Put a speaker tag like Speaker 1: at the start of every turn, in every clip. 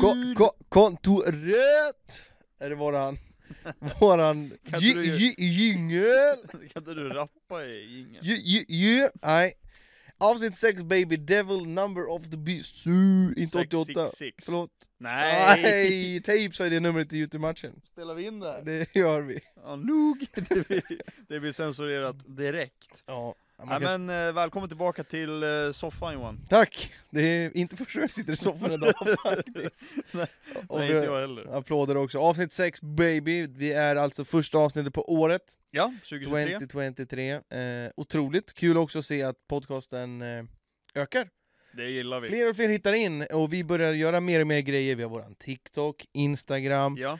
Speaker 1: Ko- ko- kontoret! Är det våran... Våran...
Speaker 2: Kan
Speaker 1: j-
Speaker 2: du-
Speaker 1: j- Jingel!
Speaker 2: Kan inte du rappa i ingen?
Speaker 1: Ju, ju, ju, nej. Avsnitt 6 baby, devil number of the beast. Su, inte 88. Förlåt.
Speaker 2: Nej!
Speaker 1: tapes är det numret i Youtube-matchen.
Speaker 2: Spelar vi in det här?
Speaker 1: Det gör vi.
Speaker 2: Ja, nog! Det blir, det blir censurerat direkt.
Speaker 1: Ja, man
Speaker 2: Nej,
Speaker 1: kan-
Speaker 2: men eh, välkommen tillbaka till eh, soffan Johan.
Speaker 1: Tack! Det är inte första gången jag sitter i soffan idag faktiskt.
Speaker 2: Nej,
Speaker 1: Och
Speaker 2: Nej,
Speaker 1: vi-
Speaker 2: inte jag heller.
Speaker 1: Applåder också. Avsnitt 6 baby, vi är alltså första avsnittet på året.
Speaker 2: Ja, 2023.
Speaker 1: 2023. Eh, otroligt kul också att se att podcasten eh, ökar.
Speaker 2: Det gillar vi.
Speaker 1: Fler och fler hittar in och vi börjar göra mer och mer grejer. Vi har våran TikTok, Instagram,
Speaker 2: Ja,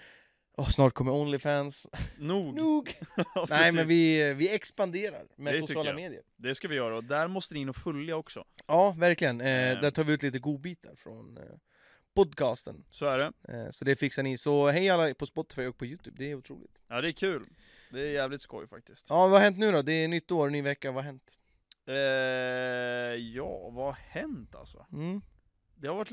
Speaker 1: och snart kommer Onlyfans.
Speaker 2: nog.
Speaker 1: Nog!
Speaker 2: Ja,
Speaker 1: Nej
Speaker 2: precis.
Speaker 1: men vi, eh, vi expanderar med
Speaker 2: Det tycker
Speaker 1: sociala
Speaker 2: jag.
Speaker 1: medier.
Speaker 2: Det ska vi göra och där måste ni in och följa också.
Speaker 1: Ja, verkligen. Eh,
Speaker 2: Ehm.
Speaker 1: där tar vi ut lite godbitar från eh, podcasten.
Speaker 2: Så är det.
Speaker 1: Eh, så det fixar ni. Så hej alla på Spotify och på Youtube, det är otroligt.
Speaker 2: Ja, det är kul. Det är jävligt skoj faktiskt.
Speaker 1: Ja, vad har hänt nu då? Det är nytt år, ny vecka, vad har hänt?
Speaker 2: Eh, ja, vad har hänt alltså?
Speaker 1: Mm,
Speaker 2: Det har varit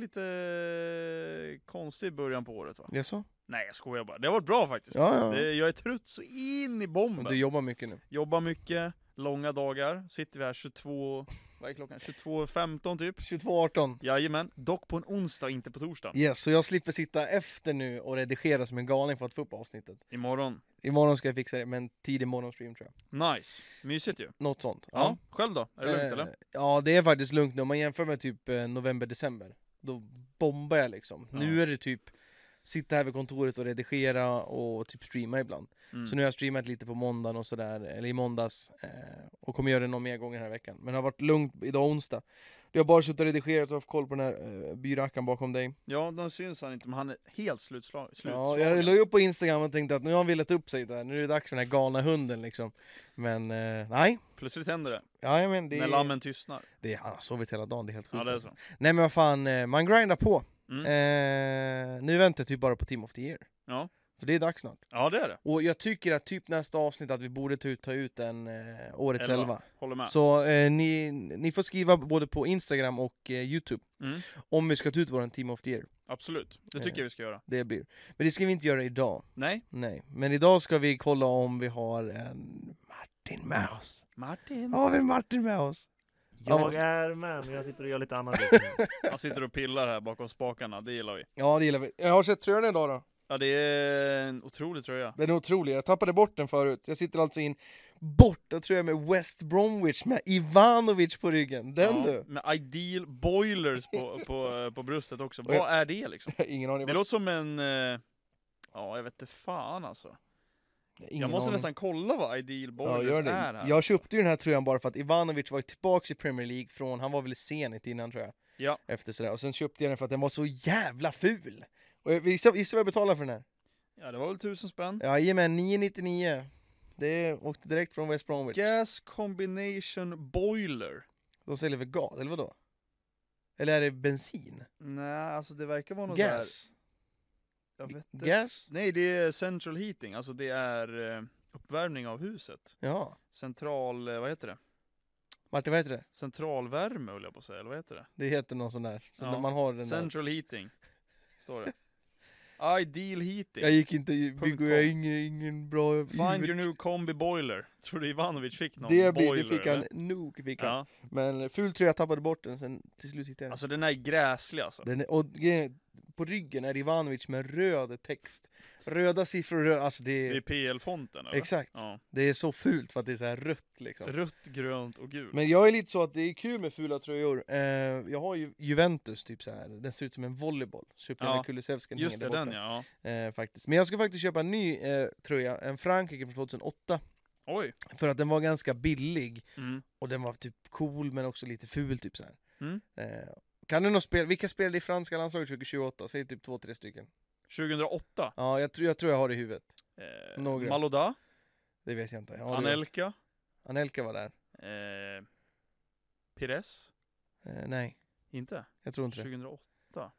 Speaker 2: lite konstig början på året va?
Speaker 1: jaså?
Speaker 2: Nej jag skojar bara, det har varit bra faktiskt.
Speaker 1: Ja, ja.
Speaker 2: Det, jag är trött så in i bomben.
Speaker 1: Du jobbar mycket nu.
Speaker 2: Jobbar mycket, långa dagar. Sitter vi här 22, vad är klockan? 22.15 typ.
Speaker 1: 22.18.
Speaker 2: Jajamän, dock på en onsdag, inte på torsdag.
Speaker 1: Yes, så jag slipper sitta efter nu och redigera som en galning för att få upp avsnittet.
Speaker 2: Imorgon.
Speaker 1: Imorgon ska jag fixa det, men tidig morgonstream tror jag.
Speaker 2: Nice, mysigt ju. Ja,
Speaker 1: Något sånt.
Speaker 2: själv då? Är det lugnt eller?
Speaker 1: Eh, Ja, det är faktiskt lugnt nu. Om man jämför med typ eh, november, december, då bombar jag liksom.
Speaker 2: Ja.
Speaker 1: Nu är det typ sitta här vid kontoret och redigera och typ streama ibland.
Speaker 2: Mm.
Speaker 1: Så nu har jag streamat lite på måndagen och sådär, eller i måndags, eh, och kommer göra det någon mer gång den här veckan. Men det har varit lugnt idag onsdag. Jag har bara suttit och redigerat och haft koll på den här eh, byrackan bakom dig.
Speaker 2: Ja, den syns han inte, men han är helt slutslag.
Speaker 1: Ja,
Speaker 2: slutslagen.
Speaker 1: jag la ju upp på Instagram och tänkte att nu har han velat upp sig där, nu är det dags för den här galna hunden liksom. Men eh, nej,
Speaker 2: Plötsligt händer det,
Speaker 1: ja, men det,
Speaker 2: när
Speaker 1: är,
Speaker 2: lammen tystnar.
Speaker 1: det är, han har sovit hela dagen, det är helt sjukt.
Speaker 2: Ja, det är
Speaker 1: alltså.
Speaker 2: så.
Speaker 1: Nej men vad fan, eh, man grindar på.
Speaker 2: Mm.
Speaker 1: Eh, nu väntar jag typ bara på Team of the Year.
Speaker 2: Ja.
Speaker 1: För det är dags snart.
Speaker 2: Ja, det är det.
Speaker 1: Och jag tycker att typ nästa avsnitt att vi borde ta ut, ta ut en eh, Årets
Speaker 2: Elva.
Speaker 1: elva.
Speaker 2: Håller med.
Speaker 1: Så eh, ni, ni får skriva både på Instagram och eh, Youtube
Speaker 2: Mm.
Speaker 1: om vi ska ta ut våran Team of the Year.
Speaker 2: Absolut, det
Speaker 1: Eh.
Speaker 2: tycker jag vi ska göra.
Speaker 1: Det blir. Men det ska vi inte göra idag.
Speaker 2: Nej?
Speaker 1: Nej. Men idag ska vi kolla om vi har en Martin med oss.
Speaker 2: Martin?
Speaker 1: Har vi Martin med oss?
Speaker 3: Jag
Speaker 1: vad-
Speaker 3: är med, men jag sitter och gör lite annat just nu.
Speaker 2: Han sitter och pillar här bakom spakarna, det gillar vi.
Speaker 1: Ja det gillar vi. Jag har sett tröjan idag då.
Speaker 2: Ja, det är en otrolig tröja.
Speaker 1: Den är otrolig, jag tappade bort den förut. Jag sitter alltså i en borta tror jag med West Bromwich med Ivanovic på ryggen. Den
Speaker 2: ja,
Speaker 1: du!
Speaker 2: Med ideal boilers på, på, eh, på bröstet också.
Speaker 1: Och jag-
Speaker 2: Vad är det liksom?
Speaker 1: Jag har ingen aning.
Speaker 2: Det låter som en... eh, Ja, jag vet inte fan alltså.
Speaker 1: ingen
Speaker 2: jag måste
Speaker 1: aning.
Speaker 2: nästan kolla vad ideal
Speaker 1: Ja,
Speaker 2: boilers
Speaker 1: gör
Speaker 2: är
Speaker 1: det.
Speaker 2: här.
Speaker 1: Jag köpte ju den här tröjan bara för att Ivanovic var ju tillbaka i Premier League från, han var väl i Zenit innan tror jag.
Speaker 2: Ja.
Speaker 1: Efter sådär. Och sen köpte jag den för att den var så jävla ful! Och jag- gissa gissa vad jag betalade för den här?
Speaker 2: Ja, det var väl tusen spänn.
Speaker 1: Jajamän, 999. Det åkte direkt från West Bromwich.
Speaker 2: Gas combination boiler.
Speaker 1: De säljer väl gas, eller vadå? Eller är det bensin?
Speaker 2: Nej, alltså det verkar vara något där...
Speaker 1: Gas?
Speaker 2: Jag vet inte.
Speaker 1: Gas?
Speaker 2: Nej, det är central heating, alltså det är eh, uppvärmning av huset.
Speaker 1: Ja.
Speaker 2: Central, eh, vad heter det?
Speaker 1: Martin, vad heter det?
Speaker 2: Centralvärme höll jag på att säga, eller vad heter det?
Speaker 1: Det heter någon sån där. Så
Speaker 2: Ja.
Speaker 1: när man har den där.
Speaker 2: Central heating, står det. Ideal
Speaker 1: Jag
Speaker 2: heating.
Speaker 1: gick inte, Viggo, jag har ingen, ingen bra
Speaker 2: Find
Speaker 1: huvud.
Speaker 2: your new combi boiler. Tror du Ivanovic fick någon
Speaker 1: Det, blir,
Speaker 2: boiler?
Speaker 1: det fick
Speaker 2: eller?
Speaker 1: han, nog fick han.
Speaker 2: Ja.
Speaker 1: Men ful tröja, jag tappade bort den, sen till slut hittade jag den.
Speaker 2: Alltså den är gräslig alltså.
Speaker 1: den är, och grejen är, på ryggen är det Ivanovic med röd text. Röda siffror, röd, alltså det
Speaker 2: Det
Speaker 1: är,
Speaker 2: är PL-fonten eller?
Speaker 1: exakt.
Speaker 2: Ja.
Speaker 1: Det är så fult för att det är så här rött liksom.
Speaker 2: Rött, grönt och gult.
Speaker 1: Men jag är lite så att det är kul med fula tröjor. Eh, jag har ju Juventus, typ så här. den ser ut som en volleyboll. Köpte jag
Speaker 2: Ja.
Speaker 1: med Kulusevski, den
Speaker 2: Just det,
Speaker 1: hänger där
Speaker 2: den
Speaker 1: borta.
Speaker 2: ja. ja.
Speaker 1: Eh, faktiskt. Men jag ska faktiskt köpa en ny eh, tröja, en Frankrike från 2008.
Speaker 2: Oj.
Speaker 1: För att den var ganska billig
Speaker 2: Mm.
Speaker 1: och den var typ cool men också lite ful typ så här.
Speaker 2: Mm.
Speaker 1: Eh, kan du något spel, vilka spelade i franska landslaget 2028? Säg typ två, tre stycken.
Speaker 2: 2008.
Speaker 1: Ja, jag, tror- jag tror jag har det i huvudet.
Speaker 2: Eh,
Speaker 1: Några.
Speaker 2: Maloda,
Speaker 1: Det vet jag inte. Ja, det vet
Speaker 2: Anelka,
Speaker 1: jag. Anelka var där.
Speaker 2: eh, Pires.
Speaker 1: Eh, nej,
Speaker 2: Inte?
Speaker 1: jag tror inte det.
Speaker 2: 2008.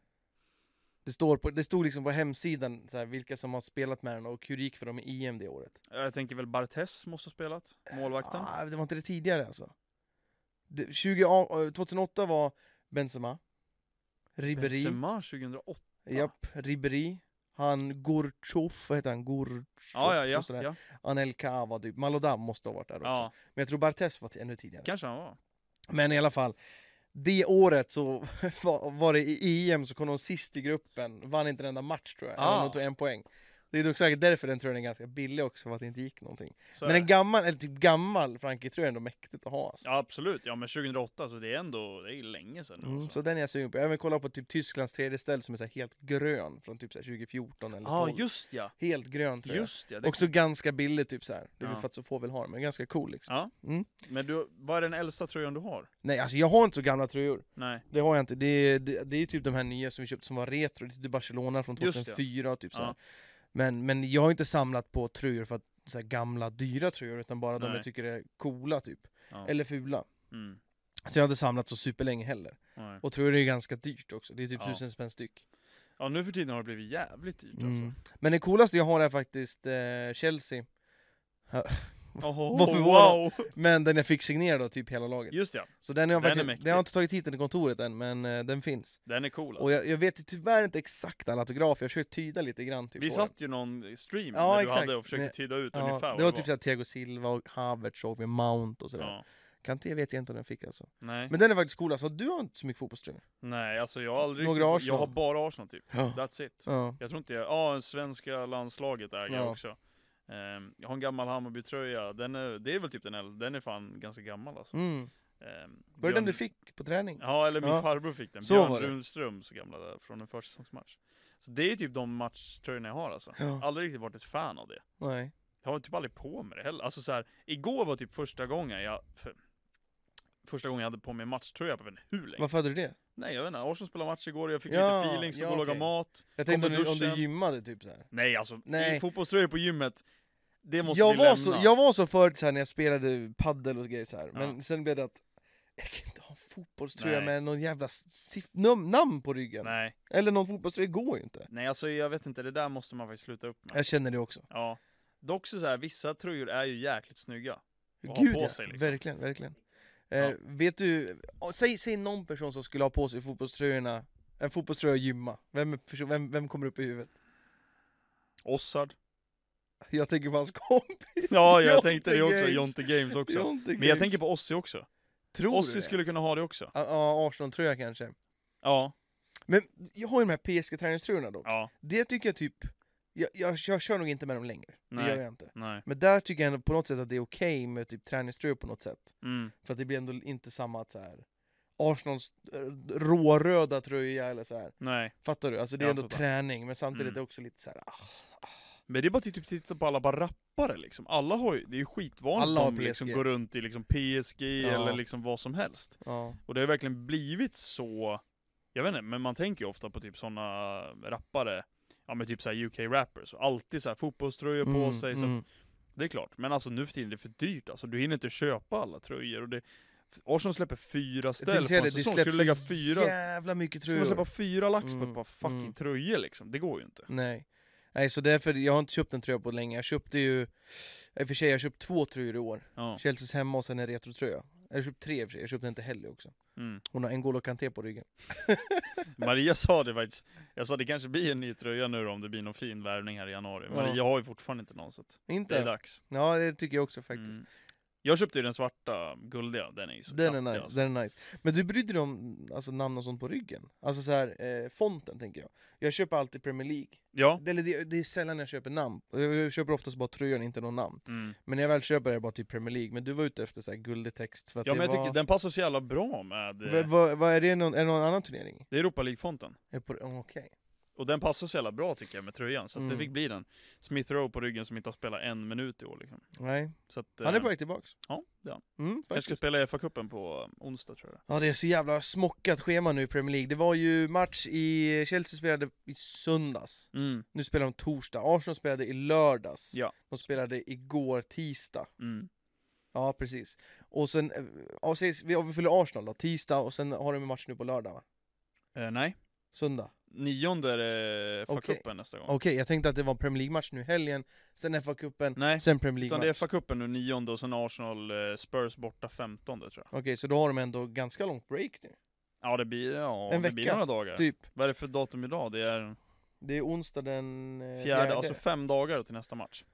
Speaker 1: Det, står på, det stod liksom på hemsidan så här, vilka som har spelat med den och hur det gick för dem i EM det året.
Speaker 2: Jag tänker väl Barthes måste ha spelat, målvakten.
Speaker 1: Ah, det var inte det tidigare alltså. Det, 20, eh, 2008 var Benzema, Ribéry.
Speaker 2: Benzema 2008.
Speaker 1: Japp, Ribéry. Han Gurchov, vad heter han? Gurchov
Speaker 2: Ja, ja,
Speaker 1: och
Speaker 2: ja.
Speaker 1: sådär.
Speaker 2: ja.
Speaker 1: Anel Cava typ. Malodam måste ha varit där också.
Speaker 2: ja.
Speaker 1: Men jag tror Bartes var till- ännu tidigare.
Speaker 2: kanske han var.
Speaker 1: Men i alla fall. Det året så var- var det i EM så kom de sist i gruppen. Vann inte en enda match tror jag.
Speaker 2: Ah.
Speaker 1: Ah. De tog en poäng. Det är dock säkert därför den tröjan är ganska billig också, för att det inte gick någonting.
Speaker 2: Så
Speaker 1: Men
Speaker 2: är
Speaker 1: en
Speaker 2: det.
Speaker 1: gammal, eller typ gammal Frankrike-tröja är ändå mäktigt att ha alltså.
Speaker 2: Ja, absolut. Ja, men 2008, så det är ändå det är länge sedan. nu,
Speaker 1: Mm,
Speaker 2: alltså.
Speaker 1: så den är jag sugen på. Jag vill kolla på typ Tysklands tredje ställ som är så här helt grön från typ så här 2014 eller
Speaker 2: Ja,
Speaker 1: 12.
Speaker 2: Ah, just ja.
Speaker 1: Helt grön tröja.
Speaker 2: Just ja. Det...
Speaker 1: Också ganska billig typ så här. Det är väl
Speaker 2: Ja.
Speaker 1: för att så få vill ha den, men ganska cool liksom.
Speaker 2: Ja.
Speaker 1: Mm.
Speaker 2: Men du, vad är den äldsta tröjan du har?
Speaker 1: Nej alltså jag har inte så gamla tröjor.
Speaker 2: Nej.
Speaker 1: Det har jag inte. Det är, det, det är ju typ de här nya som vi köpte som var retro. Det är typ Barcelona från
Speaker 2: Just det.
Speaker 1: 2004 typ så här.
Speaker 2: Ja.
Speaker 1: Men, men jag har inte samlat på tröjor för att så här, gamla dyra tröjor utan bara de
Speaker 2: Nej.
Speaker 1: jag tycker är coola typ.
Speaker 2: Ja.
Speaker 1: Eller fula.
Speaker 2: Mm.
Speaker 1: Så jag har inte samlat så superlänge heller.
Speaker 2: Nej.
Speaker 1: Och tröjor är ju ganska dyrt också. Det är typ
Speaker 2: Ja.
Speaker 1: tusen spänn styck.
Speaker 2: Ja, nu för tiden har det blivit jävligt dyrt alltså.
Speaker 1: Mm. Men det coolaste jag har är faktiskt eh, Chelsea.
Speaker 2: Oho,
Speaker 1: Vad förvånad.
Speaker 2: wow!
Speaker 1: Men den jag fick signerad av typ hela laget.
Speaker 2: Just ja,
Speaker 1: Så den har jag
Speaker 2: Den är
Speaker 1: faktiskt,
Speaker 2: mäktig.
Speaker 1: den har jag inte tagit hit den i kontoret än, men eh, den finns.
Speaker 2: den är cool alltså.
Speaker 1: Och jag, jag vet ju tyvärr inte exakt alla autografer, jag försöker tyda lite grann. Typ,
Speaker 2: alltså. Vi
Speaker 1: på
Speaker 2: satt ju någon stream
Speaker 1: Ja,
Speaker 2: när du
Speaker 1: exakt.
Speaker 2: hade och försökte
Speaker 1: Nej.
Speaker 2: tyda ut
Speaker 1: den.
Speaker 2: ungefär
Speaker 1: ja,
Speaker 2: vad
Speaker 1: Det var typ såhär Thiago Silva och Havertz och med Mount och sådär.
Speaker 2: Ja.
Speaker 1: Kanté vet jag inte om den fick alltså.
Speaker 2: Nej.
Speaker 1: Men den är faktiskt cool alltså, du har inte så mycket fotbollströjor?
Speaker 2: Nej, alltså jag har aldrig
Speaker 1: Några
Speaker 2: riktigt, jag
Speaker 1: Arsenal.
Speaker 2: har bara Arsenal typ.
Speaker 1: Ja.
Speaker 2: That's it.
Speaker 1: ja.
Speaker 2: Jag tror inte jag, ja, en svenska landslaget äger jag
Speaker 1: Ja.
Speaker 2: också. Ehm, jag har en gammal Hammarby-tröja, den är, det är väl typ den äldre, den är fan ganska gammal alltså.
Speaker 1: Mm.
Speaker 2: Ehm,
Speaker 1: Var det den
Speaker 2: Björn-
Speaker 1: du fick på träning?
Speaker 2: Ja, eller min
Speaker 1: Ja.
Speaker 2: farbror fick den,
Speaker 1: Så var
Speaker 2: Björn
Speaker 1: det.
Speaker 2: Rundströms gamla där, från en försäsongsmatch. Så det är typ de matchtröjorna jag har alltså.
Speaker 1: Ja.
Speaker 2: Aldrig riktigt varit ett fan av det.
Speaker 1: Nej.
Speaker 2: Jag har typ aldrig på mig det heller. Alltså så här, igår var typ första gången jag för, Första gången jag hade på mig en matchtröja på en hur länge?
Speaker 1: Varför hade du det?
Speaker 2: Nej jag vet inte, Arsenal spelade match igår, jag fick
Speaker 1: Ja,
Speaker 2: lite feeling, stod
Speaker 1: ja,
Speaker 2: och lagade
Speaker 1: okej.
Speaker 2: mat
Speaker 1: Jag tänkte om
Speaker 2: Kom i
Speaker 1: du, om du
Speaker 2: duschen.
Speaker 1: gymmade typ såhär.
Speaker 2: Nej alltså,
Speaker 1: Nej.
Speaker 2: Nej. fotbollströjor på gymmet Det måste
Speaker 1: jag
Speaker 2: vi
Speaker 1: var,
Speaker 2: lämna
Speaker 1: så, jag var så förut så här, när jag spelade paddel och grejer så här.
Speaker 2: Ja.
Speaker 1: men sen blev det att jag kan inte ha en fotbollströja
Speaker 2: Nej.
Speaker 1: med någon jävla siff- num- namn på ryggen.
Speaker 2: Nej,
Speaker 1: Eller någon fotbollströja, det går ju inte.
Speaker 2: nej alltså jag vet inte, det där måste man faktiskt sluta upp med
Speaker 1: Jag känner det också.
Speaker 2: Ja Dock så, så här, vissa tröjor är ju jäkligt snygga Och ha
Speaker 1: Gud
Speaker 2: på
Speaker 1: ja,
Speaker 2: sig, liksom.
Speaker 1: verkligen, verkligen. Eh,
Speaker 2: Ja.
Speaker 1: Vet du, ja, säg, säg någon person som skulle ha på sig fotbollströjorna, en fotbollströja och gymma. Vem, är perso- vem, vem kommer upp i huvudet?
Speaker 2: Ossard
Speaker 1: Jag tänker på hans kompis.
Speaker 2: Ja jag
Speaker 1: Jonte
Speaker 2: tänkte det också,
Speaker 1: Games.
Speaker 2: Jonte Games också
Speaker 1: Jonte
Speaker 2: Men jag
Speaker 1: Grip.
Speaker 2: tänker på Ossi också,
Speaker 1: Tror du
Speaker 2: Ossi
Speaker 1: det?
Speaker 2: skulle kunna ha det också
Speaker 1: Ja, Ja, Arsenal-tröja kanske.
Speaker 2: Ja,
Speaker 1: Men jag har ju de här PSG-träningströjorna dock.
Speaker 2: ja,
Speaker 1: Det tycker jag typ, jag, jag, jag kör nog inte med dem längre.
Speaker 2: Nej.
Speaker 1: Det gör jag inte.
Speaker 2: nej,
Speaker 1: Men där tycker jag ändå på något sätt att det är okej med typ träningströjor på något sätt.
Speaker 2: mm,
Speaker 1: För att det blir ändå inte samma att så här Arsenals eh, råröda tröja eller så här.
Speaker 2: nej
Speaker 1: Fattar du? Alltså det är
Speaker 2: Jag
Speaker 1: ändå
Speaker 2: fattar.
Speaker 1: träning men samtidigt
Speaker 2: Mm.
Speaker 1: är det också lite så här. Ah,
Speaker 2: Men det är bara att typ titta på alla bara rappare liksom. Alla har ju, det är ju skitvanligt alla
Speaker 1: Alla har
Speaker 2: att de liksom
Speaker 1: PSG.
Speaker 2: går runt i liksom PSG eller liksom vad som helst.
Speaker 1: ja.
Speaker 2: Och det har verkligen blivit så, jag vet inte, men man tänker ju ofta på typ sådana rappare, ja men typ såhär UK-rappers, alltid såhär fotbollströjor
Speaker 1: Mm,
Speaker 2: på sig, så att, det är klart. Men alltså nu för tiden är det för dyrt alltså, du hinner inte köpa alla tröjor och det, Arsenal släpper fyra
Speaker 1: Jag tänkte
Speaker 2: ställ på
Speaker 1: säga
Speaker 2: en
Speaker 1: det, det
Speaker 2: säsong, ska
Speaker 1: släpps
Speaker 2: du lägga
Speaker 1: så
Speaker 2: fyra,
Speaker 1: jävla mycket
Speaker 2: ska man släppa
Speaker 1: tröjor.
Speaker 2: fyra lax på
Speaker 1: Mm,
Speaker 2: ett par fucking
Speaker 1: mm.
Speaker 2: tröjor liksom? Det går ju inte.
Speaker 1: Nej. Nej, så därför, jag har inte köpt en tröja på länge. Jag köpte ju, i och för sig, jag har köpt två tröjor i år.
Speaker 2: Ja.
Speaker 1: Chelseas hemma och sen en retrotröja. Jag har köpt tre i och för sig, jag köpte en till Helly också.
Speaker 2: Mm.
Speaker 1: Hon har N'Golo Kanté på ryggen.
Speaker 2: Maria sa det faktiskt, jag sa det kanske blir en ny tröja nu då, om det blir någon fin värvning här i januari.
Speaker 1: Ja.
Speaker 2: Maria har ju fortfarande inte någon så att det
Speaker 1: Inte?
Speaker 2: är dags.
Speaker 1: Ja, det tycker jag också faktiskt.
Speaker 2: Mm. Jag köpte ju den svarta guldiga, den är ju så
Speaker 1: Den är
Speaker 2: knackig,
Speaker 1: nice,
Speaker 2: alltså.
Speaker 1: den är nice. Men du brydde dig om alltså, namn och sånt på ryggen? Alltså så här, eh, fonten tänker jag. Jag köper alltid Premier League.
Speaker 2: Ja.
Speaker 1: Eller det, det är sällan jag köper namn. Jag jag köper oftast bara tröjan, inte någon namn.
Speaker 2: Mm.
Speaker 1: Men när jag väl köper är det bara typ Premier League. Men du var ute efter så här guldig text för att
Speaker 2: Ja
Speaker 1: det
Speaker 2: men jag
Speaker 1: var...
Speaker 2: tycker den passar så jävla bra med,
Speaker 1: Va- va- va- är det någon, är det någon annan turnering?
Speaker 2: det är Europa League-fonten.
Speaker 1: Är det på- Okej.
Speaker 2: Och den passar så jävla bra tycker jag med tröjan, så att
Speaker 1: Mm.
Speaker 2: det fick bli den. Smith Rowe på ryggen som inte har spelat en minut i år liksom.
Speaker 1: Nej.
Speaker 2: Så att,
Speaker 1: Han är
Speaker 2: eh,
Speaker 1: på väg tillbaks.
Speaker 2: Ja, det är han.
Speaker 1: Mm,
Speaker 2: Kanske ska
Speaker 1: faktiskt.
Speaker 2: spela i FA-cupen på eh, onsdag tror jag.
Speaker 1: Ja det är så jävla smockat chema nu i Premier League. Det var ju match i... Chelsea spelade i söndags.
Speaker 2: Mm,
Speaker 1: Nu spelar de torsdag. Arsenal spelade i lördags.
Speaker 2: Ja.
Speaker 1: De spelade igår tisdag.
Speaker 2: mm.
Speaker 1: Ja, precis. Och sen, eh, ja, ses, vi- om vi följer Arsenal då, tisdag och sen har de en match nu på lördag va?
Speaker 2: Eh, nej,
Speaker 1: Söndag.
Speaker 2: nionde är det
Speaker 1: Okej.
Speaker 2: FA-cupen nästa gång.
Speaker 1: Okej, jag tänkte att det var en Premier League-match nu i helgen, sen FA-cupen,
Speaker 2: Nej, E
Speaker 1: sen Premier
Speaker 2: Utan det är
Speaker 1: League-match. Okej,
Speaker 2: FA-cupen nu, nionde, och sen Arsenal eh, Spurs borta femtonde tror jag.
Speaker 1: så då har de ändå ganska långt break nu.
Speaker 2: Ja det blir, ja,
Speaker 1: En
Speaker 2: det blir
Speaker 1: vecka,
Speaker 2: några dagar.
Speaker 1: Typ. Eh,
Speaker 2: Vad är det för datum idag? Det är
Speaker 1: Det är onsdag den eh,
Speaker 2: fjärde, alltså fem dagar till nästa match.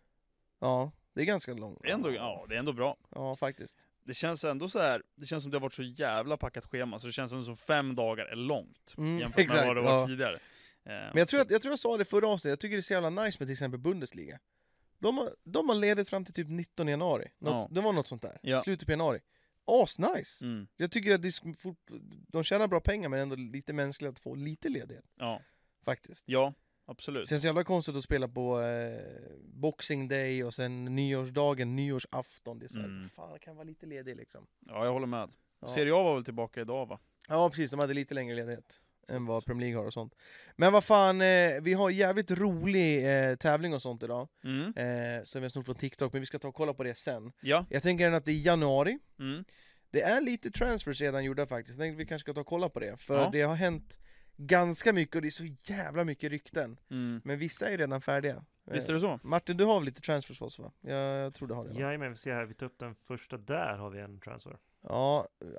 Speaker 1: Ja, det är ganska långt.
Speaker 2: Det är ändå, ja, det är ändå bra.
Speaker 1: Ja, faktiskt.
Speaker 2: Det känns ändå så här, det känns som det har varit så jävla packat schema, så det känns ändå som fem dagar är långt.
Speaker 1: Mm,
Speaker 2: jämfört med vad det var
Speaker 1: ja.
Speaker 2: tidigare. Eh,
Speaker 1: Men jag tror, att, jag tror jag sa det förra avsnittet, jag tycker det är så jävla nice med till exempel Bundesliga. De har, de har ledigt fram till typ 19 januari. Något,
Speaker 2: Ja.
Speaker 1: Det var något sånt där.
Speaker 2: Ja.
Speaker 1: Slutet på januari. Asnice!
Speaker 2: Mm,
Speaker 1: Jag tycker att det är sk- fort- de tjänar bra pengar men ändå lite mänskligt att få lite ledighet.
Speaker 2: ja,
Speaker 1: Faktiskt.
Speaker 2: ja, absolut.
Speaker 1: Känns jävla konstigt att spela på eh, Boxing Day och sen nyårsdagen, nyårsafton. Det är så här,
Speaker 2: Mm.
Speaker 1: fan jag kan vara lite ledig liksom.
Speaker 2: Ja, jag håller med.
Speaker 1: Ja.
Speaker 2: Serie A var väl tillbaka idag va?
Speaker 1: Ja precis, de hade lite längre ledighet än vad Premier League har och sånt. Men vad fan, eh, vi har jävligt rolig eh, tävling och sånt idag.
Speaker 2: Mm.
Speaker 1: Eh, som vi har snott från TikTok, men vi ska ta och kolla på det sen.
Speaker 2: Ja.
Speaker 1: Jag tänker att det är januari.
Speaker 2: Mm.
Speaker 1: Det är lite transfers redan gjorda faktiskt. Jag tänkte att vi kanske ska ta och kolla på det. För
Speaker 2: Ja.
Speaker 1: det har hänt ganska mycket och det är så jävla mycket rykten.
Speaker 2: Mm.
Speaker 1: Men vissa är ju redan färdiga.
Speaker 2: Visst är
Speaker 1: Eh,
Speaker 2: det så?
Speaker 1: Martin, du har väl lite transfers för oss va? Jag, jag tror du har det va? Ja.
Speaker 3: Jajamän, vi ser här, vi tar upp den första där har vi en transfer.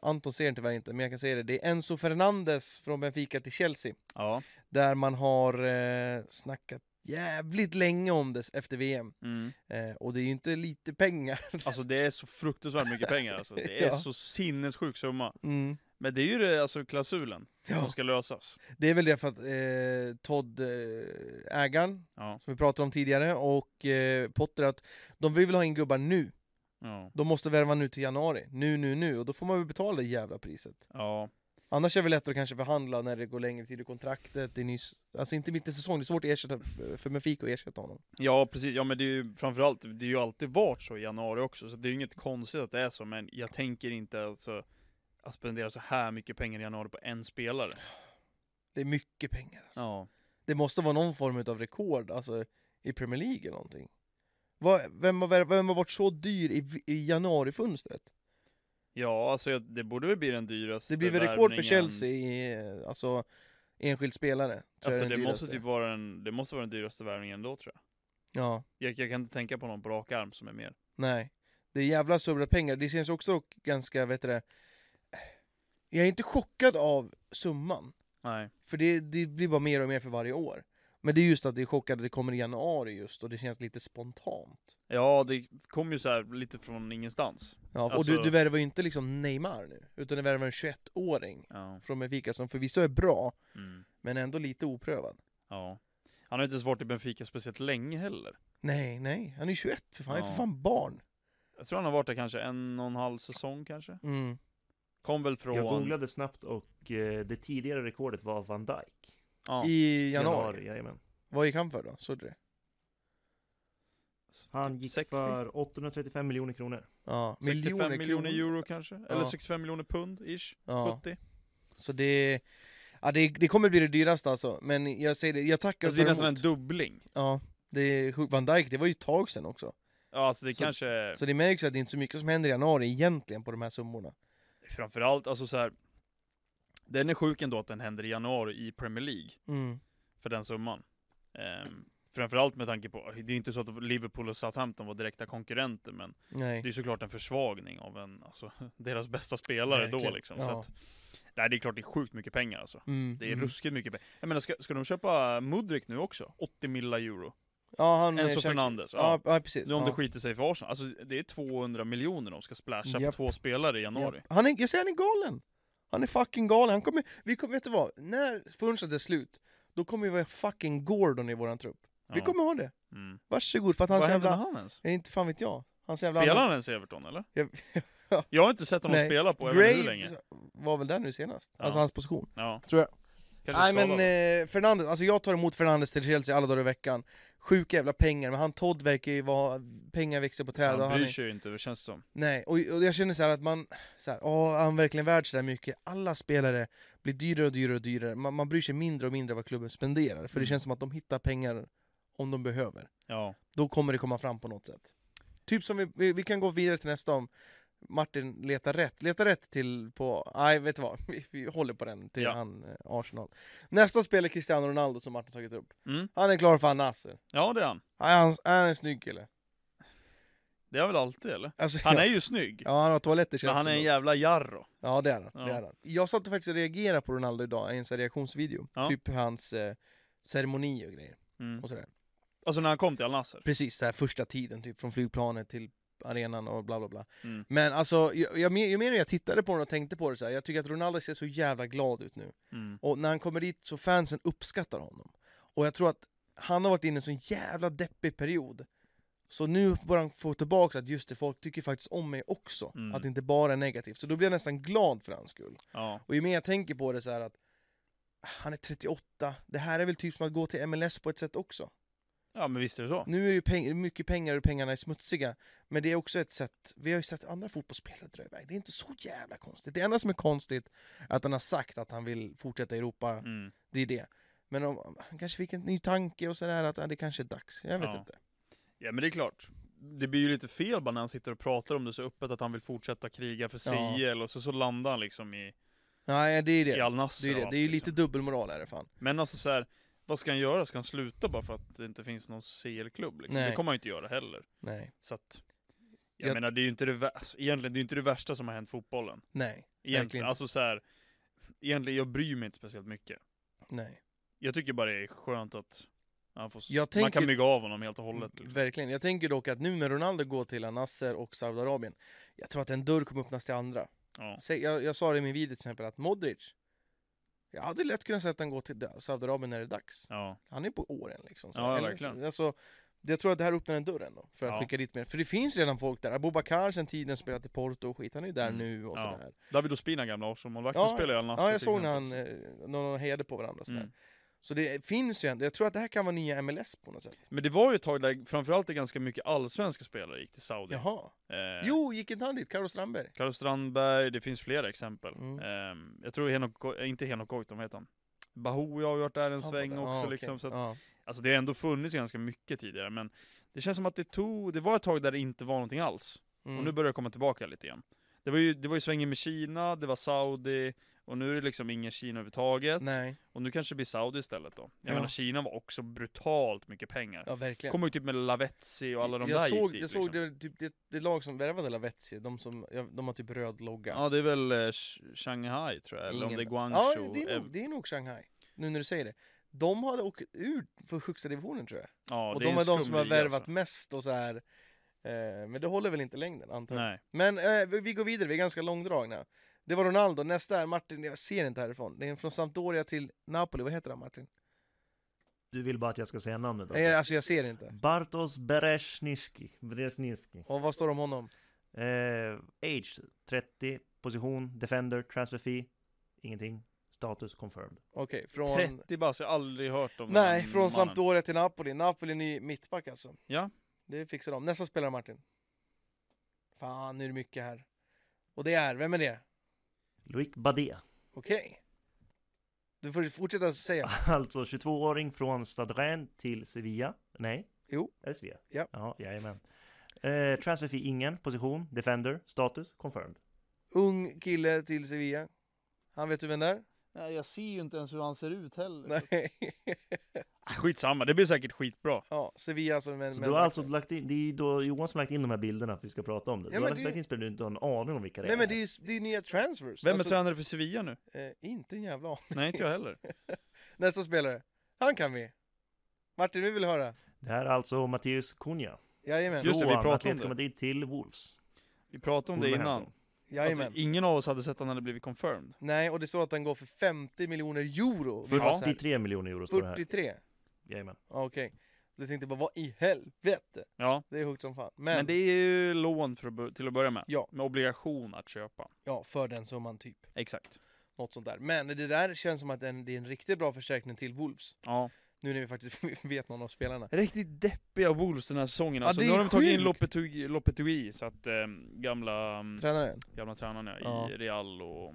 Speaker 1: Anton ser den tyvärr inte, men jag kan säga det. Det är Enzo Fernandes från Benfica till Chelsea.
Speaker 2: Ja.
Speaker 1: Där man har eh, snackat jävligt länge om det efter VM.
Speaker 2: Mm.
Speaker 1: Eh, och det är ju inte lite pengar.
Speaker 2: Alltså det är så fruktansvärt mycket pengar alltså. Det är
Speaker 1: Ja.
Speaker 2: så sinnessjuk summa.
Speaker 1: Mm.
Speaker 2: Men det är ju det, alltså klausulen som
Speaker 1: Ja.
Speaker 2: ska lösas.
Speaker 1: Det är väl det för att eh, Todd, eh, ägaren,
Speaker 2: Ja.
Speaker 1: som vi pratade om tidigare, och eh, Potter att de vill väl ha in gubbar nu.
Speaker 2: Ja.
Speaker 1: De måste värva nu till januari. Nu, nu, nu. Och då får man väl betala det jävla priset.
Speaker 2: Ja.
Speaker 1: Annars är det väl lättare att kanske förhandla när det går längre tid i kontraktet. Det är nyss, alltså inte mitt i säsong, det är svårt att ersätta, eh, för Benfica att ersätta honom.
Speaker 2: Ja precis, ja men det är ju framförallt, det är ju alltid varit så i januari också, så det är ju inget konstigt att det är så, men jag tänker inte alltså att spendera så här mycket pengar i januari på en spelare.
Speaker 1: Det är mycket pengar alltså.
Speaker 2: Ja.
Speaker 1: Det måste vara någon form av rekord, alltså i Premier League eller någonting. Vad- Vem har, värv- vem har varit så dyr i, i januarifönstret?
Speaker 2: Ja, alltså jag- det borde väl bli den dyraste
Speaker 1: Det blir väl rekord för
Speaker 2: värvningen.
Speaker 1: Chelsea i, eh, alltså, enskild spelare. tror jag
Speaker 2: Alltså
Speaker 1: är
Speaker 2: det
Speaker 1: den
Speaker 2: måste,
Speaker 1: dyraste.
Speaker 2: typ vara den, det måste vara den dyraste värvningen då tror jag.
Speaker 1: Ja,
Speaker 2: jag. Jag kan inte tänka på någon på rak arm som är mer.
Speaker 1: nej. Det är jävla stora pengar. Det känns också dock ganska, vet du det, jag är inte chockad av summan.
Speaker 2: Nej.
Speaker 1: För det, det blir bara mer och mer för varje år. Men det är just att det är chockad att det kommer i januari just och det känns lite spontant.
Speaker 2: Ja, det kom ju så här lite från ingenstans.
Speaker 1: Ja, och
Speaker 2: Alltså-
Speaker 1: du, du värvar ju inte liksom Neymar nu, utan du värvar en 21-åring
Speaker 2: Ja.
Speaker 1: från Benfica som förvisso är bra,
Speaker 2: Mm.
Speaker 1: men ändå lite oprövad.
Speaker 2: ja. Han har inte ens varit i Benfica speciellt länge heller.
Speaker 1: Nej, nej, han är 21 för fan, han är
Speaker 2: Ja.
Speaker 1: för fan barn.
Speaker 2: Jag tror han har varit där kanske en och en halv säsong kanske.
Speaker 1: Mm.
Speaker 2: Kom väl från...
Speaker 3: Jag googlade snabbt och eh, det tidigare rekordet var Van Dijk.
Speaker 2: Ja.
Speaker 1: I januari.
Speaker 3: jajamän.
Speaker 1: Vad gick han för då? Såg du det?
Speaker 3: Han
Speaker 2: Typ
Speaker 3: gick
Speaker 2: 60.
Speaker 3: för 835 miljoner kronor.
Speaker 1: Ja,
Speaker 2: 65 miljoner,
Speaker 1: kronor.
Speaker 2: euro kanske? Eller
Speaker 1: Ja.
Speaker 2: 65 miljoner pund ish?
Speaker 1: Ja.
Speaker 2: 70?
Speaker 1: Så det, ja, det, det kommer bli det dyraste alltså, men jag säger det, jag tackar
Speaker 2: Alltså det är
Speaker 1: för
Speaker 2: nästan en
Speaker 1: emot.
Speaker 2: dubbling.
Speaker 1: Ja, det är sjukt. Van Dijk, det var ju ett tag sedan också.
Speaker 2: Ja, alltså det
Speaker 1: Så-
Speaker 2: kanske...
Speaker 1: Så det märks att det är inte så mycket som händer i januari egentligen på de här summorna.
Speaker 2: Framförallt, alltså så här. Den är sjuk ändå att den händer i januari i Premier League.
Speaker 1: Mm.
Speaker 2: för den summan. Ehm, framförallt med tanke på, det är inte så att Liverpool och Southampton var direkta konkurrenter, men
Speaker 1: Nej.
Speaker 2: det är såklart en försvagning av en, alltså, deras bästa spelare då
Speaker 1: Verkligen,
Speaker 2: liksom. Så
Speaker 1: ja.
Speaker 2: att, nej, det är klart det är sjukt mycket pengar alltså.
Speaker 1: Mm,
Speaker 2: Det är
Speaker 1: mm.
Speaker 2: ruskigt mycket pengar. Jag menar, ska, ska de köpa Mudrik nu också? 80 millar euro.
Speaker 1: Ja, han...
Speaker 2: Enzo
Speaker 1: eh, käk-
Speaker 2: Fernandes.
Speaker 1: Ja,
Speaker 2: Ja.
Speaker 1: ja, precis.
Speaker 2: Nu om
Speaker 1: ja.
Speaker 2: det skiter sig för Arsenal, alltså det är 200 miljoner de ska splasha
Speaker 1: Japp.
Speaker 2: på två spelare i januari.
Speaker 1: Ja. Han är, jag säger han är galen! Han är fucking galen. Han kommer, vi kommer, vet du vad? När fönstret är slut, då kommer vi vara fucking Gordon i våran trupp. Vi
Speaker 2: Ja.
Speaker 1: kommer ha det.
Speaker 2: Mm.
Speaker 1: Varsågod, för att
Speaker 2: Vad
Speaker 1: hans
Speaker 2: hände
Speaker 1: jävla...
Speaker 2: med han ens?
Speaker 1: Ja, Inte fan vet jag. Hans jävla...
Speaker 2: Spelar han ens i Everton eller?
Speaker 1: Jag-
Speaker 2: Jag har inte sett honom
Speaker 1: Nej.
Speaker 2: spela på jag vet inte hur länge.
Speaker 1: Graves var väl där nu senast?
Speaker 2: Ja.
Speaker 1: Alltså hans position.
Speaker 2: Ja.
Speaker 1: Tror jag.
Speaker 2: Kanske
Speaker 1: Nej men
Speaker 2: skadad.
Speaker 1: eh, Fernandes, alltså jag tar emot Fernandes till Chelsea alla dagar i veckan. Sjuka jävla pengar, men han Todd verkar ju vara... Pengar växer på träd.
Speaker 2: Så
Speaker 1: och
Speaker 2: han
Speaker 1: Han
Speaker 2: bryr
Speaker 1: är,
Speaker 2: sig ju inte, det känns som.
Speaker 1: nej, och, och jag känner så här att man... Så här, åh, är han verkligen värd så där mycket? Alla spelare blir dyrare och dyrare och dyrare. Man, man bryr sig mindre och mindre vad klubben spenderar. För det
Speaker 2: Mm.
Speaker 1: känns som att de hittar pengar om de behöver.
Speaker 2: Ja.
Speaker 1: Då kommer det komma fram på något sätt. Typ som vi, vi, vi kan gå vidare till nästa om Martin letar rätt. Leta rätt till på... Nej, vet du vad? Vi, vi håller på den till
Speaker 2: Ja.
Speaker 1: han, eh, Arsenal. Nästa spel är Cristiano Ronaldo som Martin tagit upp.
Speaker 2: Mm.
Speaker 1: Han är klar för Al-Nassr.
Speaker 2: ja, det är han.
Speaker 1: Han, är han är en snygg kille.
Speaker 2: Det har väl alltid eller?
Speaker 1: Alltså,
Speaker 2: Han
Speaker 1: ja.
Speaker 2: är ju snygg,
Speaker 1: Ja, han har toaletter i
Speaker 2: men han är en
Speaker 1: käften.
Speaker 2: jävla jarro.
Speaker 1: Ja, det är han.
Speaker 2: Ja.
Speaker 1: Det är han. Jag satt och faktiskt och reagerade på Ronaldo idag i en sån här reaktionsvideo.
Speaker 2: Ja.
Speaker 1: Typ hans eh, ceremoni och grejer.
Speaker 2: Mm.
Speaker 1: Och sådär.
Speaker 2: Alltså när han kom till Al Nasser.
Speaker 1: Precis, den här första tiden, typ från flygplanet till arenan och bla bla bla.
Speaker 2: Mm.
Speaker 1: Men alltså, jag, jag, ju mer jag tittade på den och tänkte på det så här, jag tycker att Ronaldo ser så jävla glad ut nu.
Speaker 2: Mm.
Speaker 1: Och när han kommer dit så fansen uppskattar honom. Och jag tror att han har varit inne i en sån jävla deppig period. Så nu börjar han få tillbaka att just det, folk tycker faktiskt om mig också.
Speaker 2: Mm.
Speaker 1: Att det inte bara är negativt. Så då blir jag nästan glad för hans skull.
Speaker 2: Ja.
Speaker 1: Och ju mer jag tänker på det så här att ah, han är 38, det här är väl typ som att gå till MLS på ett sätt också.
Speaker 2: ja, men visst är det så.
Speaker 1: Nu är ju peng- mycket pengar och pengarna är smutsiga, men det är också ett sätt, vi har ju sett andra fotbollsspelare dra iväg, det är inte så jävla konstigt. Det enda som är konstigt är att han har sagt att han vill fortsätta i Europa,
Speaker 2: Mm.
Speaker 1: det är det. Men om, han kanske fick en ny tanke och sådär, att ah, det kanske är dags, jag vet
Speaker 2: Ja.
Speaker 1: inte.
Speaker 2: Ja men det är klart. Det blir ju lite fel bara när han sitter och pratar om det så öppet att han vill fortsätta kriga för
Speaker 1: Ja.
Speaker 2: CL och så, så landar han liksom i,
Speaker 1: Nej, det är det.
Speaker 2: i Al Nasser.
Speaker 1: det, är
Speaker 2: och
Speaker 1: det.
Speaker 2: allt,
Speaker 1: det är ju lite
Speaker 2: liksom.
Speaker 1: dubbelmoral är det fan.
Speaker 2: Men alltså så här, vad ska han göra? Ska han sluta bara för att det inte finns någon CL-klubb? Liksom?
Speaker 1: Nej.
Speaker 2: Det kommer han ju inte göra heller.
Speaker 1: Nej.
Speaker 2: Så att, jag,
Speaker 1: Jag-
Speaker 2: menar det är ju inte det, vä- alltså, egentligen, det är ju inte det värsta som har hänt fotbollen.
Speaker 1: Nej. Verkligen
Speaker 2: Egentligen,
Speaker 1: inte.
Speaker 2: alltså så här, egentligen jag bryr mig inte speciellt mycket.
Speaker 1: Nej.
Speaker 2: Jag tycker bara det är skönt att han får, s-
Speaker 1: Jag
Speaker 2: man
Speaker 1: tänker-
Speaker 2: kan bygga av honom helt och hållet. Liksom.
Speaker 1: Verkligen. Jag tänker dock att nu när Ronaldo går till Al Nasser och Saudiarabien, jag tror att en dörr kommer öppnas till andra.
Speaker 2: Ja.
Speaker 1: Säg- Alltså, Jag, jag sa det i min video till exempel, att Modric, jag hade lätt kunnat säga att han går till Da- Saudiarabien när det är dags.
Speaker 2: Ja.
Speaker 1: Han är på åren liksom.
Speaker 2: Ja,
Speaker 1: Eller-
Speaker 2: verkligen.
Speaker 1: Alltså, jag tror att det här öppnar en dörr ändå, för att
Speaker 2: Ja.
Speaker 1: skicka dit mer. För det finns redan folk där. Abubakar sen tiden spelat i Porto och skit, han är ju där
Speaker 2: Mm.
Speaker 1: nu och
Speaker 2: Ja.
Speaker 1: sådär.
Speaker 2: David Ospina, gamla Arsenal-målvakten,
Speaker 1: Ja,
Speaker 2: spelar ju Al Nassr
Speaker 1: Ja, jag
Speaker 2: till
Speaker 1: såg när
Speaker 2: exempel.
Speaker 1: han, eh, när de hejade på varandra och sådär.
Speaker 2: Mm.
Speaker 1: Så det finns ju ändå, jag tror att det här kan vara nya MLS på något sätt.
Speaker 2: Men det var ju ett tag där framförallt det ganska mycket allsvenska spelare gick till Saudi.
Speaker 1: Jaha.
Speaker 2: Eh,
Speaker 1: Jo, gick inte han dit? Carlos Strandberg?
Speaker 2: Carlos Strandberg, det finns flera exempel.
Speaker 1: Mm.
Speaker 2: Eh, jag tror Henok, Go- eh, inte Henok Goitom heter han. Bahoui har ju varit där en
Speaker 1: Han var
Speaker 2: sväng
Speaker 1: där.
Speaker 2: också
Speaker 1: Ja, okej.
Speaker 2: liksom. Så att,
Speaker 1: Ja.
Speaker 2: Alltså det har ändå funnits ganska mycket tidigare, men det känns som att det tog, det var ett tag där det inte var någonting alls.
Speaker 1: Mm.
Speaker 2: Och nu börjar det komma tillbaka lite igen. Det var ju, det var ju svängen med Kina, det var Saudi, och nu är det liksom ingen Kina överhuvudtaget.
Speaker 1: Nej,
Speaker 2: Och nu kanske det blir Saudi istället då. Jag
Speaker 1: Ja.
Speaker 2: menar Kina var också brutalt mycket pengar.
Speaker 1: ja verkligen.
Speaker 2: Kommer ju typ med Lavetzi och alla de
Speaker 1: jag
Speaker 2: där
Speaker 1: såg,
Speaker 2: gick dit,
Speaker 1: jag såg
Speaker 2: liksom.
Speaker 1: det, typ, det, det lag som värvade Lavetzi, de, som, ja, de har typ röd logga.
Speaker 2: Ja det är väl eh, Sh- Shanghai tror jag, eller om
Speaker 1: Ingen-
Speaker 2: det är
Speaker 1: Ja,
Speaker 2: Guangzhou.
Speaker 1: det är,
Speaker 2: eh,
Speaker 1: nog, det är nog Shanghai, nu när du säger det. De hade åkt ur för högsta divisionen tror jag.
Speaker 2: ja,
Speaker 1: och
Speaker 2: det
Speaker 1: de
Speaker 2: en
Speaker 1: är de
Speaker 2: skum
Speaker 1: som har
Speaker 2: liga,
Speaker 1: värvat
Speaker 2: alltså.
Speaker 1: mest och så här. Eh, men det håller väl inte längden antar jag.
Speaker 2: Nej.
Speaker 1: Men eh, vi vi går vidare, vi är ganska långdragna. Det var Ronaldo, nästa är Martin, jag ser inte härifrån. Det är från Sampdoria till Napoli, vad heter han Martin?
Speaker 2: Alltså.
Speaker 3: Du vill bara att jag ska säga namnet alltså.
Speaker 1: Nej, alltså jag ser inte.
Speaker 3: Bartos Bereshniki. Bereshniki.
Speaker 1: Och vad står det om honom?
Speaker 3: Eh, age 30, position, defender, transfer fee. Ingenting. Status confirmed.
Speaker 1: Okej, från...
Speaker 2: 30 bast, jag har aldrig hört om
Speaker 1: Nej,
Speaker 2: den
Speaker 1: från
Speaker 2: mannen.
Speaker 1: Sampdoria till Napoli. Napoli ny mittback alltså.
Speaker 2: Ja.
Speaker 1: Det fixar de. Nästa spelare Martin. Fan, nu är det mycket här. Och det är, vem är det?
Speaker 3: Loic Badé.
Speaker 1: Okej. Du får fortsätta säga.
Speaker 3: Alltså 22-åring från Stade Rennes till Sevilla. Nej?
Speaker 1: Jo.
Speaker 3: Är det Sevilla?
Speaker 1: Ja.
Speaker 3: Ja, jajamän. Eh, transfer fee ingen, position, defender, status confirmed.
Speaker 1: Ung kille till Sevilla. Han vet du vem det är?
Speaker 2: Nej, jag ser ju inte ens hur han ser ut heller.
Speaker 1: Nej.
Speaker 2: Ah, Skitsamma, det blir säkert skitbra.
Speaker 1: ja, Sevilla alltså. Men,
Speaker 3: Så
Speaker 1: men-
Speaker 3: du har alltså lagt in, det är ju då Johan som lagt in de här bilderna för att vi ska prata om det. Så
Speaker 1: Ja,
Speaker 3: du
Speaker 1: men
Speaker 3: har lagt
Speaker 1: det-
Speaker 3: lagt in spel du inte har en aning om vilka det
Speaker 1: Nej
Speaker 3: är.
Speaker 1: men det är, ju- det är nya transfers.
Speaker 2: Vem är
Speaker 1: Alltså,
Speaker 2: tränare för Sevilla nu?
Speaker 1: eh, inte en jävla aning.
Speaker 2: Nej, inte jag heller.
Speaker 1: Nästa spelare. Han kan vi. Martin, vi vill höra.
Speaker 3: Det här är alltså Matteus Cunha.
Speaker 1: Jajamän.
Speaker 2: Just det, vi
Speaker 3: Från
Speaker 2: pratade om
Speaker 3: Atletico
Speaker 2: det.
Speaker 3: Madrid till Wolves.
Speaker 2: Vi pratade om det innan.
Speaker 3: Wolverhampton.
Speaker 1: Jajamän.
Speaker 2: Att vi- ingen av oss hade sett att han hade blivit confirmed.
Speaker 1: Nej, och det står att den går för 50 miljoner euro. Vi
Speaker 2: Ja.
Speaker 1: bara så här,
Speaker 3: 43 miljoner euro står det här.
Speaker 1: 43?
Speaker 3: Jajamän.
Speaker 1: Ja, Okej. Jag tänkte bara, vad i helvete?
Speaker 2: Ja,
Speaker 1: Det är högt som fan. Men,
Speaker 2: men, det är ju lån för att, bo- till att börja med.
Speaker 1: Ja.
Speaker 2: Med obligation att köpa.
Speaker 1: ja, för den summan typ.
Speaker 2: Exakt.
Speaker 1: Något sånt där. Men det där känns som att en, det är en riktigt bra förstärkning till Wolves.
Speaker 2: Ja.
Speaker 1: Nu när vi faktiskt vet någon av spelarna.
Speaker 2: Riktigt deppiga Wolves den här säsongen.
Speaker 1: Ja,
Speaker 2: Alltså,
Speaker 1: det
Speaker 2: nu
Speaker 1: är
Speaker 2: har de tagit in
Speaker 1: sjukt.
Speaker 2: Lopetegui, Lopetegui så att ehm, gamla, mm,
Speaker 1: Tränaren.
Speaker 2: gamla tränaren ja,
Speaker 1: Ja.
Speaker 2: i Real och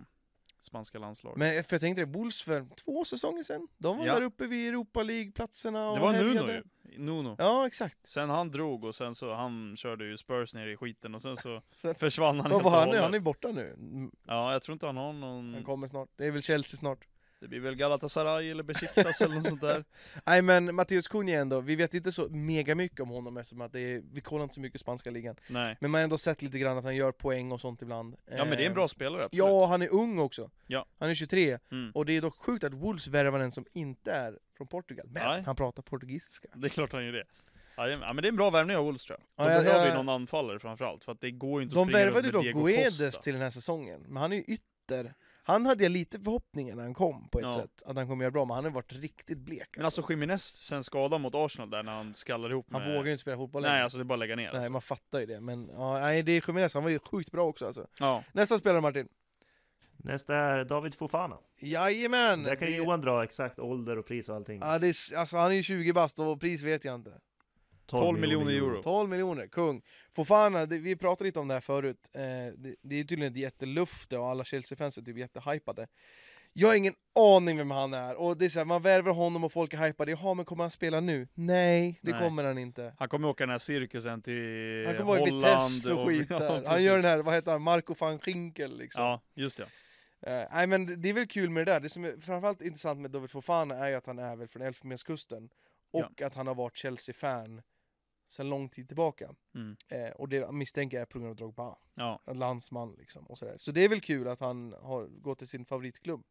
Speaker 2: spanska landslaget.
Speaker 1: Men för jag tänkte det, Wolves för två säsonger sedan. De var
Speaker 2: Ja.
Speaker 1: där uppe vid Europa League-platserna och
Speaker 2: det var Nuno
Speaker 1: härjade.
Speaker 2: ju. Nuno.
Speaker 1: Ja, exakt.
Speaker 2: Sen han drog och sen så han körde ju Spurs ner i skiten och sen så
Speaker 1: Sen-
Speaker 2: försvann han
Speaker 1: Vad
Speaker 2: helt
Speaker 1: var
Speaker 2: och
Speaker 1: han nu?
Speaker 2: hållet.
Speaker 1: Han är borta nu. Mm,
Speaker 2: Ja, jag tror inte han har någon...
Speaker 1: Han kommer snart. Det är väl Chelsea snart.
Speaker 2: Det blir väl Galatasaray eller Besiktas eller något sånt där.
Speaker 1: Nej men Matteus Cunha ändå, vi vet inte så mega mycket om honom eftersom att det är, vi kollar inte så mycket spanska ligan.
Speaker 2: Nej.
Speaker 1: Men man har ändå sett lite grann att han gör poäng och sånt ibland. Eh,
Speaker 2: Ja men det är en bra spelare absolut.
Speaker 1: Ja, han är ung också.
Speaker 2: Ja.
Speaker 1: Han är 23.
Speaker 2: Mm.
Speaker 1: Och det är dock sjukt att Wolves värvar en som inte är från Portugal. Men
Speaker 2: Nej.
Speaker 1: han pratar portugisiska.
Speaker 2: Det är klart han gör det. Ja, det- ja men det är en bra värvning av Wolves tror jag.
Speaker 1: Ja,
Speaker 2: De
Speaker 1: jag-
Speaker 2: behöver ju
Speaker 1: jag-
Speaker 2: någon anfallare framförallt, för att det går ju inte att
Speaker 1: De
Speaker 2: springa runt
Speaker 1: värvade
Speaker 2: med
Speaker 1: dock
Speaker 2: Diego
Speaker 1: Guedes
Speaker 2: Costa.
Speaker 1: till den här säsongen, men han är ju ytter. Han hade jag lite förhoppningar när han kom på ett
Speaker 2: Ja.
Speaker 1: sätt, att han kommer göra bra, men han har varit riktigt blek.
Speaker 2: Men alltså Jiménez sen skadan mot Arsenal där när han skallar ihop
Speaker 1: han
Speaker 2: med...
Speaker 1: vågar ju inte spela fotboll
Speaker 2: Nej
Speaker 1: längre.
Speaker 2: alltså det är bara att lägga ner
Speaker 1: Nej,
Speaker 2: alltså.
Speaker 1: man fattar ju det, men ja, nej, det är Jiménez, han var ju sjukt bra också alltså.
Speaker 2: Ja.
Speaker 1: Nästa spelare Martin.
Speaker 3: Nästa är David Fofana.
Speaker 1: Jajamän!
Speaker 3: Där kan ju
Speaker 1: det,
Speaker 3: Johan dra exakt ålder och pris och allting.
Speaker 1: ja, det är, s- alltså, han är ju 20 bast och pris vet jag inte.
Speaker 2: 12 miljoner euro.
Speaker 1: 12 miljoner, kung. Fofana, det, vi pratade lite om det här förut. Eh, det, det är tydligen ett jättelufte och alla Chelsea-fans är typ jättehypade. Jag har ingen aning vem han är. Och det är så här, man värvar honom och folk är hypade. Jaha, men kommer han spela nu? Nej, det
Speaker 2: Nej.
Speaker 1: kommer han inte.
Speaker 2: Han kommer åka den här cirkusen till
Speaker 1: Han kommer vara i
Speaker 2: Holland
Speaker 1: Vitesse och skit. Så här.
Speaker 2: Ja,
Speaker 1: han gör
Speaker 2: precis.
Speaker 1: den här, vad heter han, Marco van Ginkel liksom.
Speaker 2: Ja, just det.
Speaker 1: Eh, nej men det- det är väl kul med det där. Det som är framförallt intressant med David Fofana är ju att han är väl från Elfenbenskusten och att han har varit Chelsea-fan sedan lång tid tillbaka.
Speaker 2: Mm.
Speaker 1: Eh, och det misstänker jag är på grund av Drogba,
Speaker 2: Ja.
Speaker 1: en landsman liksom och sådär. Så det är väl kul att han har gått till sin favoritklubb.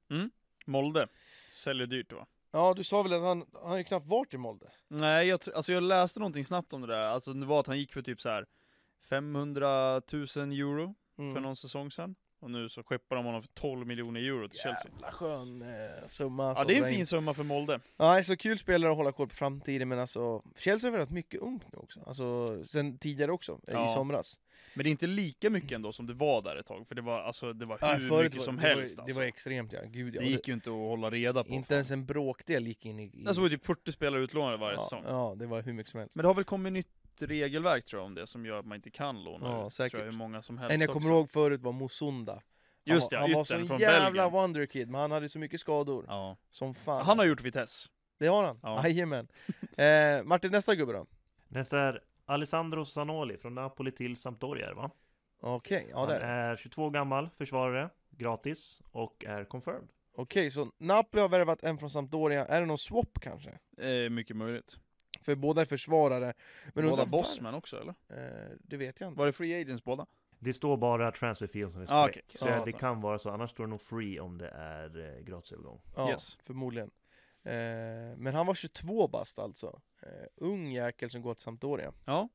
Speaker 2: Molde. Säljer dyrt va?
Speaker 1: Ja, du sa väl att han, han har ju knappt varit i Molde?
Speaker 2: Nej, jag, tr- alltså jag läste någonting snabbt om det där. Alltså det var att han gick för typ så här 500 000 euro
Speaker 1: Mm.
Speaker 2: för någon säsong sedan. Och nu så skeppar de honom för 12 miljoner euro till Chelsea.
Speaker 1: Jävla skön eh, summa.
Speaker 2: Ja,
Speaker 1: så
Speaker 2: det är
Speaker 1: dra
Speaker 2: en
Speaker 1: in.
Speaker 2: fin summa för Molde.
Speaker 1: Nej, så kul spelare att hålla koll på framtiden, men alltså Chelsea har varit mycket ungt nu också. Alltså sen tidigare också, eh,
Speaker 2: Ja.
Speaker 1: i somras.
Speaker 2: Men det är inte lika mycket ändå som det var där ett tag, för det var, alltså, det var
Speaker 1: Ja,
Speaker 2: hur
Speaker 1: förut
Speaker 2: mycket
Speaker 1: var-
Speaker 2: som
Speaker 1: det
Speaker 2: helst.
Speaker 1: Var,
Speaker 2: alltså.
Speaker 1: Det var extremt ja, gud ja.
Speaker 2: det gick ju inte att hålla reda på.
Speaker 1: inte
Speaker 2: fan.
Speaker 1: ens en bråkdel gick in i... i
Speaker 2: Alltså, det var typ 40 spelare utlånade varje
Speaker 1: ja,
Speaker 2: säsong.
Speaker 1: ja, det var hur mycket som helst.
Speaker 2: Men det har väl kommit nytt regelverk tror jag om det, som gör att man inte kan låna
Speaker 1: Ja,
Speaker 2: ut,
Speaker 1: säkert.
Speaker 2: Tror jag, hur många som helst
Speaker 1: En jag kommer
Speaker 2: också.
Speaker 1: ihåg förut var Mosunda. Han
Speaker 2: Just
Speaker 1: var-
Speaker 2: det,
Speaker 1: han var
Speaker 2: yttern
Speaker 1: sån
Speaker 2: från
Speaker 1: jävla
Speaker 2: Belgien.
Speaker 1: wonderkid, men han hade så mycket skador.
Speaker 2: Ja.
Speaker 1: Som fan.
Speaker 2: Han har gjort Vitesse.
Speaker 1: Det har han,
Speaker 2: Ja.
Speaker 1: jajamän. Eh, Martin, nästa gubbe då?
Speaker 3: Nästa är Alessandro Zanoli från Napoli till Sampdoria är det, va?
Speaker 1: Okej, ja
Speaker 3: Han
Speaker 1: där.
Speaker 3: är 22 gammal, försvarare, gratis och är confirmed.
Speaker 1: Okej, så Napoli har värvat en från Sampdoria, är det någon swap kanske?
Speaker 2: Eh, mycket möjligt.
Speaker 1: För båda är försvarare. Men
Speaker 2: båda
Speaker 1: undrar varför?
Speaker 2: Bosman också eller?
Speaker 1: Eh, det vet jag inte.
Speaker 2: Var det Free Agents båda?
Speaker 3: Det står bara transfer fee som är streck.
Speaker 2: Ah, okej.
Speaker 3: Så
Speaker 1: Ja.
Speaker 3: det kan vara så, annars står det nog free om det är eh, gratisövergång.
Speaker 1: Ja,
Speaker 2: Yes.
Speaker 1: förmodligen. Eh, men han var 22 bast alltså. Eh, ung jäkel som går till Sampdoria.
Speaker 2: Ja.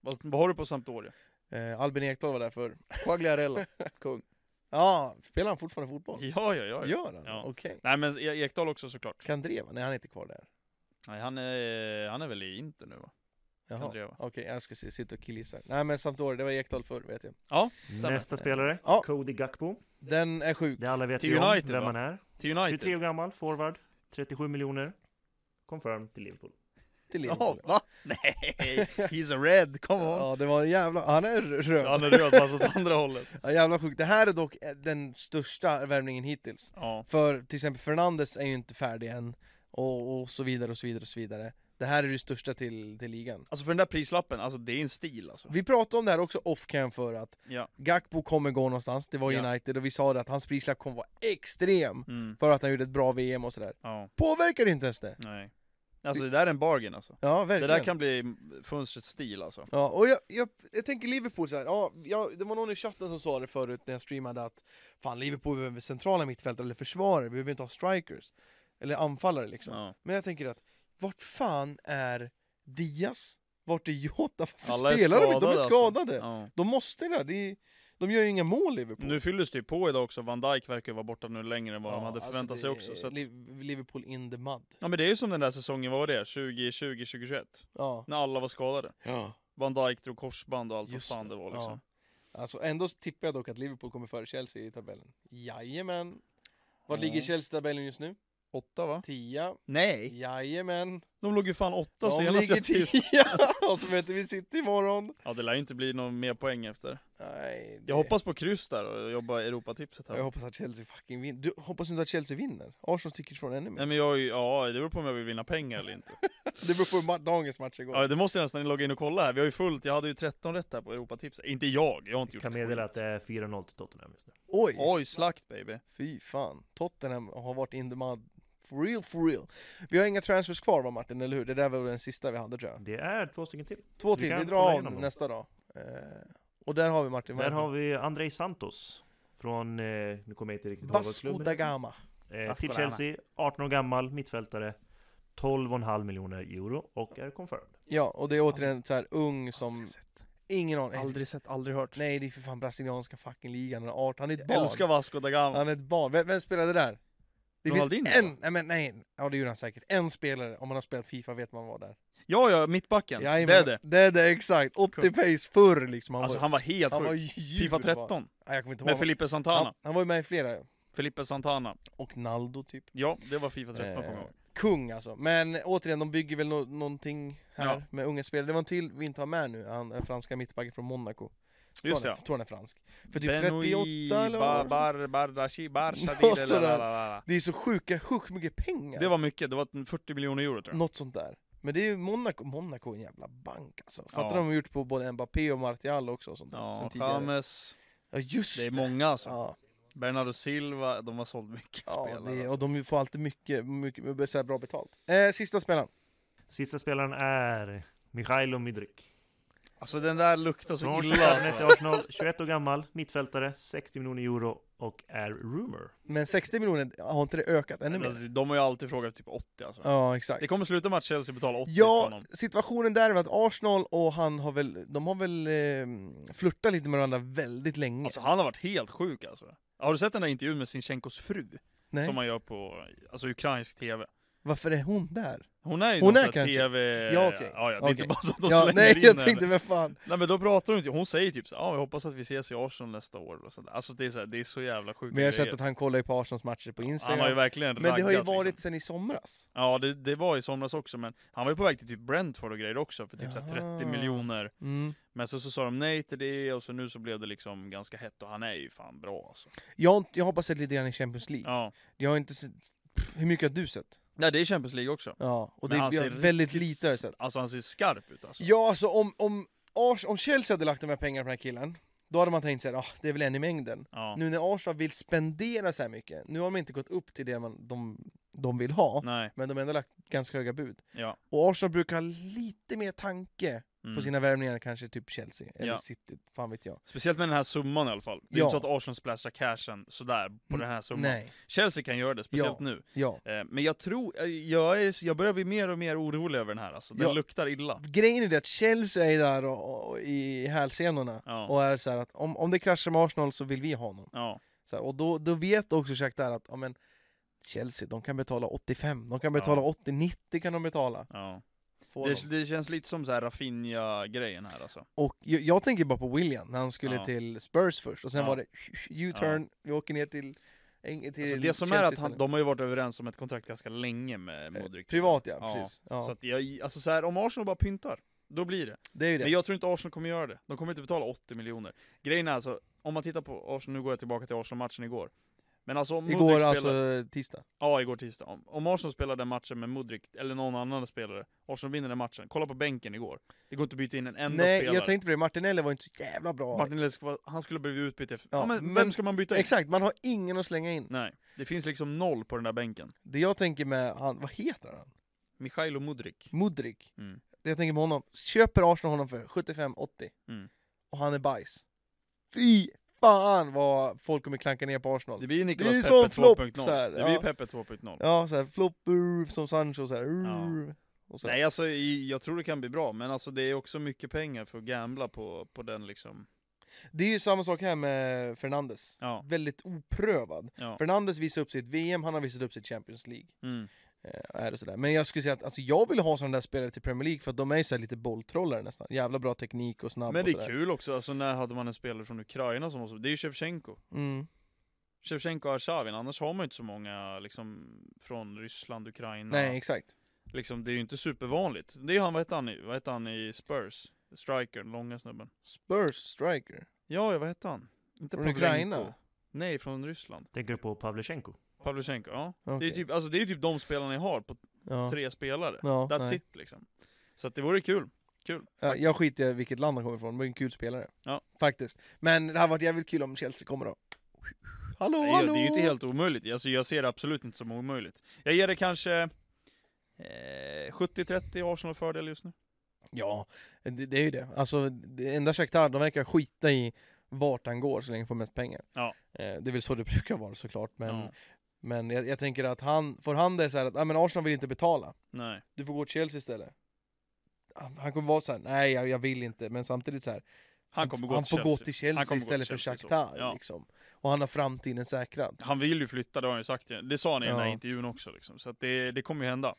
Speaker 2: Vad, vad har du på Sampdoria?
Speaker 1: Eh, Albin Ekdal var där för Quagliarella, kung. Ja, spelar han fortfarande fotboll?
Speaker 2: Ja, ja, ja. ja.
Speaker 1: Gör han?
Speaker 2: Ja.
Speaker 1: Okej.
Speaker 2: Nej men E- Ekdal också såklart.
Speaker 1: Kandreva? Nej, han är inte kvar där.
Speaker 2: Nej, han, är, han är väl i Inter nu va?
Speaker 1: Jaha.
Speaker 2: Kandreva.
Speaker 1: Okej, jag ska se, sitta och killgissa. Nej men Sampdoria, det var Ekdal förr vet jag.
Speaker 2: Ja, stämmer.
Speaker 3: Nästa spelare,
Speaker 1: Ja.
Speaker 3: Cody Gakpo.
Speaker 1: Den är sjuk.
Speaker 3: Det alla vet
Speaker 2: Till
Speaker 3: ju om
Speaker 2: United,
Speaker 3: vem
Speaker 2: va?
Speaker 3: han är.
Speaker 2: Till United.
Speaker 3: 23 år gammal, forward, 37 miljoner. Confirmed till Liverpool.
Speaker 1: Till
Speaker 2: Jaha,
Speaker 1: Liverpool.
Speaker 2: va? Nej, he's a red, come on!
Speaker 1: Ja, det var en jävla... Han är röd.
Speaker 2: Han är röd fast åt andra hållet.
Speaker 1: Ja, jävla sjukt. Det här är dock eh, den största värvningen hittills.
Speaker 2: Ja.
Speaker 1: För till exempel Fernandes är ju inte färdig än och, och så vidare och så vidare och så vidare. Det här är det största till, till ligan.
Speaker 2: Alltså för den där prislappen, alltså det är en stil alltså.
Speaker 1: Vi pratade om det här också off-cam för att
Speaker 2: Ja.
Speaker 1: Gakpo kommer gå någonstans, det var
Speaker 2: Ja.
Speaker 1: United och vi sa det att hans prislapp kommer vara extrem
Speaker 2: Mm,
Speaker 1: för att han gjorde ett bra VM och sådär.
Speaker 2: ja,
Speaker 1: Påverkar det inte ens det?
Speaker 2: nej. Alltså det där är en bargain alltså.
Speaker 1: Ja, verkligen.
Speaker 2: Det där kan bli fönstrets stil alltså.
Speaker 1: Ja, och jag, jag, jag tänker Liverpool så här. Ja, jag, det var någon i chatten som sa det förut när jag streamade att fan Liverpool behöver centrala mittfältare eller försvarare, vi behöver inte ha strikers. Eller anfallare liksom.
Speaker 2: Ja.
Speaker 1: Men jag tänker att, vart fan är Diaz? Vart är Jota? Varför
Speaker 2: Alla är
Speaker 1: spelar de inte? De är
Speaker 2: skadade, alltså.
Speaker 1: skadade!
Speaker 2: Ja.
Speaker 1: De måste ju det, det är, de gör ju inga mål Liverpool.
Speaker 2: Nu fylldes det ju på idag också, Van Dijk verkar vara borta nu längre än vad de
Speaker 1: Ja,
Speaker 2: hade
Speaker 1: alltså,
Speaker 2: förväntat
Speaker 1: det
Speaker 2: sig
Speaker 1: är
Speaker 2: också. Så att,
Speaker 1: Liv- Liverpool in the mud.
Speaker 2: ja men det är ju som den där säsongen, vad var det? 2020, 2021?
Speaker 1: Ja.
Speaker 2: När alla var skadade.
Speaker 1: ja.
Speaker 2: Van Dijk drog korsband och allt vad
Speaker 1: Just
Speaker 2: fan det var liksom.
Speaker 1: Ja. Alltså ändå tippar jag dock att Liverpool kommer före Chelsea i tabellen. Jajamän! Var
Speaker 2: Ja.
Speaker 1: ligger Chelsea i tabellen just nu?
Speaker 2: Åtta va?
Speaker 1: Tia.
Speaker 2: Nej!
Speaker 1: Jajamän.
Speaker 2: De låg ju fan åtta
Speaker 1: De
Speaker 2: senast
Speaker 1: ligger
Speaker 2: jag till.
Speaker 1: tia och så möter vi City imorgon.
Speaker 2: Ja det lär ju inte bli någon mer poäng efter.
Speaker 1: Nej, det-
Speaker 2: Jag hoppas på kryss där och jobba Europatipset här.
Speaker 1: jag hoppas att Chelsea fucking vinner. Du, hoppas inte att Chelsea vinner? Arsenal sticker ifrån ännu mer.
Speaker 2: Nej men jag, är ju- ja det beror på om jag vill vinna pengar eller inte.
Speaker 1: Det beror på hur ma- dagens match går.
Speaker 2: Ja det måste jag nästan logga in och kolla här, vi har ju fullt, jag hade ju 13 rätt här på Europatipset. Inte jag, jag har inte gjort
Speaker 3: Kan
Speaker 2: ett
Speaker 3: meddela
Speaker 2: skit.
Speaker 3: att det är 4-0 till Tottenham just nu.
Speaker 1: Oj!
Speaker 2: Oj, slakt baby.
Speaker 1: Fy fan. Tottenham har varit in the mud. For real, for real. Vi har inga transfers kvar va Martin, eller hur? Det där var den sista vi hade tror jag.
Speaker 3: Det är två stycken till.
Speaker 1: Två
Speaker 3: Vi
Speaker 1: till,
Speaker 3: kan
Speaker 1: vi
Speaker 3: kolla
Speaker 1: drar av
Speaker 3: igenom dem.
Speaker 1: nästa dag. Eh, och där har vi Martin.
Speaker 3: Där har vi Andrei Santos. Från, eh, nu kommer jag inte riktigt ihåg vad
Speaker 1: Vasco
Speaker 3: klubben
Speaker 1: da
Speaker 3: heter.
Speaker 1: Gama.
Speaker 3: Eh,
Speaker 2: Vasco
Speaker 3: till
Speaker 2: da
Speaker 3: Chelsea, 18 år gammal, mittfältare. 12,5 miljoner euro och är confirmed.
Speaker 1: Ja, och det är återigen så här ung som... Ingen aning.
Speaker 2: Aldrig sett, aldrig hört.
Speaker 1: Nej, det är för fan brasilianska fucking ligan. Han är 18, han är ett
Speaker 2: Jag älskar
Speaker 1: barn.
Speaker 2: Vasco da Gama.
Speaker 1: Han är ett barn. Vem, vem spelade där? Det
Speaker 2: Ronaldinho,
Speaker 1: finns en,
Speaker 2: va?
Speaker 1: nej men nej, ja det gjorde han säkert. En spelare, om man har spelat Fifa vet man var där.
Speaker 2: Ja, ja, mittbacken.
Speaker 1: Jajamän.
Speaker 2: det är det.
Speaker 1: Det är det, exakt. 80
Speaker 2: Kung.
Speaker 1: pace förr liksom. Han
Speaker 2: Alltså
Speaker 1: var,
Speaker 2: han var helt
Speaker 1: han var
Speaker 2: sjuk.
Speaker 1: djur
Speaker 2: Fifa
Speaker 1: bara.
Speaker 2: 13,
Speaker 1: Ja, jag kommer inte ihåg.
Speaker 2: med
Speaker 1: vad-
Speaker 2: Felipe Santana.
Speaker 1: han, han var ju med i flera. ja.
Speaker 2: Felipe Santana.
Speaker 1: Och Naldo typ.
Speaker 2: Ja, det var Fifa 13
Speaker 1: Eh,
Speaker 2: kommer jag ihåg.
Speaker 1: Kung alltså. Men återigen, de bygger väl nå- någonting här
Speaker 2: Ja.
Speaker 1: med unga spelare. Det var en till vi inte har med nu, han den franska mittbacken från Monaco.
Speaker 2: Just
Speaker 1: tror, han,
Speaker 2: det.
Speaker 1: är- tror han är fransk. Eh, För typ
Speaker 2: Benoît
Speaker 1: 38
Speaker 2: Ba-
Speaker 1: eller vad var det?
Speaker 2: Bar- Bardashi,
Speaker 1: Något
Speaker 2: Barshadi,
Speaker 1: sådär.
Speaker 2: lalalala.
Speaker 1: Det är så sjuka, sjukt mycket pengar.
Speaker 2: Det var mycket, det var 40 miljoner euro tror jag.
Speaker 1: Något sånt där. Men det är ju Monaco, Monaco är en jävla bank alltså. Fattar
Speaker 2: Ja.
Speaker 1: de har gjort på både Mbappé och Martial också och sånt där, sen
Speaker 2: Ja,
Speaker 1: tidigare.
Speaker 2: James.
Speaker 1: Ja just
Speaker 2: Det
Speaker 1: det.
Speaker 2: är många alltså.
Speaker 1: Ja,
Speaker 2: Bernardo Silva, de har sålt mycket
Speaker 1: ja
Speaker 2: spelare.
Speaker 1: det, och de får alltid mycket, mycket så här bra betalt. Eh, sista spelaren.
Speaker 3: Sista spelaren är Michailo Mudryk.
Speaker 2: Alltså den där luktar så
Speaker 3: Från
Speaker 2: illa
Speaker 3: Charlotte till
Speaker 2: alltså.
Speaker 3: Arsenal, 21 år gammal, mittfältare, 60 miljoner euro och är rumor.
Speaker 1: Men 60 miljoner, har inte det ökat ännu mer?
Speaker 2: Alltså, De har ju alltid frågat typ 80 alltså.
Speaker 1: Ja exakt.
Speaker 2: Det kommer sluta med att Chelsea betalar 80 för
Speaker 1: Ja,
Speaker 2: honom.
Speaker 1: situationen där är väl att Arsenal och han har väl, de har väl eh, flörtat lite med varandra väldigt länge.
Speaker 2: Alltså han har varit helt sjuk alltså. Har du sett den där intervjun med Sinchenkos fru?
Speaker 1: Nej.
Speaker 2: Som man gör på alltså, ukrainsk tv.
Speaker 1: Varför är hon där?
Speaker 2: Hon är ju
Speaker 1: Hon
Speaker 2: någon
Speaker 1: är
Speaker 2: sån här
Speaker 1: kanske-
Speaker 2: TV...
Speaker 1: Ja, okej.
Speaker 2: ja, ja, det är inte
Speaker 1: Okej.
Speaker 2: bara så att de
Speaker 1: ja,
Speaker 2: slänger
Speaker 1: nej
Speaker 2: in
Speaker 1: jag
Speaker 2: henne.
Speaker 1: tänkte, men fan.
Speaker 2: Nej men då pratar hon inte, hon säger typ så ja jag hoppas att vi ses i Arsenal nästa år och sådär. Alltså det är så, här, det är så jävla sjukt.
Speaker 1: Men jag har sett att han kollar ju på Arsenals matcher
Speaker 2: Han
Speaker 1: på
Speaker 2: har ju
Speaker 1: Instagram.
Speaker 2: verkligen
Speaker 1: Men det har ju
Speaker 2: raggat,
Speaker 1: varit
Speaker 2: Liksom.
Speaker 1: sen i somras.
Speaker 2: Ja det, det var i somras också men han var ju på väg till typ Brentford och grejer också för typ så här 30
Speaker 1: Jaha.
Speaker 2: miljoner.
Speaker 1: Mm.
Speaker 2: Men så, så sa de nej till det och så nu så blev det liksom ganska hett och han är ju fan bra alltså.
Speaker 1: Jag, har inte- jag har bara sett lite grann i Champions League.
Speaker 2: Ja.
Speaker 1: Jag har inte sett, pff, hur mycket har du sett?
Speaker 2: Nej det är Champions League också.
Speaker 1: Ja, och det,
Speaker 2: Men han
Speaker 1: jag,
Speaker 2: ser
Speaker 1: väldigt
Speaker 2: riktigt
Speaker 1: lite har jag
Speaker 2: s-
Speaker 1: sett.
Speaker 2: Alltså han ser skarp ut alltså.
Speaker 1: Ja, alltså om, om, Ars, om Chelsea hade lagt de här pengarna på den här killen, då hade man tänkt såhär, ah, det är väl en i mängden.
Speaker 2: Ja.
Speaker 1: Nu när Arsenal vill spendera så här mycket, nu har de inte gått upp till det man, de, de vill ha,
Speaker 2: Nej,
Speaker 1: men de har ändå lagt ganska höga bud.
Speaker 2: ja.
Speaker 1: Och Arsenal brukar ha lite mer tanke
Speaker 2: Mm.
Speaker 1: på sina värvningar än kanske typ Chelsea, eller
Speaker 2: Ja.
Speaker 1: City, fan vet jag.
Speaker 2: Speciellt med den här summan i alla fall. Det är
Speaker 1: Ja. Mm,
Speaker 2: inte så att Arsenal splashar cashen sådär på den här summan.
Speaker 1: Nej,
Speaker 2: Chelsea kan göra det, speciellt
Speaker 1: Ja.
Speaker 2: nu.
Speaker 1: ja.
Speaker 2: Eh, Men jag tror, eh, jag, är, jag börjar bli mer och mer orolig över den här alltså. Den
Speaker 1: Ja.
Speaker 2: luktar illa.
Speaker 1: Grejen är det att Chelsea är där och, och, i hälsenorna
Speaker 2: Ja.
Speaker 1: och är så här att om, om det kraschar med Arsenal så vill vi ha honom.
Speaker 2: Ja.
Speaker 1: Så här, och då, då vet också Jack där att ja, men Chelsea, de kan betala 85, de kan betala 80, 90 kan de betala.
Speaker 2: Ja.
Speaker 1: Få dem.
Speaker 2: Det, det känns lite som så här Rafinha-grejen här alltså.
Speaker 1: Och jag, jag tänker bara på William när han skulle
Speaker 2: Ja.
Speaker 1: till Spurs först och sen
Speaker 2: Ja.
Speaker 1: var det U-turn, vi åker ner till, Eng- till
Speaker 2: alltså det som
Speaker 1: Chelsea
Speaker 2: är att han,
Speaker 1: istället.
Speaker 2: de har ju varit överens om ett kontrakt ganska länge med
Speaker 1: Eh,
Speaker 2: Modric.
Speaker 1: Privat ja, precis. Ja.
Speaker 2: Så att jag, alltså så här, om Arsenal bara pyntar, då blir det.
Speaker 1: det är ju det.
Speaker 2: Men jag tror inte Arsenal kommer göra det. De kommer inte betala 80 miljoner. Grejen är alltså, om man tittar på Arsenal, nu går jag tillbaka till Arsenal-matchen igår. Men alltså om Modric
Speaker 1: Igår
Speaker 2: spelar...
Speaker 1: alltså tisdag.
Speaker 2: Ja, igår tisdag. Om, om Arsenal spelar den matchen med Modric, eller någon annan spelare, Arsenal vinner den matchen. Kolla på bänken igår. Det går inte att byta in en enda
Speaker 1: Nej,
Speaker 2: spelare.
Speaker 1: jag tänkte på det, Martinelli var inte så jävla bra.
Speaker 2: Martin Lesk, var- han skulle bli utbytt efter... Ja,
Speaker 1: Ja,
Speaker 2: men, vem
Speaker 1: men-
Speaker 2: ska man byta in?
Speaker 1: Exakt, man har ingen att slänga in.
Speaker 2: Nej, det finns liksom noll på den där bänken.
Speaker 1: Det jag tänker med han, vad heter han?
Speaker 2: Michailo Modric.
Speaker 1: Mudrik.
Speaker 2: Mm.
Speaker 1: Det jag tänker med honom, köper Arsenal honom för 75-80
Speaker 2: Mm.
Speaker 1: och han är bajs. Fy fan vad folk kommer klanka ner på Arsenal.
Speaker 2: Det blir
Speaker 1: Det är
Speaker 2: Nicolas
Speaker 1: som
Speaker 2: Pepe
Speaker 1: flopp,
Speaker 2: 2.0.
Speaker 1: så här,
Speaker 2: det blir
Speaker 1: ja.
Speaker 2: Pepe 2.0.
Speaker 1: Ja, såhär flopp, urr, som Sancho såhär, urr. Och så här.
Speaker 2: Nej, alltså i- jag tror det kan bli bra, men alltså det är också mycket pengar för att gambla på, på den liksom.
Speaker 1: Det är ju samma sak här med Fernandes.
Speaker 2: Ja,
Speaker 1: Väldigt oprövad.
Speaker 2: ja.
Speaker 1: Fernandes visar upp sitt VM, han har visat upp sitt Champions League.
Speaker 2: Mm.
Speaker 1: Eh, är det sådär. Men jag skulle säga att alltså, jag vill ha sådana där spelare till Premier League för att de är ju så här lite bolltrollare nästan. Jävla bra teknik och snabb
Speaker 2: Men det
Speaker 1: och
Speaker 2: är
Speaker 1: sådär.
Speaker 2: kul också, alltså när hade man en spelare från Ukraina som var så? Det är ju Shevchenko.
Speaker 1: Mm.
Speaker 2: Shevchenko och Arshavin, annars har man ju inte så många liksom från Ryssland, Ukraina.
Speaker 1: Nej, exakt.
Speaker 2: Liksom, det är ju inte supervanligt. Det är han, vad heter han, i- vad heter han i Spurs? Striker, den långa snubben.
Speaker 1: Spurs striker.
Speaker 2: Ja, ja, vad heter han? Inte
Speaker 1: Från Ukraina?
Speaker 2: Pavlenko. Nej, från Ryssland.
Speaker 3: Tänker du på Pavlyuchenko?
Speaker 2: Pavlyuchenko, ja. Det
Speaker 1: Okej.
Speaker 2: är typ, alltså det är typ de spelarna jag har på
Speaker 1: ja.
Speaker 2: tre spelare.
Speaker 1: Ja,
Speaker 2: That's
Speaker 1: nej.
Speaker 2: it liksom. Så att det vore kul.
Speaker 1: Ja, jag skiter i vilket land han kommer ifrån, men en kul spelare.
Speaker 2: Ja.
Speaker 1: Faktiskt. Men det hade varit jävligt kul om Chelsea kommer då. Hallå,
Speaker 2: Nej,
Speaker 1: hallå!
Speaker 2: Det är ju inte helt omöjligt. Alltså, jag ser det absolut inte som omöjligt. Jag ger det kanske eh, 70-30 Arsenal fördel just nu.
Speaker 1: Ja, det, det är ju det. Alltså, det enda Shakhtar, de verkar skita i vart han går så länge han får mest pengar.
Speaker 2: Ja.
Speaker 1: Eh, det är väl så det brukar vara såklart, men,
Speaker 2: Ja,
Speaker 1: men jag, jag tänker att han, får han det så här att ah, men Arsenal vill inte betala,
Speaker 2: nej.
Speaker 1: du får gå till Chelsea istället. Han han kommer vara så här, nej jag, jag vill inte, men samtidigt så här,
Speaker 2: Han kommer gå
Speaker 1: han
Speaker 2: till
Speaker 1: får
Speaker 2: Chelsea.
Speaker 1: gå till Chelsea
Speaker 2: Han kommer gå
Speaker 1: istället
Speaker 2: till Chelsea, så.
Speaker 1: för Shakhtar.
Speaker 2: Ja.
Speaker 1: Liksom. Och han har framtiden säkrad.
Speaker 2: Han vill ju flytta, det har han ju sagt. igen. Det sa han i den här
Speaker 1: Ja.
Speaker 2: intervjun också. Liksom. Så att det, det kommer ju hända.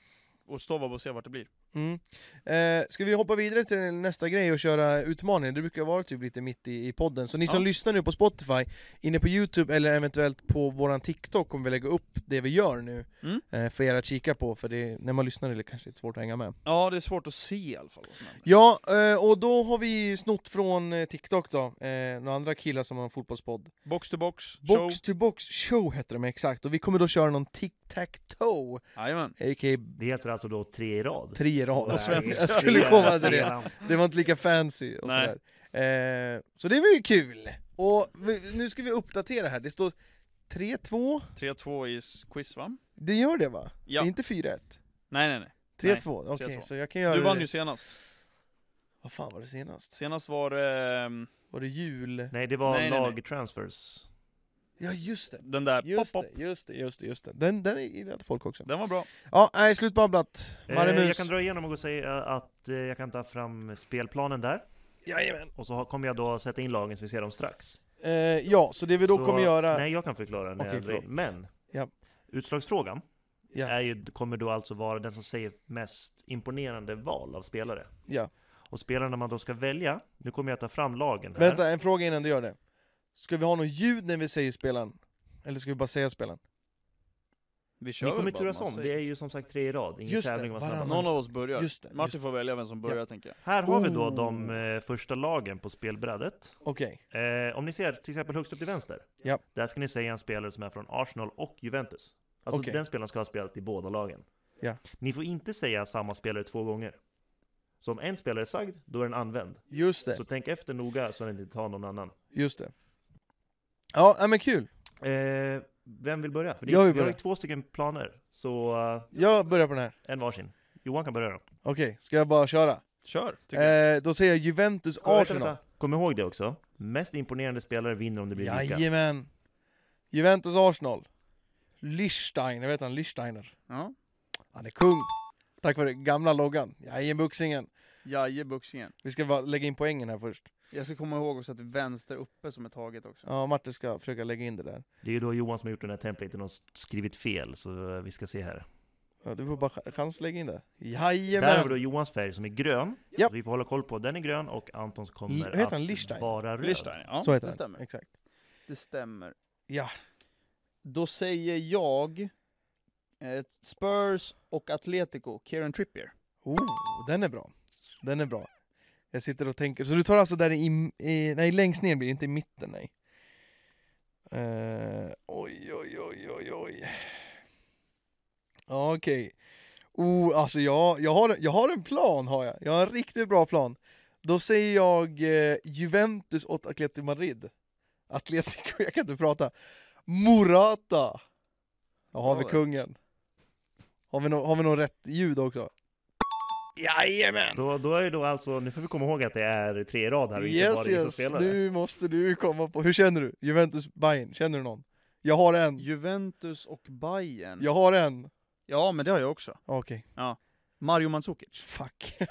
Speaker 2: Och stå bara och se vart det blir.
Speaker 1: Mm. Eh, ska vi hoppa vidare till nästa grej och köra utmaningen? Det brukar vara typ lite mitt i, i podden. Så ni som
Speaker 2: Ja.
Speaker 1: lyssnar nu på Spotify, inne på Youtube eller eventuellt på våran TikTok kommer vi lägga upp det vi gör nu
Speaker 2: Mm.
Speaker 1: eh, för er att kika på, för det, när man lyssnar är det kanske lite svårt att hänga med.
Speaker 2: Ja, det är svårt att se i alla fall vad som händer.
Speaker 1: Ja, eh, och då har vi snott från eh, TikTok då, eh, några andra killar som har en fotbollspodd.
Speaker 2: Box to box, show.
Speaker 1: Box to box show heter de exakt, och vi kommer då köra någon tic-tac-toe,
Speaker 2: Jajamän.
Speaker 1: a.k.a.
Speaker 3: Det heter alltså då tre i rad.
Speaker 1: tre i rad.
Speaker 2: På svenska.
Speaker 1: Jag skulle komma till det. Det var inte lika fancy och
Speaker 2: Nej.
Speaker 1: sådär. Eh, så det var ju kul! Och vi, nu ska vi uppdatera här, det står 3-2,
Speaker 2: 3-2 i s- quiz va?
Speaker 1: det gör det va?
Speaker 2: Ja.
Speaker 1: Det är inte 4-1?
Speaker 2: Nej, nej, nej.
Speaker 1: 3-2, okej
Speaker 2: 3-2.
Speaker 1: så jag kan göra
Speaker 2: Du vann
Speaker 1: det.
Speaker 2: ju senast.
Speaker 1: Vad fan var det senast?
Speaker 2: Senast var ehm,
Speaker 1: Var det jul?
Speaker 3: Nej, det var
Speaker 2: Nej, nej, nej.
Speaker 3: lagtransfers.
Speaker 1: Ja just det!
Speaker 2: den där
Speaker 1: Just
Speaker 2: pop,
Speaker 1: det,
Speaker 2: pop.
Speaker 1: just det, just det, just det. Den, den gillade folk också.
Speaker 2: Den var bra.
Speaker 1: Ja, nej slutbabblat.
Speaker 3: Eh,
Speaker 1: Marre
Speaker 3: jag
Speaker 1: Mus.
Speaker 3: kan dra igenom och gå och säga att eh, jag kan ta fram spelplanen där.
Speaker 1: Jajamän.
Speaker 3: Och så har- kommer jag då sätta in lagen så vi ser dem strax.
Speaker 1: Eh, ja, så det vi då
Speaker 3: så,
Speaker 1: kommer göra...
Speaker 3: Nej, jag kan förklara när
Speaker 1: Okej,
Speaker 3: jag drar in.
Speaker 1: förlåt.
Speaker 3: Men
Speaker 1: Ja.
Speaker 3: utslagsfrågan
Speaker 1: Ja.
Speaker 3: Är ju, kommer då alltså vara den som säger mest imponerande val av spelare.
Speaker 1: Ja.
Speaker 3: Och spelarna man då ska välja, nu kommer jag ta fram lagen här.
Speaker 1: Vänta, en fråga innan du gör det. Ska vi ha något ljud när vi säger spelaren? Eller ska vi bara säga spelaren?
Speaker 2: Vi kör
Speaker 3: Ni kommer
Speaker 2: väl bara
Speaker 3: turas
Speaker 2: vad man
Speaker 3: om, det
Speaker 2: säger.
Speaker 3: är ju som sagt tre i rad, ingen
Speaker 1: Just det,
Speaker 3: tävling. vad snabbast.
Speaker 1: varannan.
Speaker 2: Någon av oss börjar.
Speaker 1: Just det,
Speaker 2: Martin
Speaker 1: just
Speaker 2: får välja vem som börjar tänker jag.
Speaker 3: Här har vi då
Speaker 1: Oh.
Speaker 3: de eh, första lagen på spelbrädet.
Speaker 1: Okej.
Speaker 3: Eh, om ni ser till exempel högst upp till vänster.
Speaker 1: Ja.
Speaker 3: Där ska ni säga en spelare som är från Arsenal och Juventus. Alltså
Speaker 1: Okej.
Speaker 3: den spelaren ska ha spelat i båda lagen.
Speaker 1: Ja.
Speaker 3: Ni får inte säga samma spelare två gånger. Så om en spelare är sagd, då är den använd.
Speaker 1: Just det.
Speaker 3: Så tänk efter noga så att ni inte tar någon annan.
Speaker 1: Just det. Ja, nej, men kul.
Speaker 3: Eh, vem vill börja? För det-
Speaker 1: Jag vill
Speaker 3: Vi har
Speaker 1: börja.
Speaker 3: ju två stycken planer, så eh,
Speaker 1: Jag börjar på den här.
Speaker 3: en varsin. Johan kan börja då.
Speaker 1: Okej, ska jag bara köra?
Speaker 2: Kör! tycker jag.
Speaker 1: Eh, då säger jag Juventus Arsenal.
Speaker 3: Vänta, vänta. Kom ihåg det också. Mest imponerande spelare vinner om det blir lika.
Speaker 1: Jajamän. Juventus Arsenal. Lichstein, jag vet han, Lichsteiner.
Speaker 2: Ja.
Speaker 1: Han är kung. Tack vare gamla loggan. Jajenbuxingen.
Speaker 2: Jajebuxingen.
Speaker 1: Vi ska bara lägga in poängen här först.
Speaker 2: Jag ska komma ihåg också att det är vänster uppe som är taget också.
Speaker 1: Ja, Martin ska försöka lägga in det där.
Speaker 3: Det är ju då Johan som har gjort den här templaten och skrivit fel, så eh, vi ska se här.
Speaker 1: Ja, du får bara ch- chans lägga in det.
Speaker 3: Där har vi då
Speaker 1: Jajamän.
Speaker 3: Johans färg som är grön.
Speaker 1: Ja.
Speaker 3: Så vi får hålla koll på, den är grön och Antons
Speaker 1: Li-
Speaker 3: kommer
Speaker 1: heter han
Speaker 3: att
Speaker 1: Lichstein?
Speaker 3: vara röd.
Speaker 2: Lichstein, ja.
Speaker 1: Så
Speaker 2: det
Speaker 1: heter han.
Speaker 2: stämmer.
Speaker 1: Exakt.
Speaker 2: Det stämmer.
Speaker 1: Ja.
Speaker 2: Då säger jag eh, Spurs och Atletico, Kieran Trippier.
Speaker 1: Oh, den är bra. Den är bra. Jag sitter och tänker. Så du tar alltså där i, i nej längst ner blir det, inte i mitten nej. Eh, oj, oj, oj, oj, oj. Ja, Okej. Oh, alltså jag, jag, har, jag har en plan har jag. Jag har en riktigt bra plan. Då säger jag eh, Juventus åt Atletico Madrid. Atletico, jag kan inte prata. Morata! Då har vi
Speaker 2: Bra.
Speaker 1: kungen. Har vi nå- har vi något rätt ljud också? Jajamän!
Speaker 3: Då, då är ju då alltså, nu får vi komma ihåg att det är tre i rad här och inte
Speaker 1: Yes
Speaker 3: bara vissa
Speaker 1: yes,
Speaker 3: spelare.
Speaker 1: nu måste du komma på, hur känner du? Juventus, Bayern, känner du någon? Jag har en,
Speaker 2: Juventus och Bayern.
Speaker 1: jag har en!
Speaker 2: ja men det har jag också.
Speaker 1: Okej,
Speaker 2: Mario Mandzukic.
Speaker 1: fuck.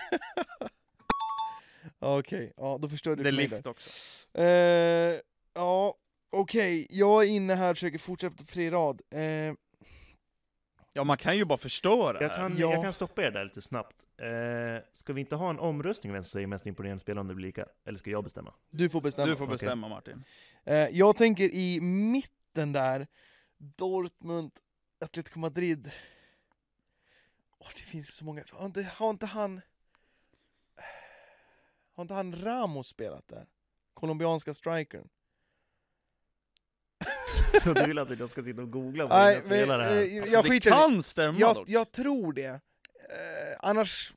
Speaker 1: Okej, ja då förstörde
Speaker 2: Det
Speaker 1: du
Speaker 2: är
Speaker 1: för mig
Speaker 2: likt
Speaker 1: där.
Speaker 2: också.
Speaker 1: Eh, ja, okej, jag är inne här och försöker fortsätta på tre i rad. Eh,
Speaker 2: Ja man kan ju bara förstöra
Speaker 3: Jag
Speaker 2: här.
Speaker 3: kan,
Speaker 1: Ja.
Speaker 3: jag kan stoppa er där lite snabbt. Eh, ska vi inte ha en omröstning om vem som säger mest imponerande spelare om det blir lika? Eller ska jag bestämma?
Speaker 1: du får bestämma.
Speaker 2: Du får bestämma Martin.
Speaker 1: Eh, jag tänker i mitten där, Dortmund, Atletico Madrid. Åh, det finns så många. Har inte, har inte han... Har inte han Ramos spelat där? Colombianska strikern.
Speaker 3: Så du vill att jag ska sitta och googla på
Speaker 1: Nej,
Speaker 3: dina
Speaker 1: men,
Speaker 3: spelare här?
Speaker 1: eh,
Speaker 2: Alltså,
Speaker 1: jag
Speaker 2: det
Speaker 1: skiter i det.
Speaker 2: kan stämma
Speaker 1: Jag,
Speaker 2: dock.
Speaker 1: jag tror det. Eh, annars...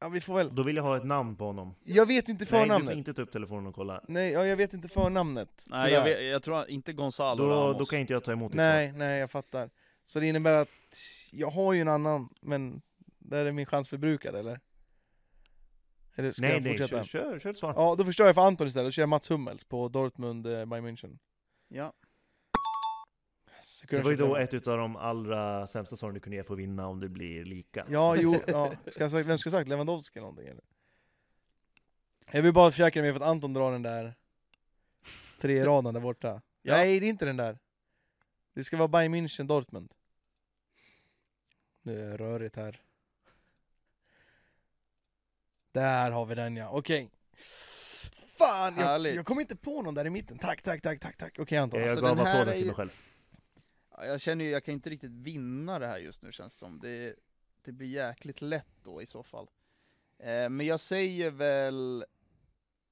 Speaker 1: Ja, vi får väl...
Speaker 3: Då vill jag ha ett namn på honom.
Speaker 1: Jag vet ju inte
Speaker 3: Nej, du får
Speaker 1: förnamnet.
Speaker 3: inte ta upp telefonen och kolla.
Speaker 1: Nej, ja, jag vet inte förnamnet.
Speaker 2: Nej,
Speaker 1: tyvärr.
Speaker 2: jag, vet, jag tror inte Gonzalo
Speaker 3: Då,
Speaker 2: Ramos.
Speaker 3: då kan inte jag ta emot ditt
Speaker 1: Nej, nej, jag fattar. Så det innebär att jag har ju en annan, men där är min chans förbrukad, eller? Eller
Speaker 3: svar.
Speaker 1: ska
Speaker 3: Nej,
Speaker 1: jag
Speaker 3: nej,
Speaker 1: fortsätta?
Speaker 3: kör, kör, kör ett svar.
Speaker 1: Ja, då förstör jag för Anton istället, då kör jag Mats Hummels på Dortmund, eh, Bayern München.
Speaker 2: Ja.
Speaker 1: Yes, jag
Speaker 3: Det
Speaker 1: kunde
Speaker 3: var ju
Speaker 1: köpa
Speaker 3: då
Speaker 1: den.
Speaker 3: ett utav de allra sämsta svaren du kunde ge för att vinna om det blir lika.
Speaker 1: Ja, jo, ja. Ska jag, sagt- vem ska jag sagt? Lewandowski eller någonting eller? Jag vill bara försäkra mig för att Anton drar den där tre raden där borta.
Speaker 2: Ja.
Speaker 1: Nej, det är inte den där. Det ska vara Bayern München, Dortmund. Nu är det rörigt här. Där har vi den ja, okej. Fan, jag,
Speaker 2: Härligt.
Speaker 1: jag kom inte på någon där i mitten. Tack, tack, tack, tack, tack. Okej Anton.
Speaker 3: Jag
Speaker 2: alltså,
Speaker 3: gav
Speaker 2: den här
Speaker 3: applåden
Speaker 2: är
Speaker 3: till
Speaker 2: ju-
Speaker 3: mig själv.
Speaker 2: Ja, Jag känner ju, jag kan inte riktigt vinna det här just nu känns det som. Det, det blir jäkligt lätt då i så fall. Eh, men jag säger väl...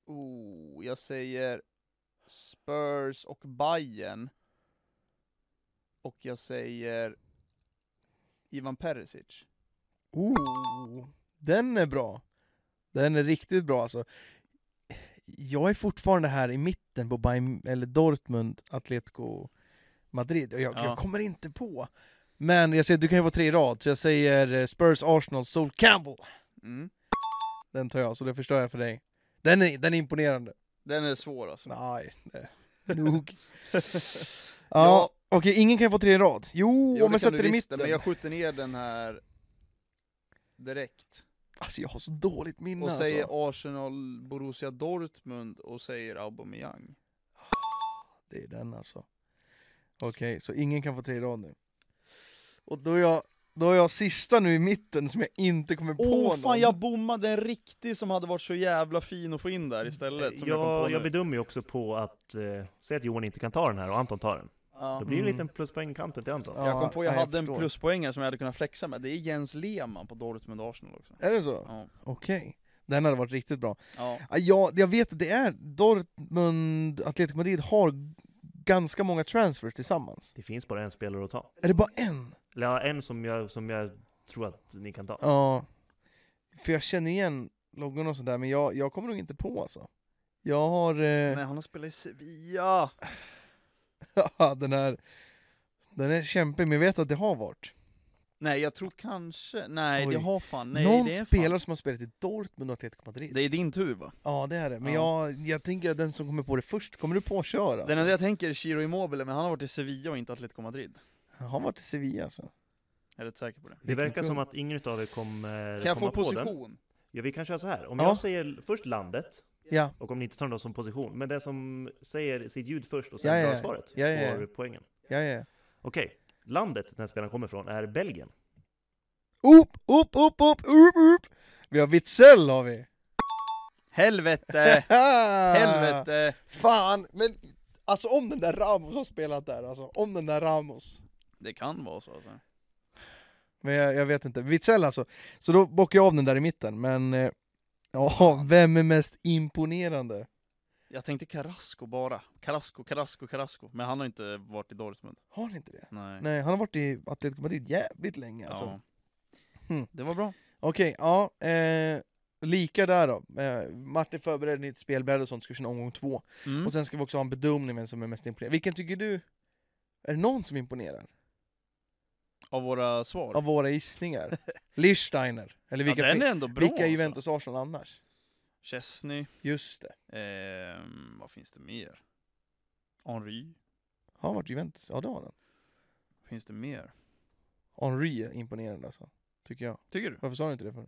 Speaker 2: Oh, jag säger Spurs och Bayern. Och jag säger Ivan Perisic.
Speaker 1: Oh, den är bra. Den är riktigt bra alltså. Jag är fortfarande här i mitten på Bayern, eller Dortmund, Atletico Madrid. Och jag,
Speaker 2: Ja.
Speaker 1: jag kommer inte på. Men jag säger, du kan ju få tre i rad, så jag säger eh, Spurs, Arsenal, Sol Campbell.
Speaker 2: Mm.
Speaker 1: Den tar jag, så det förstör jag för dig. Den är, den är imponerande.
Speaker 2: Den är svår alltså.
Speaker 1: Nej, nej. nog. ja, okej, ingen kan få tre i rad. Jo,
Speaker 2: Jo,
Speaker 1: om
Speaker 2: det kan
Speaker 1: jag
Speaker 2: du
Speaker 1: Oh, sätter i
Speaker 2: visst,
Speaker 1: mitten.
Speaker 2: Men jag skjuter ner den här direkt.
Speaker 1: Alltså jag har så dåligt minne
Speaker 2: Och
Speaker 1: alltså.
Speaker 2: säger Arsenal, Borussia Dortmund och säger Aubameyang.
Speaker 1: Det är den alltså. Okej, så ingen kan få tre i rad nu. Och då är, jag, då är jag sista nu i mitten som jag inte kommer på
Speaker 2: Åh
Speaker 1: någon.
Speaker 2: fan, jag bommade en riktig som hade varit så jävla fin att få in där istället. Som jag, kom på
Speaker 3: Jag, jag
Speaker 2: nu.
Speaker 3: bedömer ju också på att, eh, säg att Johan inte kan ta den här och Anton tar den.
Speaker 2: Ja.
Speaker 3: Då blir det en
Speaker 1: Mm.
Speaker 3: liten pluspoäng i kanten till Anton.
Speaker 1: Ja.
Speaker 2: jag kom på att jag
Speaker 1: nej, jag
Speaker 2: hade en
Speaker 1: förstår.
Speaker 2: pluspoängare som jag hade kunnat flexa med. Det är Jens Lehmann på Dortmund och Arsenal också.
Speaker 1: Är det så?
Speaker 2: Ja.
Speaker 1: Okej. Den hade varit riktigt bra. Ah,
Speaker 2: Ja.
Speaker 1: Ja, jag, jag vet att det är Dortmund, Atletico Madrid har ganska många transfers tillsammans.
Speaker 3: Det finns bara en spelare att ta.
Speaker 1: Är det bara en?
Speaker 3: Eller ja, en som jag, som jag tror att ni kan ta.
Speaker 1: Ja. För jag känner igen loggan och sådär, men jag, jag kommer nog inte på alltså. Jag har... Eh...
Speaker 2: Nej, han har spelat i Sevilla!
Speaker 1: Ja, den här... Den är kämpig, men jag vet att det har varit.
Speaker 2: Nej, jag tror kanske... Nej,
Speaker 1: Oj.
Speaker 2: det har fan... Nej,
Speaker 1: Någon
Speaker 2: det är
Speaker 1: spelare
Speaker 2: fan...
Speaker 1: som har spelat i Dortmund och Atletico Madrid.
Speaker 2: Det är din tur va?
Speaker 1: Ja det är det, men
Speaker 2: Ja.
Speaker 1: jag, jag tänker att den som kommer på det först, kommer du på att köra?
Speaker 2: Den enda jag tänker är Chiro Immobile, men han har varit i Sevilla och inte Atletico Madrid.
Speaker 1: Han har varit i Sevilla alltså.
Speaker 2: Jag är rätt säker på det.
Speaker 3: Det verkar
Speaker 1: kung.
Speaker 3: som att ingen utav er kommer
Speaker 2: Kan jag
Speaker 3: komma
Speaker 2: få
Speaker 3: på den.
Speaker 2: position?
Speaker 3: Ja, vi kan köra så här. Om
Speaker 1: Ja.
Speaker 3: jag säger först landet,
Speaker 1: Ja,
Speaker 3: och om ni inte tar den då som position, men den som säger sitt ljud först och sen
Speaker 1: Ja, ja,
Speaker 3: drar
Speaker 1: ja.
Speaker 3: svaret
Speaker 1: Ja, ja, ja.
Speaker 3: får poängen.
Speaker 1: ja, ja.
Speaker 3: Okej, landet den här spelaren kommer från är Belgien.
Speaker 1: Upp, upp, upp, upp, upp, upp! Vi har Witzell har vi!
Speaker 2: Helvete! Eh, Helvete!
Speaker 1: Fan, men alltså om den där Ramos har spelat där alltså, om den där Ramos.
Speaker 2: Det kan vara så alltså.
Speaker 1: Men jag, jag vet inte, Witzell alltså. Så då bockar jag av den där i mitten, men eh, ja, vem är mest imponerande?
Speaker 2: Jag tänkte Carrasco bara. Carrasco, Carrasco, Carrasco. Men han har inte varit i Dortmund.
Speaker 1: Har ni inte det?
Speaker 2: Nej.
Speaker 1: Nej, han har varit i Atletico Madrid jävligt länge alltså.
Speaker 2: Ja.
Speaker 1: Hmm.
Speaker 2: Det var bra.
Speaker 1: Okej, ja. Eh, lika där då. Eh, Martin förbereder ditt spelbräde och sånt, ska vi köra omgång två.
Speaker 2: Mm.
Speaker 1: Och sen ska vi också ha en bedömning vem som är mest imponerad. Vilken tycker du, är det någon som imponerar?
Speaker 2: Av våra svar.
Speaker 1: Av våra gissningar? Lichsteiner? Eller vilka,
Speaker 2: ja, den
Speaker 1: fi-
Speaker 2: är ändå bra
Speaker 1: vilka
Speaker 2: alltså.
Speaker 1: Juventus Arsenal annars?
Speaker 2: Chesney.
Speaker 1: Just det,
Speaker 2: Ehm, vad finns det mer? Henry.
Speaker 1: har han varit Juventus? Ja det har han.
Speaker 2: Finns det mer?
Speaker 1: Henry är imponerande alltså, tycker jag.
Speaker 2: Tycker du?
Speaker 1: Varför sa du inte det för?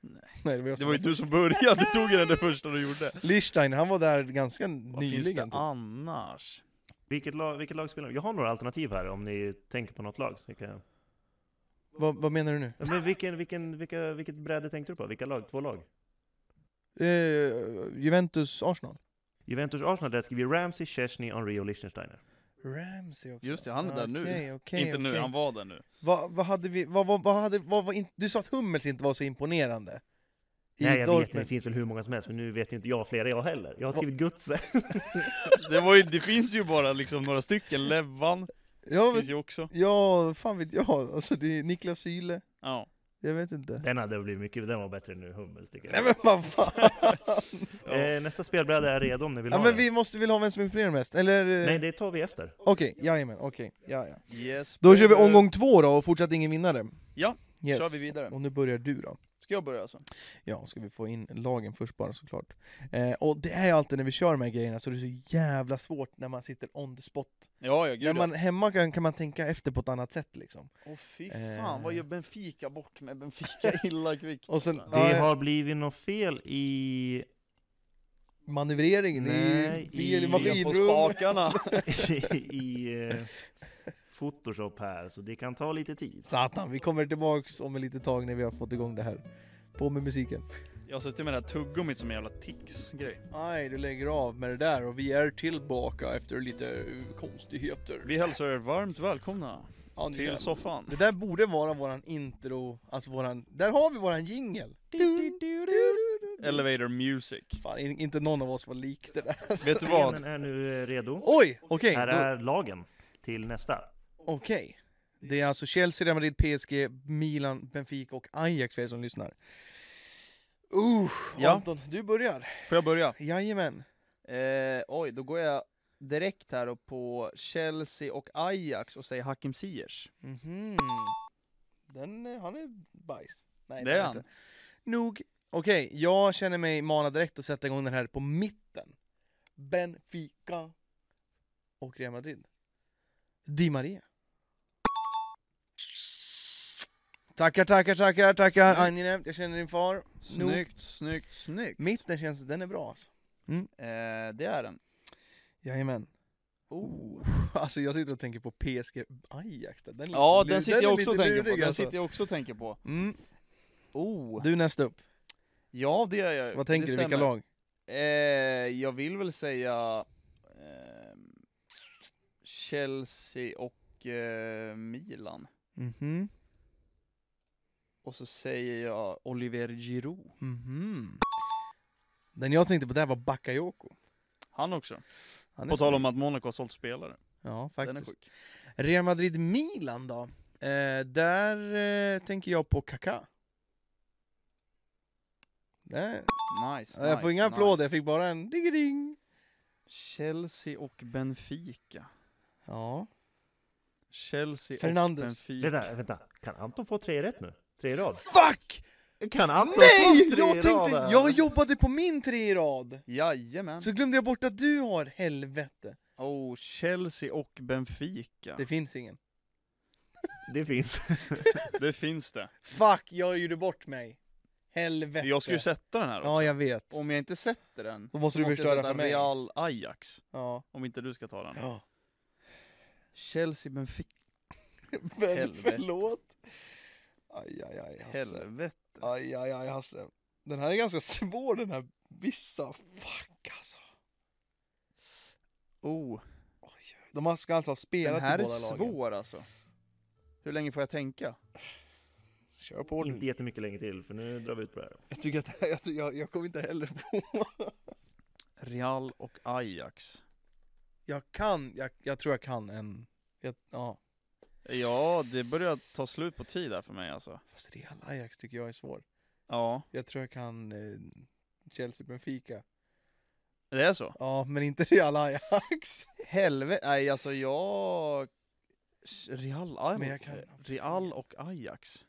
Speaker 2: Nej.
Speaker 1: Nej, det var, jag
Speaker 2: Det
Speaker 1: som
Speaker 2: var ju
Speaker 1: var
Speaker 2: du
Speaker 1: först.
Speaker 2: som började. Du tog ju den det första du gjorde.
Speaker 1: Lichsteiner, han var där ganska
Speaker 2: Vad finns det Ah.
Speaker 1: nyligen. typ.
Speaker 2: annars?
Speaker 3: Vilket lag, vilket lag spelar de? Jag har några alternativ här om ni tänker på något lag. Så kan jag...
Speaker 1: Vad, vad menar du nu?
Speaker 3: Ja, Men vilken, vilken, vilka, vilket bräde tänkte du på? Vilka lag? Två lag?
Speaker 1: Eh, Juventus Arsenal?
Speaker 3: Juventus Arsenal, där skriver vi Ramsey, Chesney, Henry och Liechtensteiner.
Speaker 1: Ramsey också.
Speaker 2: Just det, han är där nu.
Speaker 1: Okej, okej,
Speaker 2: inte nu,
Speaker 1: okej.
Speaker 2: han var där nu.
Speaker 1: Vad, vad hade vi, vad, vad, vad hade, vad var in, du sa att Hummels inte var så imponerande? I
Speaker 3: Nej, jag vet inte. Det
Speaker 1: Dortmund.
Speaker 3: finns väl hur många som helst, men nu vet ju inte jag flera jag heller. Jag har skrivit Gutse.
Speaker 2: Det, var ju, det finns ju bara liksom några stycken, Levan
Speaker 1: Ja, men,
Speaker 2: finns ju också.
Speaker 1: ja, fan vet jag. Alltså det är Niklas Syle.
Speaker 2: Ja.
Speaker 1: Jag vet inte.
Speaker 3: Den hade blivit mycket, den var bättre nu, Hummels tycker
Speaker 1: Nej
Speaker 3: jag.
Speaker 1: men vad fan!
Speaker 2: Ja.
Speaker 3: eh, nästa spelbräda är redo om ni vill
Speaker 1: ja,
Speaker 3: ha
Speaker 1: men
Speaker 3: den.
Speaker 1: vi måste väl ha vem som imponerar mest, eller? eh,
Speaker 3: Nej, det tar vi efter.
Speaker 1: Okej, jajamän, okej. Ja, ja.
Speaker 2: Yes,
Speaker 1: Då kör vi
Speaker 2: baby.
Speaker 1: omgång två då och fortsatt ingen vinnare.
Speaker 2: Ja,
Speaker 1: yes.
Speaker 2: kör vi vidare.
Speaker 1: Och nu börjar du då.
Speaker 2: Ska jag börja alltså?
Speaker 1: Ja, ska vi få in lagen först bara såklart. Eh, och det är ju alltid när vi kör de här grejerna så det är så jävla svårt när man sitter on the spot.
Speaker 2: Ja, ja, gud
Speaker 1: när
Speaker 2: ja.
Speaker 1: man hemma kan, kan man tänka efter på ett annat sätt liksom.
Speaker 2: Åh fy
Speaker 1: Eh.
Speaker 2: fan, vad gör Benfica bort med Benfica illa kvickt?
Speaker 1: Och sen-
Speaker 2: alltså.
Speaker 1: Ja,
Speaker 3: Det
Speaker 1: ja.
Speaker 3: har blivit något fel i...
Speaker 1: Manövreringen, det är ju
Speaker 3: Nej,
Speaker 1: fel i
Speaker 3: i-
Speaker 2: på
Speaker 1: maskinrum.
Speaker 2: spakarna.
Speaker 3: i eh, Photoshop här, så det kan ta lite tid.
Speaker 1: Satan, vi kommer tillbaks om ett litet tag när vi har fått igång det här. På med musiken.
Speaker 2: Jag har suttit med det här tuggummit som en jävla tics-grej.
Speaker 1: Nej, du lägger av med det där och vi är tillbaka efter lite konstigheter.
Speaker 2: Vi hälsar er varmt välkomna till soffan.
Speaker 1: Det där borde vara våran intro, alltså våran, där har vi våran jingel!
Speaker 2: Elevator Music.
Speaker 1: Fan, in- inte någon av oss var lik det där.
Speaker 2: Vet du vad?
Speaker 3: Scenen är nu eh, redo.
Speaker 1: Oj! Okej,
Speaker 3: Här
Speaker 1: då-
Speaker 3: är lagen till nästa.
Speaker 1: okej. Det är alltså Chelsea, Real Madrid, PSG, Milan, Benfica och Ajax för er som lyssnar. Uh,
Speaker 2: Ja.
Speaker 1: Anton, du börjar.
Speaker 2: Får jag börja?
Speaker 1: Jajamän.
Speaker 2: Eh, oj, då går jag direkt här och på Chelsea och Ajax och säger Hakim Ziyech.
Speaker 1: Mhm. Den, eh, han är bajs. Nej,
Speaker 2: Det är
Speaker 1: är
Speaker 2: han.
Speaker 1: Inte. Nog. Okej, jag känner mig manad direkt att sätta igång den här på mitten. Benfica och Real Madrid. Di Maria. Tackar, tackar, tackar, tackar.
Speaker 2: Snyggt.
Speaker 1: Angenämt, jag känner din far.
Speaker 2: Snyggt, snyggt, snyggt.
Speaker 1: Mitten känns, den är bra alltså.
Speaker 2: Eh, det är den.
Speaker 1: Jajamän.
Speaker 2: Oh.
Speaker 1: Alltså jag sitter och tänker på PSG Ajax. där. Den är
Speaker 2: Ja,
Speaker 1: lite lur-
Speaker 2: den sitter jag
Speaker 1: är
Speaker 2: också och
Speaker 1: lite
Speaker 2: tänker på.
Speaker 1: lurig,
Speaker 2: Den
Speaker 1: alltså.
Speaker 2: sitter jag också och tänker på.
Speaker 1: Mm.
Speaker 2: Oh.
Speaker 1: Du näst upp.
Speaker 2: Ja, det är jag.
Speaker 1: Vad tänker
Speaker 2: det
Speaker 1: du, vilka
Speaker 2: stämmer.
Speaker 1: lag?
Speaker 2: Eh, jag vill väl säga ehm, Chelsea och eh, Milan.
Speaker 1: Mhm.
Speaker 2: Och så säger jag Oliver Giroud.
Speaker 1: Mhm. Den jag tänkte på där var Bakayoko.
Speaker 2: Han också.
Speaker 1: Han är
Speaker 2: På tal
Speaker 1: sjuk.
Speaker 2: om att Monaco har sålt spelare.
Speaker 1: Ja,
Speaker 2: Den är
Speaker 1: faktiskt.
Speaker 2: sjuk.
Speaker 1: Real Madrid-Milan då? Eh, där eh, tänker jag på Kaká. Nej,
Speaker 2: Nice,
Speaker 1: jag får
Speaker 2: nice,
Speaker 1: inga
Speaker 2: nice.
Speaker 1: applåder, jag fick bara en ding
Speaker 2: Chelsea och Benfica.
Speaker 1: Ja.
Speaker 2: Chelsea
Speaker 1: Fernandes.
Speaker 2: och Benfica.
Speaker 3: Vänta, vänta. Kan Anton få tre rätt nu? Tre i rad?
Speaker 1: Fuck!
Speaker 3: Kan Anton
Speaker 1: Nej!
Speaker 3: få tre
Speaker 1: Jag
Speaker 3: i
Speaker 1: tänkte,
Speaker 3: rad här?
Speaker 1: jag jobbade på min tre i rad!
Speaker 2: Jajamän.
Speaker 1: Så glömde jag bort att du har, helvete.
Speaker 2: Oh, Chelsea och Benfica.
Speaker 1: Det finns ingen.
Speaker 3: Det finns.
Speaker 2: Det finns det.
Speaker 1: Fuck, jag gjorde bort mig. Helvete.
Speaker 2: Jag ska ju sätta den här
Speaker 1: Ja,
Speaker 2: också.
Speaker 1: jag vet.
Speaker 2: Om jag inte sätter den,
Speaker 1: Då måste
Speaker 2: måste
Speaker 1: du
Speaker 2: jag
Speaker 1: förstöra
Speaker 2: sätta
Speaker 1: för mig.
Speaker 2: Real Ajax.
Speaker 1: Ja.
Speaker 2: Om inte du ska ta den.
Speaker 1: ja.
Speaker 2: Chelsea Benfica.
Speaker 1: Men
Speaker 2: Helvete.
Speaker 1: förlåt. Aj, aj, aj, Hasse.
Speaker 2: Helvete.
Speaker 1: Aj, aj, aj, Hasse. Den här är ganska svår den här. Vissa. Fuck alltså.
Speaker 2: Oh,
Speaker 1: Oj, oj. De ska alltså ha
Speaker 2: den
Speaker 1: spelat
Speaker 2: här
Speaker 1: i
Speaker 2: är
Speaker 1: båda lagen.
Speaker 2: svår alltså. Hur länge får jag tänka?
Speaker 1: Kör på
Speaker 3: Inte
Speaker 1: du.
Speaker 3: jättemycket länge till, för nu drar vi ut på det här.
Speaker 1: Jag tycker att det här- jag, jag, jag kommer inte heller på.
Speaker 2: Real och Ajax.
Speaker 1: Jag kan, jag, jag tror jag kan en. Jag, ja.
Speaker 2: Ja, det börjar ta slut på tid här för mig alltså.
Speaker 1: Fast Real Ajax tycker jag är svår.
Speaker 2: Ja,
Speaker 1: Jag tror jag kan eh, Chelsea Benfica.
Speaker 2: det är så.
Speaker 1: Ja, men inte Real Ajax.
Speaker 2: Helvete, nej alltså jag... Real,
Speaker 1: Men
Speaker 2: Aj-
Speaker 1: jag kan-
Speaker 2: Real och Ajax.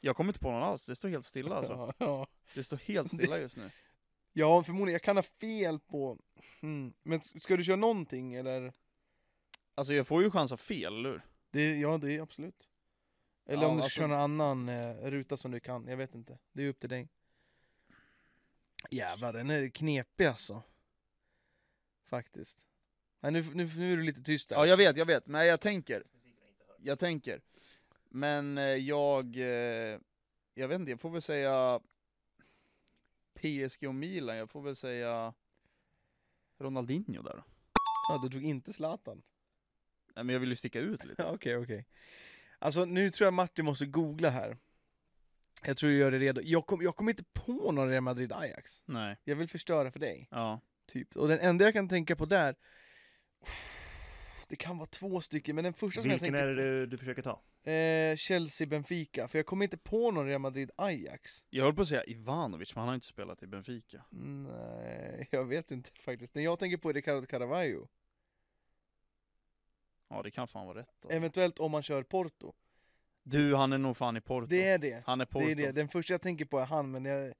Speaker 2: Jag kommer inte på någon alls, det står helt stilla alltså.
Speaker 1: Ja, ja.
Speaker 2: Det står helt stilla just nu.
Speaker 1: Ja, förmodligen. Jag kan ha fel på... Hmm. Men s- ska du köra någonting eller?
Speaker 2: Alltså jag får ju chans att fel, eller hur?
Speaker 1: Det, ja, det är absolut. Eller
Speaker 2: Ja,
Speaker 1: om du ska
Speaker 2: alltså-
Speaker 1: köra någon annan eh, ruta som du kan. Jag vet inte. Det är upp till dig. Jävlar, den är knepig alltså. Faktiskt. Nej, nu, nu, nu är du lite tyst där.
Speaker 2: Ja jag vet, jag vet, men jag tänker. Jag tänker. Men eh, jag, eh, jag vet inte, jag får väl säga PSG och Milan, jag får väl säga Ronaldinho där då.
Speaker 1: ja, du tog inte Zlatan.
Speaker 2: Nej, men jag vill ju sticka ut lite.
Speaker 1: Ja, Okej, okej. Alltså nu tror jag Martin måste googla här. Jag tror du gör dig redo. Jag kom, jag kom inte på någon Real Madrid-Ajax.
Speaker 2: Nej.
Speaker 1: Jag vill förstöra för dig.
Speaker 2: Ja.
Speaker 1: Typ. Och den enda jag kan tänka på där, det kan vara två stycken, men den första som
Speaker 3: Vilken
Speaker 1: jag
Speaker 3: är det
Speaker 1: tänker
Speaker 3: du, du försöker ta?
Speaker 1: Eh, Chelsea-Benfica, för jag kommer inte på någon Real Madrid-Ajax.
Speaker 2: Jag höll på att säga Ivanovic, men han har inte spelat i Benfica.
Speaker 1: Nej, jag vet inte faktiskt. När jag tänker på Ricardo Caravaggio,
Speaker 2: Ja, det kan fan vara rätt. Alltså.
Speaker 1: eventuellt om man kör Porto.
Speaker 2: Du, han är nog fan i Porto.
Speaker 1: Det är det.
Speaker 2: Han är Porto.
Speaker 1: Det är det. Den första jag tänker på är han, men jag är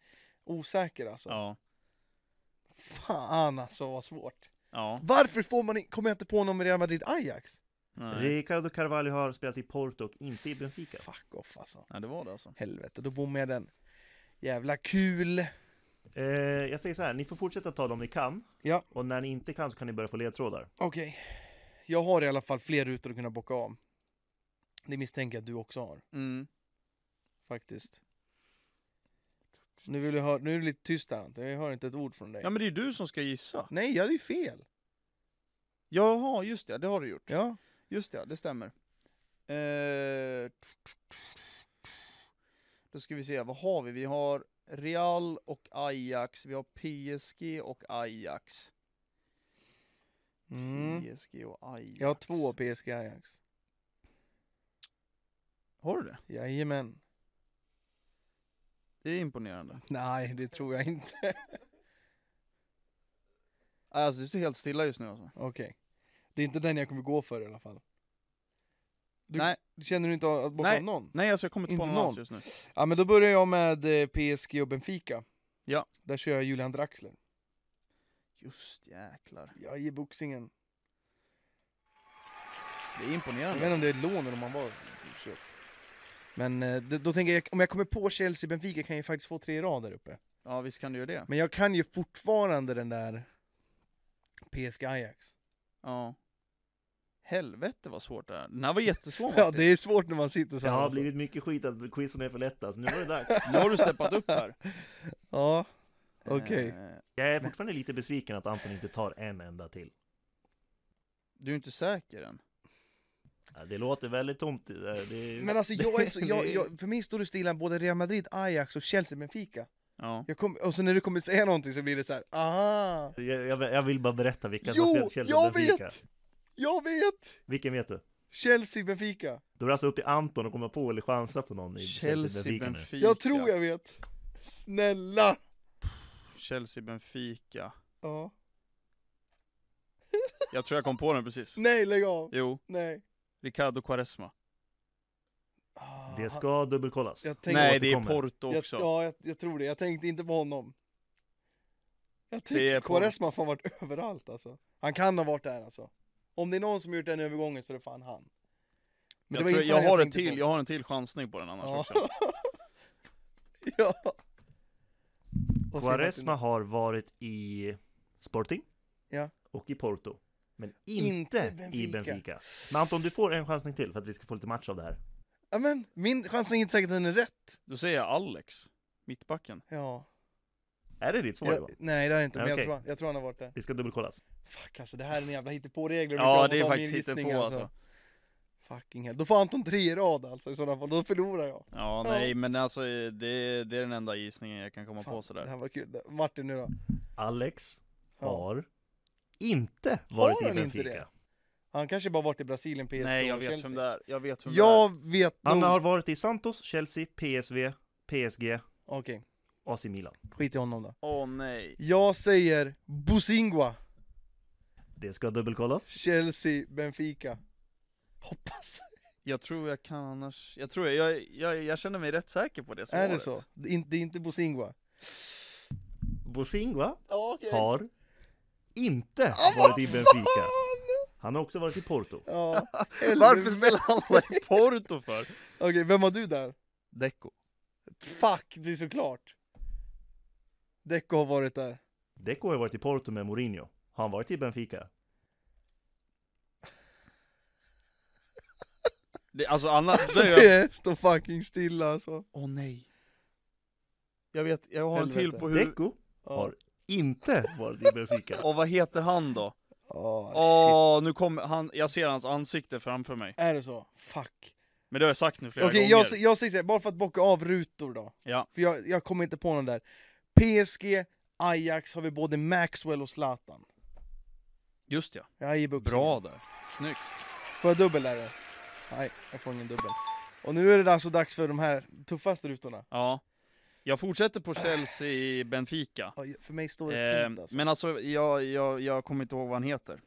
Speaker 1: osäker alltså.
Speaker 2: Ja.
Speaker 1: Fan alltså vad svårt.
Speaker 2: Ja.
Speaker 1: Varför får man in, kommer jag inte på någon med Real Madrid-Ajax?
Speaker 2: Nej.
Speaker 3: Ricardo Carvalho har spelat i Porto och inte i Benfica.
Speaker 1: Fuck off alltså.
Speaker 2: Nej, det var det alltså.
Speaker 1: Helvete, då bommar jag den. Jävla kul!
Speaker 3: Eh, jag säger så här, ni får fortsätta ta dem ni kan.
Speaker 1: Ja.
Speaker 3: Och när ni inte kan så kan ni börja få ledtrådar.
Speaker 1: Okej. Jag har i alla fall fler rutor att kunna bocka av. Det misstänker jag att du också har,
Speaker 2: Mm.
Speaker 1: faktiskt. Nu, vill jag hör, nu är det lite tyst här Anton, jag hör inte ett ord från dig.
Speaker 2: Ja, men det är ju du som ska gissa.
Speaker 1: Nej, jag hade ju fel!
Speaker 2: Jaha, just det. Det har du gjort.
Speaker 1: Ja.
Speaker 2: Just det, det stämmer. Eh, då ska vi se, vad har vi? Vi har Real och Ajax, vi har PSG och Ajax.
Speaker 1: Mm.
Speaker 2: PSG och Ajax.
Speaker 1: Jag har två PSG Ajax.
Speaker 2: Har du det?
Speaker 1: Jajamän.
Speaker 2: Det är imponerande.
Speaker 1: Nej, det tror jag inte.
Speaker 2: Alltså du står helt stilla just nu alltså.
Speaker 1: Okej. Det är inte den jag kommer gå för i alla fall. Du-
Speaker 2: Nej,
Speaker 1: Känner du inte att bocka
Speaker 2: Nej.
Speaker 1: av någon?
Speaker 2: nej alltså jag kommer inte på
Speaker 1: Inte
Speaker 2: någon alls
Speaker 1: någon.
Speaker 2: just nu.
Speaker 1: Ja men då börjar jag med eh, PSG och Benfica.
Speaker 2: Ja.
Speaker 1: Där kör jag Julian Draxler.
Speaker 2: Just jäklar.
Speaker 1: Jag ger boxingen.
Speaker 2: Det är
Speaker 1: Jag
Speaker 2: imponerande.
Speaker 1: vet inte om det är ett lån eller om han var köpt. Men eh, det- då tänker jag, om jag kommer på Chelsea Benfica kan jag ju faktiskt få tre i rad där uppe.
Speaker 2: Ja visst kan du göra det.
Speaker 1: Men jag kan ju fortfarande den där PSG Ajax.
Speaker 2: Ja. Helvete vad svårt det är. Den här var jättesvår
Speaker 1: Ja
Speaker 2: Martin.
Speaker 1: det är svårt när man sitter så
Speaker 3: Det
Speaker 1: här.
Speaker 3: har
Speaker 1: alltså.
Speaker 3: blivit mycket skit att quizen är för lätta, så nu var det dags.
Speaker 2: Nu har du steppat upp här.
Speaker 1: Ja, Okej.
Speaker 2: Eh,
Speaker 3: Jag är fortfarande lite besviken att Anton inte tar en enda till.
Speaker 2: du är inte säker än.
Speaker 3: Ja, det låter väldigt tomt. Det, där. det,
Speaker 1: men alltså jag är så,
Speaker 3: det-
Speaker 1: jag, jag, för mig står det stilla både Real Madrid, Ajax och Chelsea Benfica.
Speaker 2: Ja.
Speaker 1: Jag kom, och så när du kommer säga någonting så blir det så här, aha!
Speaker 3: jag, jag, jag vill bara berätta vilka
Speaker 1: Jo,
Speaker 3: spelat Chelsea
Speaker 1: jag
Speaker 3: och Benfica.
Speaker 1: vet! Jag vet!
Speaker 3: Vilken vet du?
Speaker 1: Chelsea Benfica.
Speaker 3: Då är det alltså upp till Anton att komma på eller chansa på någon i Chelsea
Speaker 2: Chelsea
Speaker 3: Benfica nu.
Speaker 2: Benfica.
Speaker 1: Jag tror jag vet. Snälla!
Speaker 2: Chelsea Benfica.
Speaker 1: Ja.
Speaker 2: Jag tror jag kom på den precis.
Speaker 1: Nej, lägg av!
Speaker 2: Jo,
Speaker 1: Nej.
Speaker 2: Ricardo Quaresma.
Speaker 1: Ah,
Speaker 3: Det
Speaker 1: han-
Speaker 3: ska dubbelkollas.
Speaker 1: Jag tänkte,
Speaker 2: Nej, det är
Speaker 3: återkommer.
Speaker 2: Porto
Speaker 1: jag,
Speaker 2: också.
Speaker 1: ja, jag, jag tror det. Jag tänkte inte på honom. Jag
Speaker 2: Det är
Speaker 1: tänkte,
Speaker 2: på-
Speaker 1: Quaresma har fan varit överallt alltså. Han kan ha varit där alltså. Om det är någon som gjort den övergången så är det fan han. Men
Speaker 2: jag,
Speaker 1: det var
Speaker 2: tror,
Speaker 1: inte
Speaker 2: jag,
Speaker 1: han
Speaker 2: har en
Speaker 1: tänkte
Speaker 2: till,
Speaker 1: på.
Speaker 2: jag har en till chansning på den annars
Speaker 1: Ja.
Speaker 2: också.
Speaker 1: ja. Och sen
Speaker 3: Quaresma
Speaker 1: Martin-
Speaker 3: har varit i Sporting
Speaker 1: Ja.
Speaker 3: och i Porto. Men
Speaker 1: Inte
Speaker 3: inte, i
Speaker 1: Benfica.
Speaker 3: Benfica. Men Anton, du får en chansning till för att vi ska få lite match av det här.
Speaker 1: Ja, men min chans är inte säkert att den är rätt.
Speaker 2: Då säger jag Alex, mittbacken.
Speaker 1: Ja.
Speaker 3: Är det ditt svar?
Speaker 1: Jag,
Speaker 3: Johan?
Speaker 1: nej, det är det inte. Men
Speaker 3: Ja,
Speaker 1: jag,
Speaker 3: okej.
Speaker 1: tror han, jag tror han har varit där.
Speaker 3: Det ska dubbelkollas.
Speaker 1: Fuck alltså, det här är en jävla hittepåregler. om inte
Speaker 2: Ja,
Speaker 1: jag får
Speaker 2: det är
Speaker 1: ta min
Speaker 2: faktiskt
Speaker 1: gissning,
Speaker 2: hittepå på alltså.
Speaker 1: Fucking hell. Då får Anton tre i rad alltså i sådana fall, då förlorar jag.
Speaker 2: Ja, nej men alltså det, det är den enda gissningen jag kan komma på
Speaker 1: det
Speaker 2: sådär.
Speaker 1: här var kul. Martin nu då?
Speaker 3: Alex
Speaker 1: Ja.
Speaker 3: har inte varit i
Speaker 1: han inte
Speaker 3: Benfica.
Speaker 1: det? Han kanske bara varit i Brasilien, PSG
Speaker 2: Nej, jag
Speaker 1: och
Speaker 2: vet
Speaker 1: Chelsea.
Speaker 2: vem det är. Jag vet vem det är.
Speaker 1: Jag vet
Speaker 3: Han
Speaker 1: nog.
Speaker 3: har varit i Santos, Chelsea, PSV, PSG,
Speaker 1: Okej,
Speaker 3: AC Milan.
Speaker 1: skit i honom då.
Speaker 2: Åh nej.
Speaker 1: Jag säger Bosingua,
Speaker 3: Det ska dubbelkollas.
Speaker 1: Chelsea, Benfica. Hoppas.
Speaker 2: Jag tror jag kan annars. Jag tror jag, jag, jag, jag känner mig rätt säker på det svaret.
Speaker 1: Är det så? Det är inte- det är inte Bosingua.
Speaker 3: Bosingwa
Speaker 1: Okej.
Speaker 3: har inte varit i Benfica. Han har också varit i Porto.
Speaker 1: Ja.
Speaker 2: Varför spelar alla i Porto för?
Speaker 1: Okej, vem har du där?
Speaker 2: Deco.
Speaker 1: Fuck, det är såklart. Deco har varit där.
Speaker 3: Deco har varit i Porto med Mourinho. Har han varit i Benfica?
Speaker 2: Det, alltså annars,
Speaker 1: Så
Speaker 2: det är jag...
Speaker 1: det står fucking stilla alltså.
Speaker 2: Åh nej. Jag vet, jag har en till
Speaker 1: Helvete.
Speaker 2: på hur...
Speaker 3: Deco
Speaker 1: Ja.
Speaker 3: har inte varit i Benfica.
Speaker 2: Och vad heter han då?
Speaker 1: Åh, Ah, shit.
Speaker 2: Åh, nu kommer han, jag ser hans ansikte framför mig.
Speaker 1: Är det så? Fuck.
Speaker 2: Men det har jag sagt nu flera
Speaker 1: Okej,
Speaker 2: gånger.
Speaker 1: jag, jag säger så här, bara för att bocka av rutor då.
Speaker 2: Ja.
Speaker 1: För jag, jag kommer inte på någon där. PSG, Ajax har vi både Maxwell och Zlatan.
Speaker 2: Just ja.
Speaker 1: Jag är i buxorna.
Speaker 2: Bra där. Snyggt.
Speaker 1: Får jag dubbel där då? Nej, jag får ingen dubbel. Och nu är det alltså dags för de här tuffaste rutorna.
Speaker 2: Ja. Jag fortsätter på Chelsea, Benfica.
Speaker 1: Ja, För mig står det
Speaker 2: Eh,
Speaker 1: tomt alltså.
Speaker 2: men alltså, jag, jag, jag kommer inte ihåg vad han heter.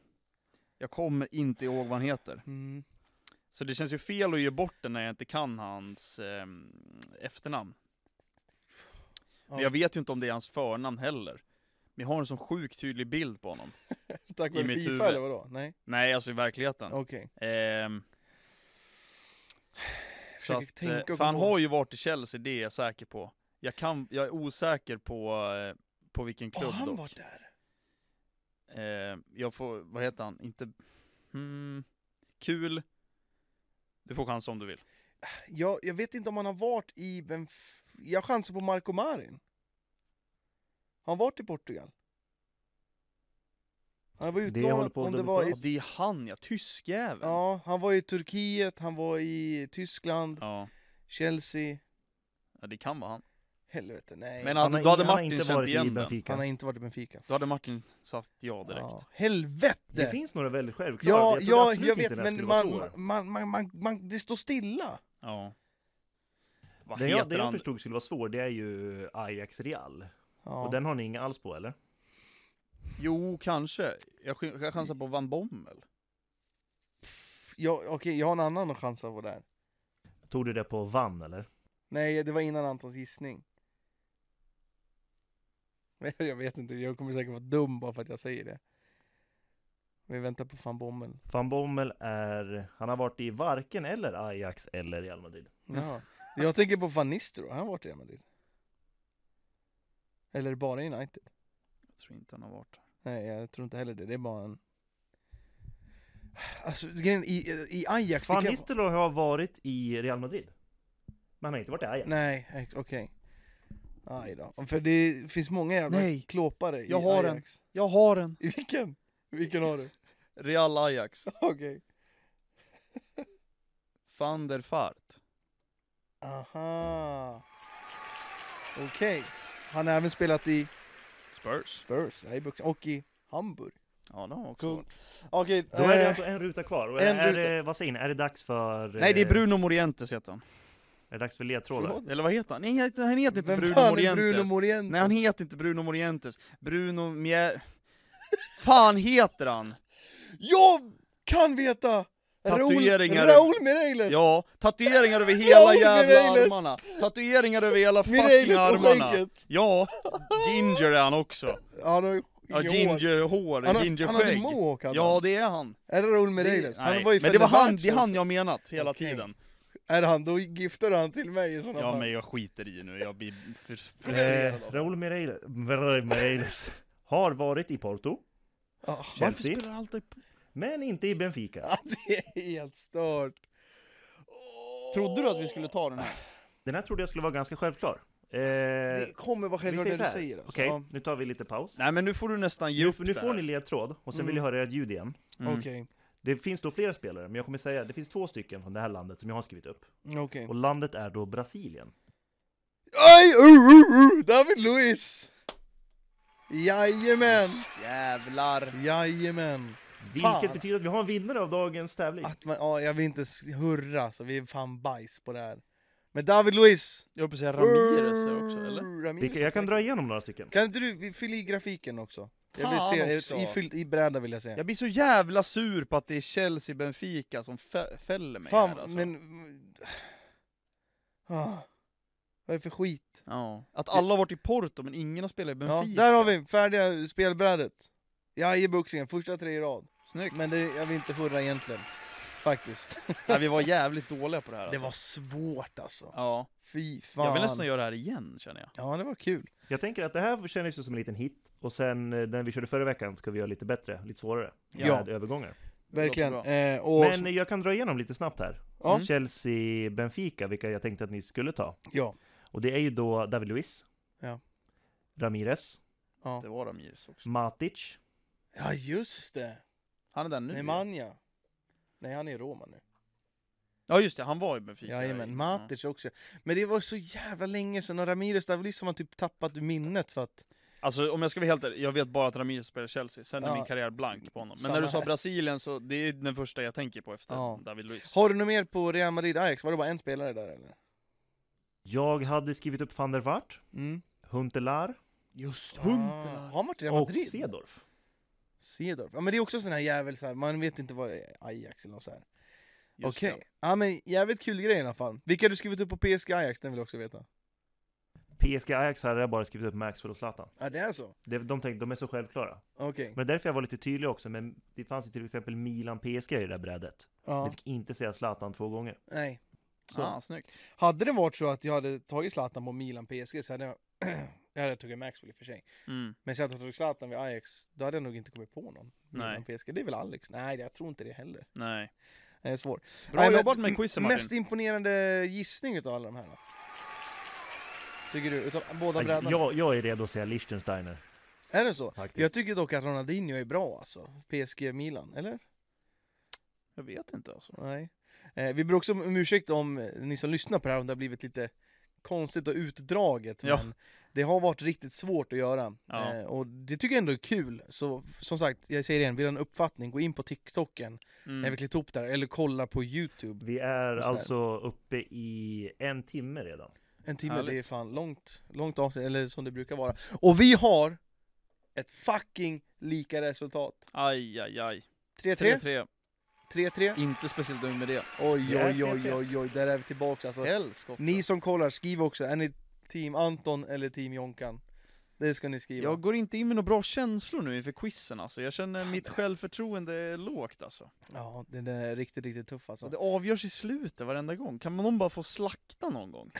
Speaker 2: Jag kommer inte ihåg vad han heter.
Speaker 1: Mm.
Speaker 2: Så det känns ju fel att ge bort den när jag inte kan hans ehm, efternamn. Men
Speaker 1: Ja.
Speaker 2: jag vet ju inte om det är hans förnamn heller. Men jag har en sån sjukt tydlig bild på honom.
Speaker 1: Tack
Speaker 2: i
Speaker 1: vare
Speaker 2: mitt
Speaker 1: Fifa
Speaker 2: huvud.
Speaker 1: eller vadå? Nej?
Speaker 2: Nej, alltså i verkligheten.
Speaker 1: Okej.
Speaker 2: Ehm, så
Speaker 1: Försöker
Speaker 2: att,
Speaker 1: tänka
Speaker 2: eh,
Speaker 1: och
Speaker 2: för han
Speaker 1: komma ihåg.
Speaker 2: har ju varit i Chelsea, det är jag säker på. Jag, kan, jag är osäker på, eh, på vilken
Speaker 1: Åh,
Speaker 2: klubb
Speaker 1: han
Speaker 2: dock.
Speaker 1: var där?
Speaker 2: Eh, jag får, vad heter han? Inte... Hmm, kul. Du får chans om du vill.
Speaker 1: Jag, jag vet inte om han har varit i Benf... Jag chansar på Marco Marin. Har han varit i Portugal? Han var
Speaker 3: Det jag håller
Speaker 1: utlånad
Speaker 3: på att
Speaker 1: om det
Speaker 3: dubbelkolla.
Speaker 1: var
Speaker 2: Ja,
Speaker 1: i...
Speaker 2: det är han ja, tyskjäveln.
Speaker 1: Ja, han var i Turkiet, han var i Tyskland,
Speaker 2: ja.
Speaker 1: Chelsea.
Speaker 2: Ja, det kan vara han.
Speaker 1: Helvete, nej.
Speaker 2: Men
Speaker 1: han,
Speaker 2: han,
Speaker 3: har
Speaker 2: då hade
Speaker 3: in- han har
Speaker 2: Martin
Speaker 3: inte
Speaker 2: känt
Speaker 3: varit i
Speaker 2: igen den.
Speaker 3: Benfica.
Speaker 1: har inte varit i Benfica.
Speaker 2: Då hade Martin satt ja direkt.
Speaker 1: Ja, helvete!
Speaker 3: Det finns några väldigt självklara.
Speaker 1: ja,
Speaker 3: trodde
Speaker 1: ja,
Speaker 3: absolut
Speaker 1: jag
Speaker 3: inte
Speaker 1: vet,
Speaker 3: den här
Speaker 1: men
Speaker 3: skulle vara
Speaker 1: man,
Speaker 3: svår.
Speaker 1: man, man, man, man, det står stilla.
Speaker 2: Ja. Vad
Speaker 3: Det jag, det
Speaker 2: heter
Speaker 3: jag
Speaker 2: han?
Speaker 3: förstod skulle vara svår, det är ju Ajax Real.
Speaker 1: Ja.
Speaker 3: Och den har ni inga alls på eller?
Speaker 2: Jo, kanske. Jag, sk- jag chansar på Van Bommel.
Speaker 1: Jag, okej, jag har en annan att chansa på där.
Speaker 3: Tog du det på Vann eller?
Speaker 1: Nej, det var innan Antons gissning. Men Jag vet inte, jag kommer säkert vara dum bara för att jag säger det. Vi väntar på fan bommen.
Speaker 3: Van Bommel är, han har varit i varken eller Ajax eller Real Madrid.
Speaker 1: Ja. Jag tänker på Van Nistelrooy, har han varit i Real Madrid? Eller bara i United?
Speaker 2: Jag tror inte han har varit där.
Speaker 1: Nej, jag tror inte heller det, det är bara en... Alltså grejen, i, i Ajax... det
Speaker 3: Van
Speaker 1: kan-
Speaker 3: Nistelrooy har varit i Real Madrid. Men han har inte varit i Ajax.
Speaker 1: Nej, ex- okej. Aj då. För det finns många jävla
Speaker 2: Nej.
Speaker 1: klåpare i
Speaker 2: Jag har en.
Speaker 1: Ajax.
Speaker 2: Jag har en!
Speaker 1: I vilken? Vilken har du?
Speaker 2: Real Ajax.
Speaker 1: Okej.
Speaker 2: Van der Fart.
Speaker 1: Aha. Okej. Han har även spelat i
Speaker 2: Spurs.
Speaker 1: Spurs, jag är i Buxen, och i Hamburg.
Speaker 2: Ja, det har han också
Speaker 1: Cool.
Speaker 2: varit.
Speaker 1: Okej.
Speaker 3: Då är det
Speaker 1: eh,
Speaker 3: alltså en ruta kvar. Och
Speaker 1: en
Speaker 3: är
Speaker 1: ruta.
Speaker 3: Det, vad säger ni, är det dags för...
Speaker 2: Nej, det är
Speaker 3: eh,
Speaker 2: Bruno Morientes heter han.
Speaker 3: Är det dags för ledtrådar?
Speaker 1: Förlåt?
Speaker 2: Eller vad heter han? Nej, han heter- han heter inte
Speaker 1: Vem
Speaker 2: Bruno
Speaker 1: fan är
Speaker 2: Morientes.
Speaker 1: Bruno Morientes?
Speaker 2: Nej han heter inte Bruno Morientes, Bruno Mjä... Fan heter han?
Speaker 1: Jag kan veta!
Speaker 2: Tatueringar.
Speaker 1: Raul, Raul Mireles!
Speaker 2: Ja, tatueringar över
Speaker 1: Raúl
Speaker 2: hela jävla
Speaker 1: Mireles.
Speaker 2: armarna! Tatueringar över hela fucking
Speaker 1: Mireles och
Speaker 2: armarna!
Speaker 1: skägget!
Speaker 2: Ja, Ginger är han också!
Speaker 1: Han har ju
Speaker 2: Ja,
Speaker 1: inga hår.
Speaker 2: Ginger-hår,
Speaker 1: Han, har- han hade
Speaker 2: Ginger-skägg!
Speaker 1: mohawk hade
Speaker 2: Ja,
Speaker 1: han.
Speaker 2: det är han!
Speaker 1: Är det Raul Mireles?
Speaker 2: Det-
Speaker 1: han
Speaker 2: nej,
Speaker 1: var ju
Speaker 2: Men det var han,
Speaker 1: Fenerbahce
Speaker 2: det är han
Speaker 1: också.
Speaker 2: jag menat hela
Speaker 1: Okej.
Speaker 2: tiden!
Speaker 1: Är det han, då gifter han till mig i sådana
Speaker 2: Ja,
Speaker 1: fall.
Speaker 2: men jag skiter i nu, jag blir för- frustrerad.
Speaker 3: Eh, Raúl Mireille- Mireille- Mireilles har varit i Porto,
Speaker 1: Ja,
Speaker 2: Varför
Speaker 3: Chelsea,
Speaker 2: spelar alltid...
Speaker 3: men inte i Benfica.
Speaker 1: Ja, det är helt stört.
Speaker 2: Trodde du att vi skulle ta den här?
Speaker 3: Den här trodde jag skulle vara ganska självklar. Eh,
Speaker 1: Alltså, Det kommer vara
Speaker 3: vi
Speaker 1: självklart det
Speaker 3: så
Speaker 1: du
Speaker 3: här.
Speaker 1: säger alltså.
Speaker 3: Okej,
Speaker 1: Ja,
Speaker 3: nu tar vi lite paus.
Speaker 2: Nej men nu får du nästan ge
Speaker 3: Nu,
Speaker 2: upp
Speaker 3: nu
Speaker 2: det
Speaker 3: får
Speaker 2: här.
Speaker 3: ni ledtråd, och sen vill
Speaker 1: Mm.
Speaker 3: jag höra ert ljud igen.
Speaker 2: Mm.
Speaker 1: Okej,
Speaker 3: Det finns då flera spelare, men jag kommer säga det finns två stycken från det här landet som jag har skrivit upp.
Speaker 1: okej.
Speaker 3: Och landet är då Brasilien.
Speaker 1: Aj! Uh, uh, uh, David Luiz! Jajamän!
Speaker 2: Jävlar!
Speaker 1: Jajamän!
Speaker 3: Vilket
Speaker 1: Fan.
Speaker 3: betyder att vi har en vinnare av dagens tävling.
Speaker 1: Att man, ja, jag vill inte s- hurra så vi är fan bajs på det här. Men David Luiz! Uh,
Speaker 2: Jag höll på att säga Ramirez också, eller?
Speaker 1: Ramirez
Speaker 3: Vilka,
Speaker 1: är
Speaker 3: jag kan
Speaker 1: säker.
Speaker 3: dra igenom några stycken.
Speaker 1: Kan inte du fylla i grafiken också? Jag
Speaker 2: Fan
Speaker 1: vill se,
Speaker 2: också.
Speaker 1: i, fyllt, i bräda vill jag se.
Speaker 2: Jag blir så jävla sur på att det är Chelsea Benfica som fä- fäller mig
Speaker 1: Fan,
Speaker 2: här, alltså.
Speaker 1: men... Ah, vad är det för skit?
Speaker 2: ja. Att alla har varit i Porto men ingen har spelat i
Speaker 1: Ja,
Speaker 2: Benfica.
Speaker 1: där har vi färdiga spelbrädet. Jag är i buxingen, första tre i rad.
Speaker 2: Snyggt!
Speaker 1: Men det, jag vill inte hurra egentligen. Faktiskt.
Speaker 2: Nej, vi var jävligt dåliga på det här alltså.
Speaker 1: Det var svårt alltså.
Speaker 2: Ja.
Speaker 1: Fy fan.
Speaker 2: Jag vill nästan göra det här igen känner jag.
Speaker 1: Ja, det var kul.
Speaker 3: Jag tänker att det här kändes ju som en liten hit, och sen eh, den vi körde förra veckan ska vi göra lite bättre, lite svårare.
Speaker 2: Ja.
Speaker 3: Med övergångar.
Speaker 2: låter
Speaker 1: Verkligen.
Speaker 2: bra.
Speaker 1: Eh, och
Speaker 3: Men eh, jag kan dra igenom lite snabbt här.
Speaker 1: Ja.
Speaker 3: Chelsea, Benfica, vilka jag tänkte att ni skulle ta.
Speaker 1: ja.
Speaker 3: Och det är ju då David Luiz,
Speaker 1: Ja.
Speaker 3: Ramirez,
Speaker 1: Ja.
Speaker 2: Det var Ramirez också.
Speaker 3: Matic,
Speaker 1: ja, just det.
Speaker 2: Han är där nu.
Speaker 1: Nemanja. Nej, han är i Roma nu.
Speaker 2: Ja just det, han var i Benfica.
Speaker 1: Jajamän, Matic också. Men det var så jävla länge sedan och Ramirez där, liksom har typ tappat minnet för att...
Speaker 2: Alltså om jag ska vara helt ärlig, jag vet bara att Ramirez spelar i Chelsea, sen är
Speaker 1: Ja.
Speaker 2: min karriär blank på honom. Men
Speaker 1: Samma
Speaker 2: när du sa
Speaker 1: här.
Speaker 2: Brasilien så, det är den första jag tänker på efter
Speaker 1: Ja.
Speaker 2: David Luiz.
Speaker 1: Har du något mer på Real Madrid-Ajax? Var det bara en spelare där eller?
Speaker 3: Jag hade skrivit upp van der Waart,
Speaker 1: Mm.
Speaker 3: Huntelaar
Speaker 2: Just
Speaker 1: Ah, har han varit i Real
Speaker 3: och
Speaker 1: Madrid?
Speaker 3: Cedorf.
Speaker 1: Cedorf. Ja men det är också sån här jävel så här, man vet inte vad det är, Ajax eller något så här.
Speaker 2: Just
Speaker 1: Okej,
Speaker 2: det.
Speaker 1: ja men jävligt kul grej i alla fall. Vilka har du skrivit upp på PSG Ajax? Den vill jag också veta.
Speaker 3: PSG Ajax hade jag bara skrivit upp Maxwell och Zlatan.
Speaker 1: Ja det är så?
Speaker 3: Det- De tänkte, de är så självklara.
Speaker 1: Okej.
Speaker 3: Men därför jag var lite tydlig också, men det fanns ju till exempel Milan-PSG i det där brädet. Det
Speaker 1: Ja.
Speaker 3: fick inte säga Zlatan två gånger.
Speaker 1: Nej. Så.
Speaker 2: Ah, snyggt.
Speaker 1: Hade det varit så att jag hade tagit Zlatan på Milan PSG så hade jag, jag hade tagit Maxwell i och för sig.
Speaker 2: Mm.
Speaker 1: Men så att jag tagit Zlatan vid Ajax, då hade jag nog inte kommit på någon.
Speaker 2: Nej.
Speaker 1: Milan PSG, det är väl Alex? Nej jag tror inte det heller.
Speaker 2: Nej.
Speaker 1: Det är svårt.
Speaker 2: Bra
Speaker 1: Eh, Nej, men
Speaker 2: jobbat med quizen Martin.
Speaker 1: Mest imponerande gissning utav alla de här då? Tycker du? Utav båda brädorna?
Speaker 3: Alltså, Jag, jag är redo att säga Liechtensteiner.
Speaker 1: Är det så?
Speaker 3: Faktiskt.
Speaker 1: Jag tycker dock att Ronaldinho är bra alltså. PSG Milan, eller?
Speaker 2: Jag vet inte alltså.
Speaker 1: Nej. Eh, vi ber också om ursäkt om eh, ni som lyssnar på det här om det har blivit lite konstigt och utdraget.
Speaker 2: Ja.
Speaker 1: Men det har varit riktigt svårt att göra.
Speaker 2: Ja.
Speaker 1: Eh, och det tycker jag ändå är kul. Så f- som sagt, jag säger det igen, vill ha en uppfattning, gå in på TikToken
Speaker 2: Mm.
Speaker 1: när vi klippt ihop där, eller kolla på YouTube.
Speaker 3: Vi är
Speaker 1: Och så här.
Speaker 3: alltså uppe i en timme redan.
Speaker 1: En timme, det är
Speaker 2: Härligt.
Speaker 1: fan långt, långt avsnitt, eller som det brukar vara. Och vi har ett fucking lika resultat.
Speaker 2: Aj, aj, aj.
Speaker 1: 3-3,
Speaker 2: 3-3.
Speaker 1: 3-3.
Speaker 2: Inte speciellt dum med det.
Speaker 1: Oj,
Speaker 3: Det är
Speaker 1: oj, oj,
Speaker 3: 3-3.
Speaker 1: oj, oj, där är vi tillbaka alltså.
Speaker 2: Helskotta.
Speaker 1: Ni som kollar, skriv också, är ni team Anton eller team Jonkan? Det ska ni skriva.
Speaker 2: Jag går inte in med några bra känslor nu inför quizen alltså. Jag känner
Speaker 1: Fan,
Speaker 2: mitt
Speaker 1: det-
Speaker 2: självförtroende är lågt alltså.
Speaker 1: Ja, den är riktigt, riktigt tuff alltså.
Speaker 2: Det avgörs i slutet varenda gång. Kan någon bara få slakta någon gång?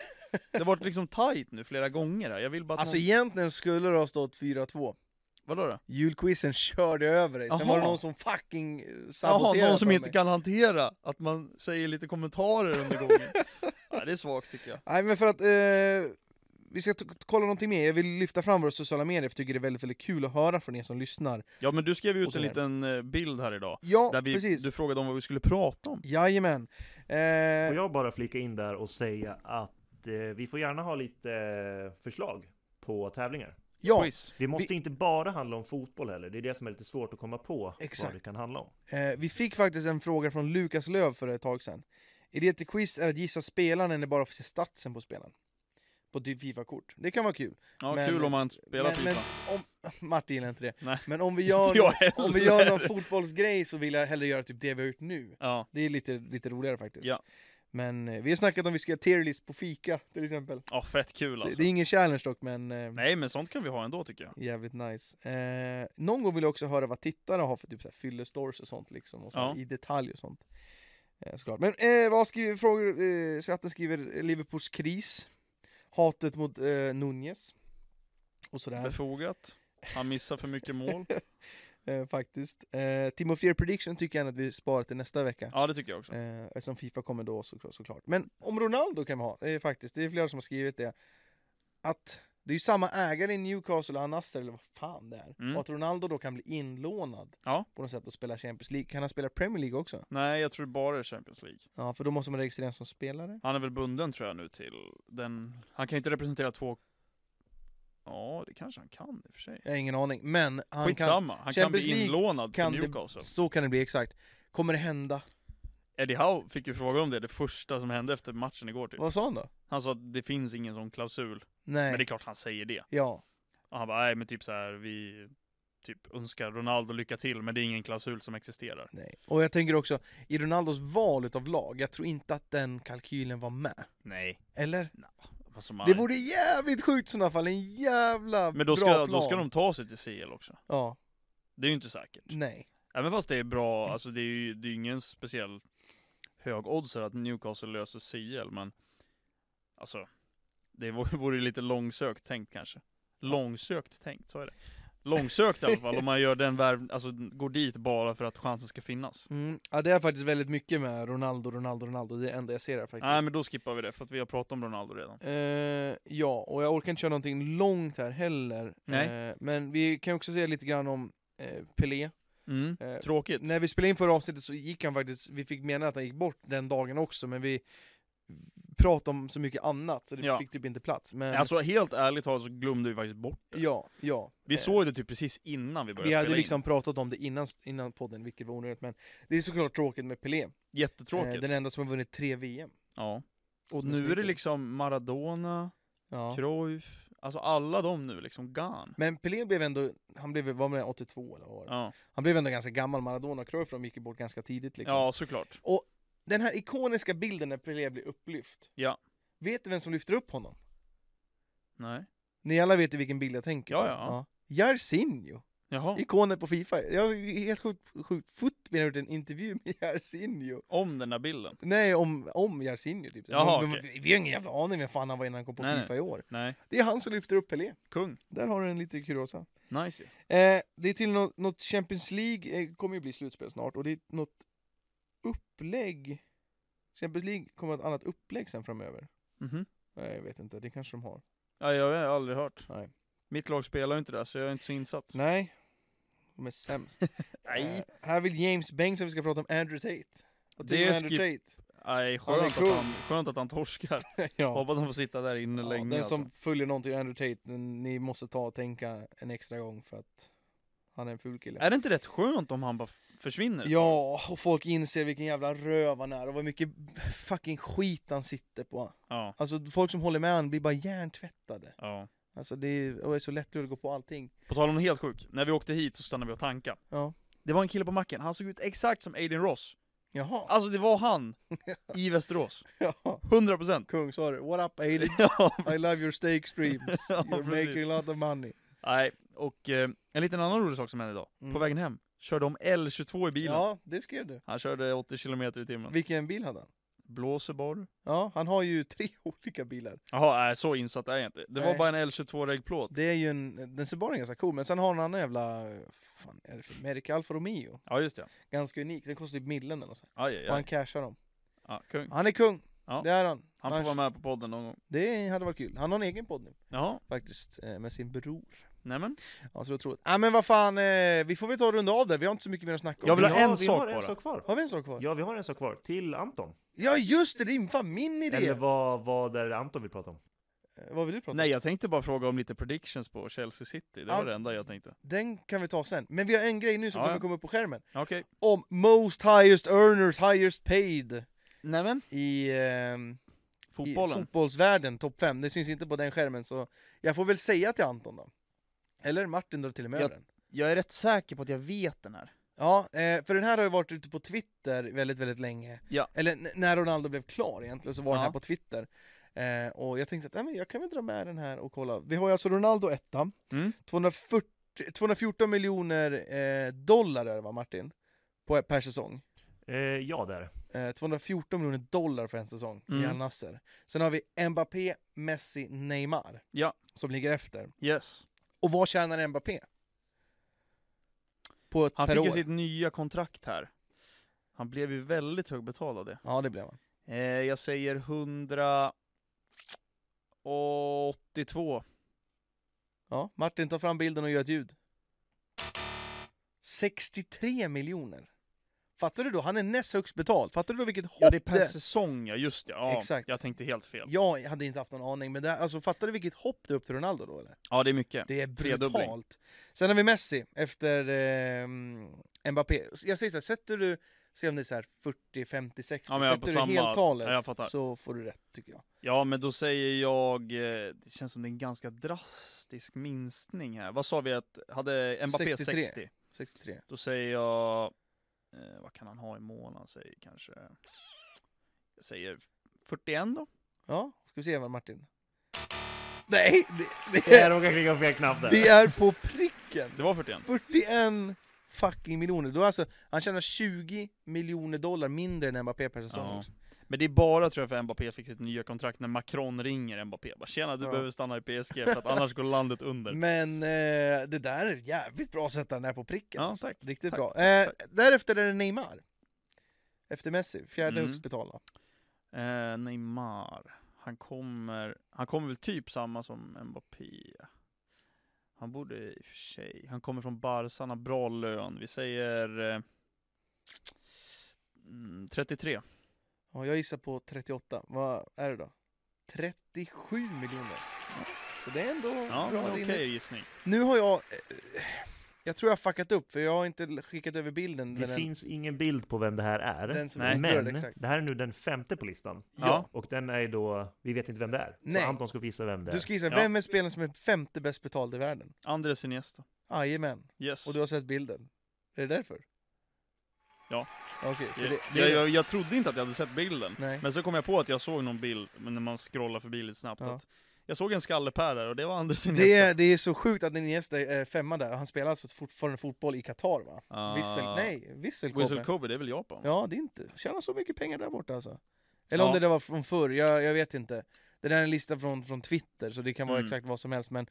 Speaker 2: Det har varit liksom tight nu flera gånger här. Jag vill bara att
Speaker 1: Alltså
Speaker 2: någon...
Speaker 1: egentligen skulle det ha stått 4-2.
Speaker 2: Vadå då?
Speaker 1: Julquizen körde över dig, sen
Speaker 2: Jaha.
Speaker 1: var det någon som fucking eh,
Speaker 2: Jaha,
Speaker 1: saboterade
Speaker 2: någon som
Speaker 1: för
Speaker 2: inte
Speaker 1: mig.
Speaker 2: kan hantera att man säger lite kommentarer under gången. ja, det är svagt tycker jag.
Speaker 1: Nej men för att eh, vi ska t- kolla någonting mer, jag vill lyfta fram våra sociala medier för jag tycker det är väldigt, väldigt kul att höra från er som lyssnar.
Speaker 2: Ja men du skrev ju
Speaker 1: Och
Speaker 2: ut
Speaker 1: så
Speaker 2: en
Speaker 1: här.
Speaker 2: liten eh, bild här idag.
Speaker 1: Ja,
Speaker 2: Där vi,
Speaker 1: precis.
Speaker 2: du frågade om vad vi skulle prata om.
Speaker 1: Jajamän.
Speaker 3: Får
Speaker 1: Eh,
Speaker 3: jag bara flika in där och säga att eh, vi får gärna ha lite eh, förslag på tävlingar.
Speaker 1: ja,
Speaker 2: Quiz.
Speaker 3: Det måste inte bara handla om fotboll heller. Det är det som är lite svårt att komma på
Speaker 1: Exakt.
Speaker 3: vad det kan handla om.
Speaker 1: Eh, vi fick faktiskt en fråga från Lukas Löv för ett tag sedan. Idé till quiz är att gissa spelaren eller bara få se statsen på spelaren. På typ Fifa-kort. Det kan vara kul.
Speaker 2: Ja,
Speaker 1: Men-
Speaker 2: kul om man spelar
Speaker 1: men,
Speaker 2: FIFA.
Speaker 1: men om, Martin gillar inte det.
Speaker 2: Nej.
Speaker 1: Men om vi,
Speaker 2: Inte
Speaker 1: gör,
Speaker 2: jag
Speaker 1: någon- om vi
Speaker 2: heller.
Speaker 1: gör någon fotbollsgrej så vill jag hellre göra typ det vi har gjort nu.
Speaker 2: Ja.
Speaker 1: Det är lite, lite roligare faktiskt.
Speaker 2: Ja.
Speaker 1: Men eh, vi har snackat om vi ska göra tier list på fika till exempel.
Speaker 2: ja, fett kul
Speaker 1: Det,
Speaker 2: alltså.
Speaker 1: det är ingen challenge dock men eh,
Speaker 2: Nej men sånt kan vi ha ändå tycker jag.
Speaker 1: jävligt nice. Eh, någon gång vill jag också höra vad tittare har för typ så här fyllestores och sånt liksom. Och så här,
Speaker 2: Ja.
Speaker 1: I detalj och sånt. Eh, såklart. Men eh, vad skriver, frågor, eh, skatten skriver eh, Liverpools kris. Hatet mot eh, Nunez. Och sådär.
Speaker 2: Befogat. Han missar för mycket mål.
Speaker 1: Eh, faktiskt. Eh, Team of Year Prediction tycker jag att vi sparar till nästa vecka.
Speaker 2: Ja det tycker jag också.
Speaker 1: Eh, eftersom Fifa kommer då så, såklart. Men om Ronaldo kan vi ha, eh, faktiskt. Det är flera som har skrivit det. Att det är ju samma ägare i Newcastle och Al-Nassr eller vad fan det är.
Speaker 2: Mm.
Speaker 1: Och att Ronaldo då kan bli inlånad
Speaker 2: Ja.
Speaker 1: på något sätt och spela Champions League. Kan han spela Premier League också?
Speaker 2: Nej jag tror bara det är Champions League.
Speaker 1: Ja, för då måste man registrera som spelare.
Speaker 2: Han är väl bunden tror jag nu till den... Han kan ju inte representera två... Ja det kanske han kan i och för sig.
Speaker 1: Jag har ingen aning, men han kan,
Speaker 2: Skitsamma, alltså. han
Speaker 1: Champions
Speaker 2: kan bli
Speaker 1: League
Speaker 2: inlånad
Speaker 1: kan
Speaker 2: till
Speaker 1: det-
Speaker 2: Newcastle.
Speaker 1: så kan det bli exakt. Kommer det hända?
Speaker 2: Eddie Howe fick ju fråga om det, det första som hände efter matchen igår typ.
Speaker 1: Vad sa han då?
Speaker 2: Han sa att det finns ingen sån klausul.
Speaker 1: Nej.
Speaker 2: Men det är klart han säger det.
Speaker 1: Ja.
Speaker 2: Och han bara, nej men typ så här, vi typ önskar Ronaldo lycka till, men det är ingen klausul som existerar.
Speaker 1: Nej. Och jag tänker också, i Ronaldos val utav lag, jag tror inte att den kalkylen var med.
Speaker 2: Nej.
Speaker 1: Eller?
Speaker 2: Alltså,
Speaker 1: Det vore jävligt sjukt i sådana fall, en jävla
Speaker 2: men då
Speaker 1: bra
Speaker 2: ska,
Speaker 1: plan.
Speaker 2: då ska de ta sig till CL också.
Speaker 1: Ja,
Speaker 2: Det är ju inte säkert.
Speaker 1: nej.
Speaker 2: Även fast det är
Speaker 1: Mm.
Speaker 2: bra, alltså det är ju det är ju ingen speciell hög odds här att Newcastle löser CL, men alltså det vore vore ju lite långsökt tänkt kanske. Långsökt tänkt, så är det. Långsökt i alla fall om man gör den värv, alltså går dit bara för att chansen ska finnas.
Speaker 1: Mm. Ja, det är faktiskt väldigt mycket med Ronaldo, Ronaldo, Ronaldo. Det är det enda jag ser här faktiskt.
Speaker 2: Nej men då skippar vi det, för att vi har pratat om Ronaldo redan.
Speaker 1: Eh, ja, och jag orkar inte köra någonting långt här heller.
Speaker 2: Nej.
Speaker 1: Eh, men vi kan också säga lite grann om eh, Pelé.
Speaker 2: Mm.
Speaker 1: Eh,
Speaker 2: Tråkigt.
Speaker 1: När vi spelade in förra avsnittet så gick han faktiskt, vi fick mena att han gick bort den dagen också, men vi pratade om så mycket annat så det
Speaker 2: Ja.
Speaker 1: fick typ inte plats. Men
Speaker 2: Alltså helt ärligt talat så glömde vi faktiskt bort det.
Speaker 1: ja, ja.
Speaker 2: Vi
Speaker 1: Eh,
Speaker 2: såg det typ precis innan vi började
Speaker 1: Vi hade
Speaker 2: spela
Speaker 1: liksom
Speaker 2: in.
Speaker 1: pratat om det innan, innan podden, vilket var onödigt, men det är såklart tråkigt med Pelé. Eh,
Speaker 2: Jättetråkigt.
Speaker 1: Den enda som har vunnit tre VM.
Speaker 2: Ja. Och
Speaker 1: Som
Speaker 2: nu är det
Speaker 1: snickare.
Speaker 2: liksom Maradona,
Speaker 1: Ja.
Speaker 2: Cruyff, alltså alla de nu liksom, Gan.
Speaker 1: Men Pelé blev ändå, han blev, var med 82 eller vad var det?
Speaker 2: Ja.
Speaker 1: Han blev ändå ganska gammal, Maradona och Cruyff de gick ju bort ganska tidigt liksom.
Speaker 2: ja, såklart.
Speaker 1: Den här ikoniska bilden när Pelé blir upplyft.
Speaker 2: Ja.
Speaker 1: Vet du vem som lyfter upp honom?
Speaker 2: Nej.
Speaker 1: Ni alla vet ju vilken bild jag tänker
Speaker 2: Ja,
Speaker 1: på.
Speaker 2: ja.
Speaker 1: Jairzinho,
Speaker 2: Jaha.
Speaker 1: ikonen på Fifa. Jag är helt sjukt sjuk, futt när jag gjort en intervju med Jairzinho.
Speaker 2: Om den där bilden.
Speaker 1: Nej, om, om Jairzinho typ.
Speaker 2: Jaha,
Speaker 1: Men- men Vi har ingen jävla aning vem fan han var innan han kom på
Speaker 2: Nej,
Speaker 1: Fifa i år.
Speaker 2: Nej.
Speaker 1: Det är han som lyfter upp Pelé.
Speaker 2: Kung.
Speaker 1: Där har du en liten kuriosa.
Speaker 2: Nice ju.
Speaker 1: Eh, det är till något, något Champions League, eh, kommer ju bli slutspel snart, och det är något upplägg. Champions League kommer ha ett annat upplägg sen framöver.
Speaker 2: Mhm.
Speaker 1: Nej, jag vet inte, det kanske de har.
Speaker 2: Ja, jag har aldrig hört.
Speaker 1: Nej.
Speaker 2: Mitt lag spelar ju inte där, så jag är inte så insatt.
Speaker 1: Nej, de är sämst. Eh, här vill James Bengtsson vi ska prata om Andrew Tate. Vad tycker
Speaker 2: Det
Speaker 1: du om
Speaker 2: är
Speaker 1: Andrew Tate?
Speaker 2: Nej,
Speaker 1: Han är
Speaker 2: skönt,
Speaker 1: kung.
Speaker 2: att han, skönt att han torskar.
Speaker 1: ja.
Speaker 2: Hoppas han får sitta där inne
Speaker 1: Ja,
Speaker 2: länge
Speaker 1: den som
Speaker 2: alltså.
Speaker 1: följer någonting Andrew Tate, den, ni måste ta och tänka en extra gång för att han är en ful kille.
Speaker 2: Är det inte rätt skönt om han bara f- försvinner?
Speaker 1: Ja, och folk inser vilken jävla röv han är och vad mycket fucking skit han sitter på.
Speaker 2: Ja.
Speaker 1: Alltså folk som håller med han blir bara hjärntvättade.
Speaker 2: ja.
Speaker 1: Alltså det är, och är så lätt att gå på allting.
Speaker 2: På tal om något helt sjukt, när vi åkte hit så stannade vi och tanka.
Speaker 1: Ja.
Speaker 2: Det var en kille på macken, han såg ut exakt som Aiden Ross.
Speaker 1: Jaha.
Speaker 2: Alltså det var han! I Västerås.
Speaker 1: Ja.
Speaker 2: 100%.
Speaker 1: Kung sa det. What up Aiden?
Speaker 2: Ja.
Speaker 1: I love your steak streams.
Speaker 2: Ja,
Speaker 1: You're
Speaker 2: precis.
Speaker 1: making a lot of money.
Speaker 2: Nej, och eh, en liten annan rolig sak som hände idag.
Speaker 1: Mm.
Speaker 2: På vägen hem, körde om L22 i bilen.
Speaker 1: Ja, det skrev du.
Speaker 2: Han körde 80 km i timmen.
Speaker 1: Vilken bil hade han?
Speaker 2: Blåseborr.
Speaker 1: Ja, han har ju tre olika bilar.
Speaker 2: Jaha, nej så insatt är jag inte. Det var
Speaker 1: Nej.
Speaker 2: bara en L22-regplåt.
Speaker 1: Det är ju en, den ser bara ganska cool, men sen har han en annan jävla, eh, fan är det för märke? Alfa Romeo.
Speaker 2: Ja just det.
Speaker 1: Ganska unik, den kostar typ millen eller nåt sånt.
Speaker 2: Aj, aj,
Speaker 1: Och han
Speaker 2: aj.
Speaker 1: cashar dem.
Speaker 2: Ja, kung.
Speaker 1: Han är kung,
Speaker 2: Ja.
Speaker 1: det är han.
Speaker 2: Han får vara med på podden någon gång.
Speaker 1: Det hade varit kul. Han har en egen podd nu
Speaker 2: Jaha,
Speaker 1: faktiskt, eh, med sin bror.
Speaker 2: nämen.
Speaker 1: Ja, så otroligt. Ja, men vad fan, eh, vi får väl ta och runda av där. Vi har inte så mycket mer att snacka om.
Speaker 2: Jag vill
Speaker 1: Vi
Speaker 2: ha
Speaker 1: har-
Speaker 2: en
Speaker 3: vi
Speaker 2: sak
Speaker 3: har en
Speaker 2: bara.
Speaker 3: sak kvar.
Speaker 1: Har vi en sak kvar? Ja,
Speaker 3: Ja, vi har en sak kvar. Till Anton.
Speaker 1: just det! Det är fan min idé!
Speaker 3: Eller vad, vad är det Anton vill prata om?
Speaker 1: Eh, Vad vill du prata om?
Speaker 2: Nej jag tänkte bara fråga om lite predictions på Chelsea City, det
Speaker 1: Ja.
Speaker 2: var det enda jag tänkte.
Speaker 1: Den kan vi ta sen. Men vi har en grej nu som
Speaker 2: Ja, ja.
Speaker 1: kommer komma upp på skärmen.
Speaker 2: Okej.
Speaker 1: Om most highest earners, highest paid
Speaker 2: Nämen.
Speaker 1: i, ehm, i
Speaker 2: Fotbollen.
Speaker 1: fotbollsvärlden, topp 5. Det syns inte på den skärmen, så jag får väl säga till Anton då. Eller Martin drar till och med
Speaker 2: Ja.
Speaker 1: över den.
Speaker 2: jag är rätt säker på att jag vet den här.
Speaker 1: Ja, eh, för den här har ju varit ute på Twitter väldigt, väldigt länge.
Speaker 2: Ja.
Speaker 1: Eller n- när Ronaldo blev klar egentligen så var den här
Speaker 2: Ja.
Speaker 1: på Twitter. Eh, och jag tänkte att nej, men jag kan väl dra med den här och kolla. Vi har ju alltså Ronaldo etta,
Speaker 2: Mm.
Speaker 1: 240, 214 miljoner eh, dollar är det va Martin? På, per säsong.
Speaker 3: Eh, ja, där.
Speaker 1: Eh, 214 miljoner dollar för en säsong i
Speaker 2: Mm.
Speaker 1: Al Nassr. Sen har vi Mbappé, Messi, Neymar.
Speaker 2: Ja.
Speaker 1: Som ligger efter.
Speaker 2: Yes.
Speaker 1: Och vad tjänar Mbappé? På ett
Speaker 2: Han
Speaker 1: per
Speaker 2: fick
Speaker 1: år?
Speaker 2: ju sitt nya kontrakt här. Han blev ju väldigt högbetald av det.
Speaker 1: Ja det blev han.
Speaker 2: Eh, jag säger 182.
Speaker 1: Ja, Martin ta fram bilden och gör ett ljud. 63 miljoner. Fattar du då? Han är näst högst betald. Fattar du då vilket hopp
Speaker 2: Ja det är per säsong ja, just det. Ja,
Speaker 1: Exakt.
Speaker 2: Jag tänkte helt fel.
Speaker 1: Jag hade inte haft någon aning, men det, alltså, fattar du vilket hopp det är upp till Ronaldo då eller?
Speaker 2: Ja det är mycket.
Speaker 1: Det är
Speaker 2: Tredubbling.
Speaker 1: brutalt. Sen har vi Messi efter eh, Mbappé. Jag säger så här, sätter du, se om det är så här 40, 50, 60,
Speaker 2: Ja, men jag är på
Speaker 1: sätter du
Speaker 2: samma-
Speaker 1: heltalet
Speaker 2: ja, jag fattar.
Speaker 1: så får du rätt tycker jag.
Speaker 2: Ja men då säger jag, eh, det känns som det är en ganska drastisk minskning här. Vad sa vi att, hade Mbappé
Speaker 1: 63.
Speaker 2: 60?
Speaker 1: 63.
Speaker 2: Då säger jag, eh, vad kan han ha i mån? Han säger kanske, jag säger 41 då?
Speaker 1: Ja, ska vi se vad Martin? Nej! Det, det,
Speaker 3: Jag
Speaker 1: är,
Speaker 3: råkade klicka på fel knapp där.
Speaker 1: det är på pricken!
Speaker 2: Det var 41.
Speaker 1: 41 fucking miljoner. Då är alltså, han tjänar 20 miljoner dollar mindre än Mbappé per säsong.
Speaker 2: Ja.
Speaker 1: också.
Speaker 2: Men det är bara tror jag för Mbappé fick sitt nya kontrakt när Macron ringer Mbappé. Bara tjena du
Speaker 1: Ja. Mm.
Speaker 2: behöver stanna i PSG för att annars går landet under.
Speaker 1: Men eh, det där är ett jävligt bra att sätta den här på pricken.
Speaker 2: Ja,
Speaker 1: alltså.
Speaker 2: tack.
Speaker 1: Riktigt
Speaker 2: Tack.
Speaker 1: bra. Eh, därefter är det Neymar. Efter Messi, fjärde
Speaker 2: Mm.
Speaker 1: högst betalda.
Speaker 2: Eh, Neymar, han kommer, han kommer väl typ samma som Mbappé. Han borde i och för sig, han kommer från Barca, han har bra lön. Vi säger eh, mm, 33.
Speaker 1: Ja, jag gissar på 38. Vad är det då? 37 miljoner. Så det är ändå
Speaker 2: Ja,
Speaker 1: bra
Speaker 2: men okej
Speaker 1: rimligt.
Speaker 2: gissning.
Speaker 1: Nu har jag... eh, Jag tror jag har fuckat upp, för jag har inte skickat över bilden.
Speaker 3: Det
Speaker 1: med den,
Speaker 3: finns ingen bild på vem det här är.
Speaker 1: den som
Speaker 2: Nej.
Speaker 1: är upprörd,
Speaker 3: men
Speaker 1: exakt.
Speaker 3: det här är nu den femte på listan.
Speaker 2: Ja.
Speaker 3: Och den är ju då, vi vet inte vem det är.
Speaker 1: Nej.
Speaker 3: Så Anton ska få gissa vem det är.
Speaker 1: Du ska gissa,
Speaker 2: Ja.
Speaker 1: vem är spelaren som är femte bäst betald i världen?
Speaker 2: Andres Iniesta.
Speaker 1: Jajamän.
Speaker 2: Yes.
Speaker 1: Och du har sett bilden? Är det därför?
Speaker 2: Ja.
Speaker 1: Okej. för
Speaker 2: jag,
Speaker 1: det- det-
Speaker 2: jag, jag, jag trodde inte att jag hade sett bilden.
Speaker 1: Nej.
Speaker 2: Men så kom jag på att jag såg någon bild, men när man scrollar förbi lite snabbt,
Speaker 1: Ja.
Speaker 2: att jag såg en skallepär där och det var Andres Iniesta.
Speaker 1: Det är, det är så sjukt att Iniesta är femma där, han spelar alltså fortfarande fotboll i Qatar va?
Speaker 2: Ah.
Speaker 1: Vissel, nej, Visselkobe.
Speaker 2: Whistle Kobe, Ah. det är väl Japan?
Speaker 1: Ja, det är inte, tjänar så mycket pengar där borta alltså. Eller om
Speaker 2: Ja.
Speaker 1: det där var från förr, jag, jag vet inte. Det där är en lista från, från Twitter, så det kan vara
Speaker 2: Mm.
Speaker 1: exakt vad som helst. Men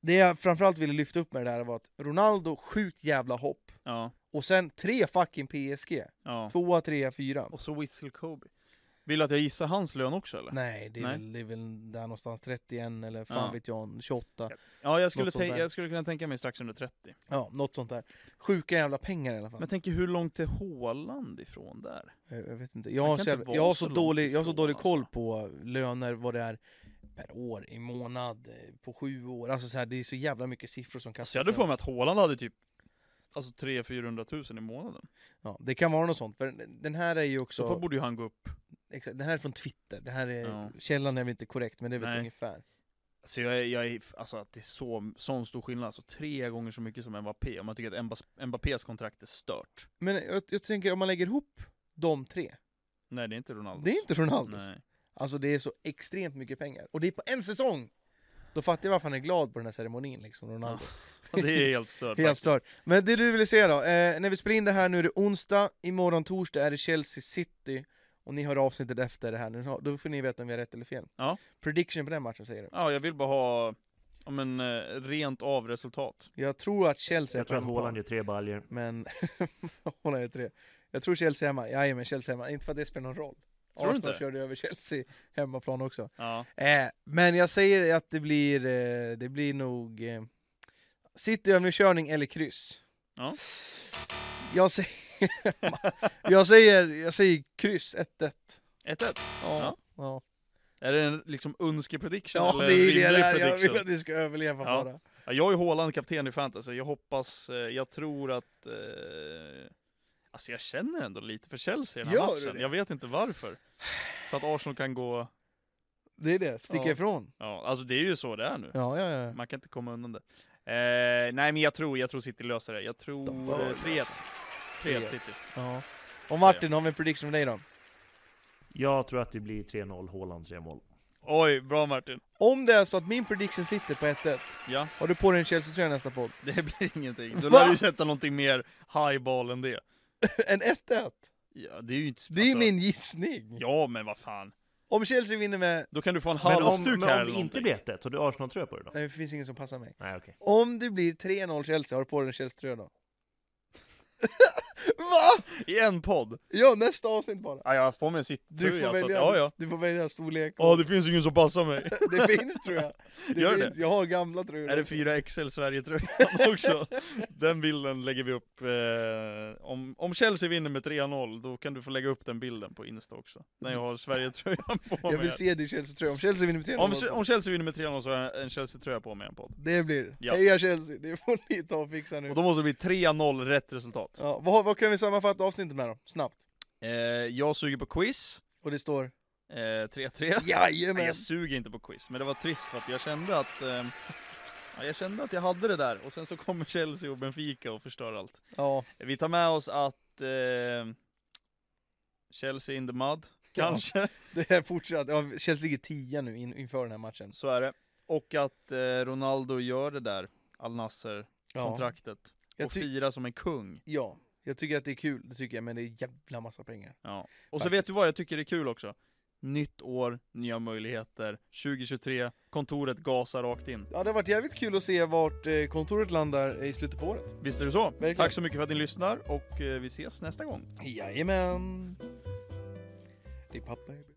Speaker 1: det jag framförallt ville lyfta upp med det där var att Ronaldo, sjukt jävla hopp.
Speaker 2: Ja.
Speaker 1: Och sen tre fucking PSG.
Speaker 2: ja.
Speaker 1: Tvåa, trea, fyra.
Speaker 2: Och så Whistle Kobe. Vill du att jag gissar hans lön också eller?
Speaker 1: Nej, det är,
Speaker 2: Nej.
Speaker 1: Väl, det är väl där någonstans 31 eller fan
Speaker 2: Ja.
Speaker 1: vet jag, 28. Ja.
Speaker 2: Ja, jag skulle,
Speaker 1: Något sånt
Speaker 2: tän-
Speaker 1: där.
Speaker 2: jag skulle kunna tänka mig strax under 30.
Speaker 1: något sånt där. Sjuka jävla pengar i alla
Speaker 2: Men
Speaker 1: fall.
Speaker 2: jag tänker, hur långt är Haaland ifrån där? Alltså,
Speaker 1: Eh, Jag, jag vet inte. Jag
Speaker 2: Man
Speaker 1: har
Speaker 2: kan
Speaker 1: så,
Speaker 2: inte
Speaker 1: jävla,
Speaker 2: vara
Speaker 1: jag har
Speaker 2: så
Speaker 1: så,
Speaker 2: långt
Speaker 1: dålig, jag har så
Speaker 2: ifrån,
Speaker 1: dålig
Speaker 2: alltså.
Speaker 1: koll på löner, vad det är per år, i månad, eh, på sju år. Alltså så här, det är så jävla mycket siffror som kastas.
Speaker 2: Alltså, jag hade
Speaker 1: där.
Speaker 2: för mig att Haaland hade typ Alltså 300-400 tusen i månaden.
Speaker 1: ja, det kan vara något sånt. För den- den här är ju
Speaker 2: Så,
Speaker 1: också,
Speaker 2: får borde ju han gå upp.
Speaker 1: exakt, den här är från Twitter. Det här är,
Speaker 2: Ja.
Speaker 1: Källan är väl inte korrekt, men det är väl
Speaker 2: Nej.
Speaker 1: ungefär.
Speaker 2: Alltså jag, är- jag är, alltså att det är så, sån stor skillnad, alltså tre gånger så mycket som Mbappé, om man tycker att Mbas- Mbappés kontrakt är stört.
Speaker 1: Men jag, jag tänker om man lägger ihop de tre,
Speaker 2: Nej det är inte Ronaldo.
Speaker 1: det är inte Ronaldos.
Speaker 2: Nej.
Speaker 1: Alltså det är så extremt mycket pengar. Och det är på en säsong! Då fattar jag varför han är glad på den här ceremonin liksom, Ronaldo.
Speaker 2: Det är helt stört
Speaker 1: Helt
Speaker 2: faktiskt.
Speaker 1: stört. Men det du ville se då, eh, när vi spelar in det här nu är det onsdag, imorgon torsdag är det Chelsea City, och ni hör avsnittet efter det här, nu, har- då får ni veta om vi har rätt eller fel.
Speaker 2: Ja.
Speaker 1: Prediction på den matchen säger du.
Speaker 2: Ja, jag vill bara ha, ja men eh, rent av resultat.
Speaker 1: Jag tror att Chelsea är
Speaker 3: jag tror att
Speaker 1: hemmaplan,
Speaker 3: Haaland gör tre baljer.
Speaker 1: Men, Haaland är tre. Jag tror Chelsea är hemma, jajamän Chelsea är hemma, inte för att det spelar någon roll.
Speaker 2: Tror du
Speaker 1: Arsenal
Speaker 2: inte?
Speaker 1: körde över Chelsea hemmaplan också.
Speaker 2: Ja.
Speaker 1: Eh, men jag säger att det blir, eh, det blir nog eh, city övningskörning eller kryss.
Speaker 2: Ja.
Speaker 1: Jag säger, jag säger, jag säger kryss 1-1.
Speaker 2: 1-1.
Speaker 1: Ja.
Speaker 2: Ja.
Speaker 1: Ja.
Speaker 2: Är det en liksom önske-prediction
Speaker 1: ja,
Speaker 2: eller
Speaker 1: det är
Speaker 2: rimlig
Speaker 1: det där. Jag
Speaker 2: prediction?
Speaker 1: vill att du ska överleva
Speaker 2: Ja.
Speaker 1: bara.
Speaker 2: Ja, jag är Haaland kapten i fantasy, jag hoppas, eh, jag tror att eh, Alltså jag känner ändå lite för Chelsea i den här
Speaker 1: Gör du
Speaker 2: matchen,
Speaker 1: det?
Speaker 2: jag vet inte varför. För att Arsenal kan gå,
Speaker 1: Det är det, sticka
Speaker 2: Ja.
Speaker 1: ifrån.
Speaker 2: ja alltså det är ju så det är nu.
Speaker 1: Ja, ja, ja.
Speaker 2: Man kan inte komma undan det. Eh, nej men jag tror, jag tror City löser det. Jag tror
Speaker 1: De bör
Speaker 2: eh, 3-1. 3-1
Speaker 1: 3-1.
Speaker 2: City.
Speaker 1: ja. Och Martin, har vi en prediction med dig då?
Speaker 3: Jag tror att det blir 3-0, Haaland tre mål.
Speaker 2: Oj, bra Martin.
Speaker 1: Om det är så att min prediction sitter på 1-1,
Speaker 2: Ja,
Speaker 1: har du på dig en Chelsea-tröja nästa podd?
Speaker 2: det blir ingenting. Du
Speaker 1: Va?
Speaker 2: lär ju sätta någonting mer highball än det.
Speaker 1: en 1-1?
Speaker 2: Ja, det är ju inte...
Speaker 1: Det är ju
Speaker 2: alltså,
Speaker 1: min gissning!
Speaker 2: Ja, men vad fan.
Speaker 1: Om Chelsea vinner med...
Speaker 2: Då kan du få en
Speaker 3: Men om,
Speaker 2: halvstuk
Speaker 3: men om
Speaker 2: här
Speaker 3: det
Speaker 2: eller
Speaker 3: inte
Speaker 2: någonting.
Speaker 3: blir 1-1, har du Arsenal-tröja på dig då?
Speaker 1: Nej, det finns ingen som passar mig.
Speaker 3: Nej okej.
Speaker 1: Om det blir 3-0 Chelsea, har du på dig en Chelsea-tröja då? Va?
Speaker 2: I en podd.
Speaker 1: Ja, nästa avsnitt bara!
Speaker 2: Ja, jag har haft på mig en City-tröja.
Speaker 1: Du får,
Speaker 2: så att-
Speaker 1: välja,
Speaker 2: Ja, ja.
Speaker 1: du får välja storlek.
Speaker 2: Ja, det finns ingen som passar mig.
Speaker 1: Det finns tror jag. Det
Speaker 2: Gör
Speaker 1: finns. Jag har gamla tröjor.
Speaker 2: Är det 4XL Sverige-tröjan också? Den bilden lägger vi upp. Eh, om, om Chelsea vinner med 3-0, då kan du få lägga upp den bilden på Insta också. När jag har Sverige-tröjan på
Speaker 1: Jag
Speaker 2: mig.
Speaker 1: vill se dig i Chelsea-tröja. Om Chelsea vinner med 3-0.
Speaker 2: Om, om Chelsea vinner med 3-0 så har jag en Chelsea-tröja på mig i en podd.
Speaker 1: Det blir det.
Speaker 2: Ja.
Speaker 1: Heja Chelsea, det får ni ta och fixa nu.
Speaker 2: Och då måste det bli 3-0 rätt resultat.
Speaker 1: Ja, vad, vad kan vi sammanfatta avsnittet med då? Snabbt.
Speaker 2: Eh, jag suger på quiz.
Speaker 1: Och det står...
Speaker 2: Eh, 3-3. Nej,
Speaker 1: Jajamän!
Speaker 2: jag suger inte på quiz, men det var trist för att jag kände att ehm, Ja, jag kände att jag hade det där, och sen så kommer Chelsea och Benfica och förstör allt.
Speaker 1: Ja.
Speaker 2: Vi tar med oss att eh, Chelsea in the mud, kanske.
Speaker 1: Det här fortsatt. Ja, Chelsea ligger 10 nu in, inför den här matchen.
Speaker 2: Så är det. Och att eh, Ronaldo gör det där, Al
Speaker 1: Ja.
Speaker 2: Nasser-kontraktet.
Speaker 1: Jag
Speaker 2: Och
Speaker 1: ty-
Speaker 2: firar som en kung.
Speaker 1: Ja, jag tycker att det är kul, det tycker jag, men det är jävla massa pengar.
Speaker 2: Ja. Och så
Speaker 1: Faktiskt.
Speaker 2: vet du vad jag tycker är kul också? Nytt år, nya möjligheter. 2023, kontoret gasar rakt in.
Speaker 1: Ja, det har varit jävligt kul att se vart eh, kontoret landar i slutet på året.
Speaker 2: Visst är det så?
Speaker 1: Verkligen.
Speaker 2: Tack så mycket för att ni lyssnar och eh, vi ses nästa gång.
Speaker 1: Jajamän! Det är pappa, baby.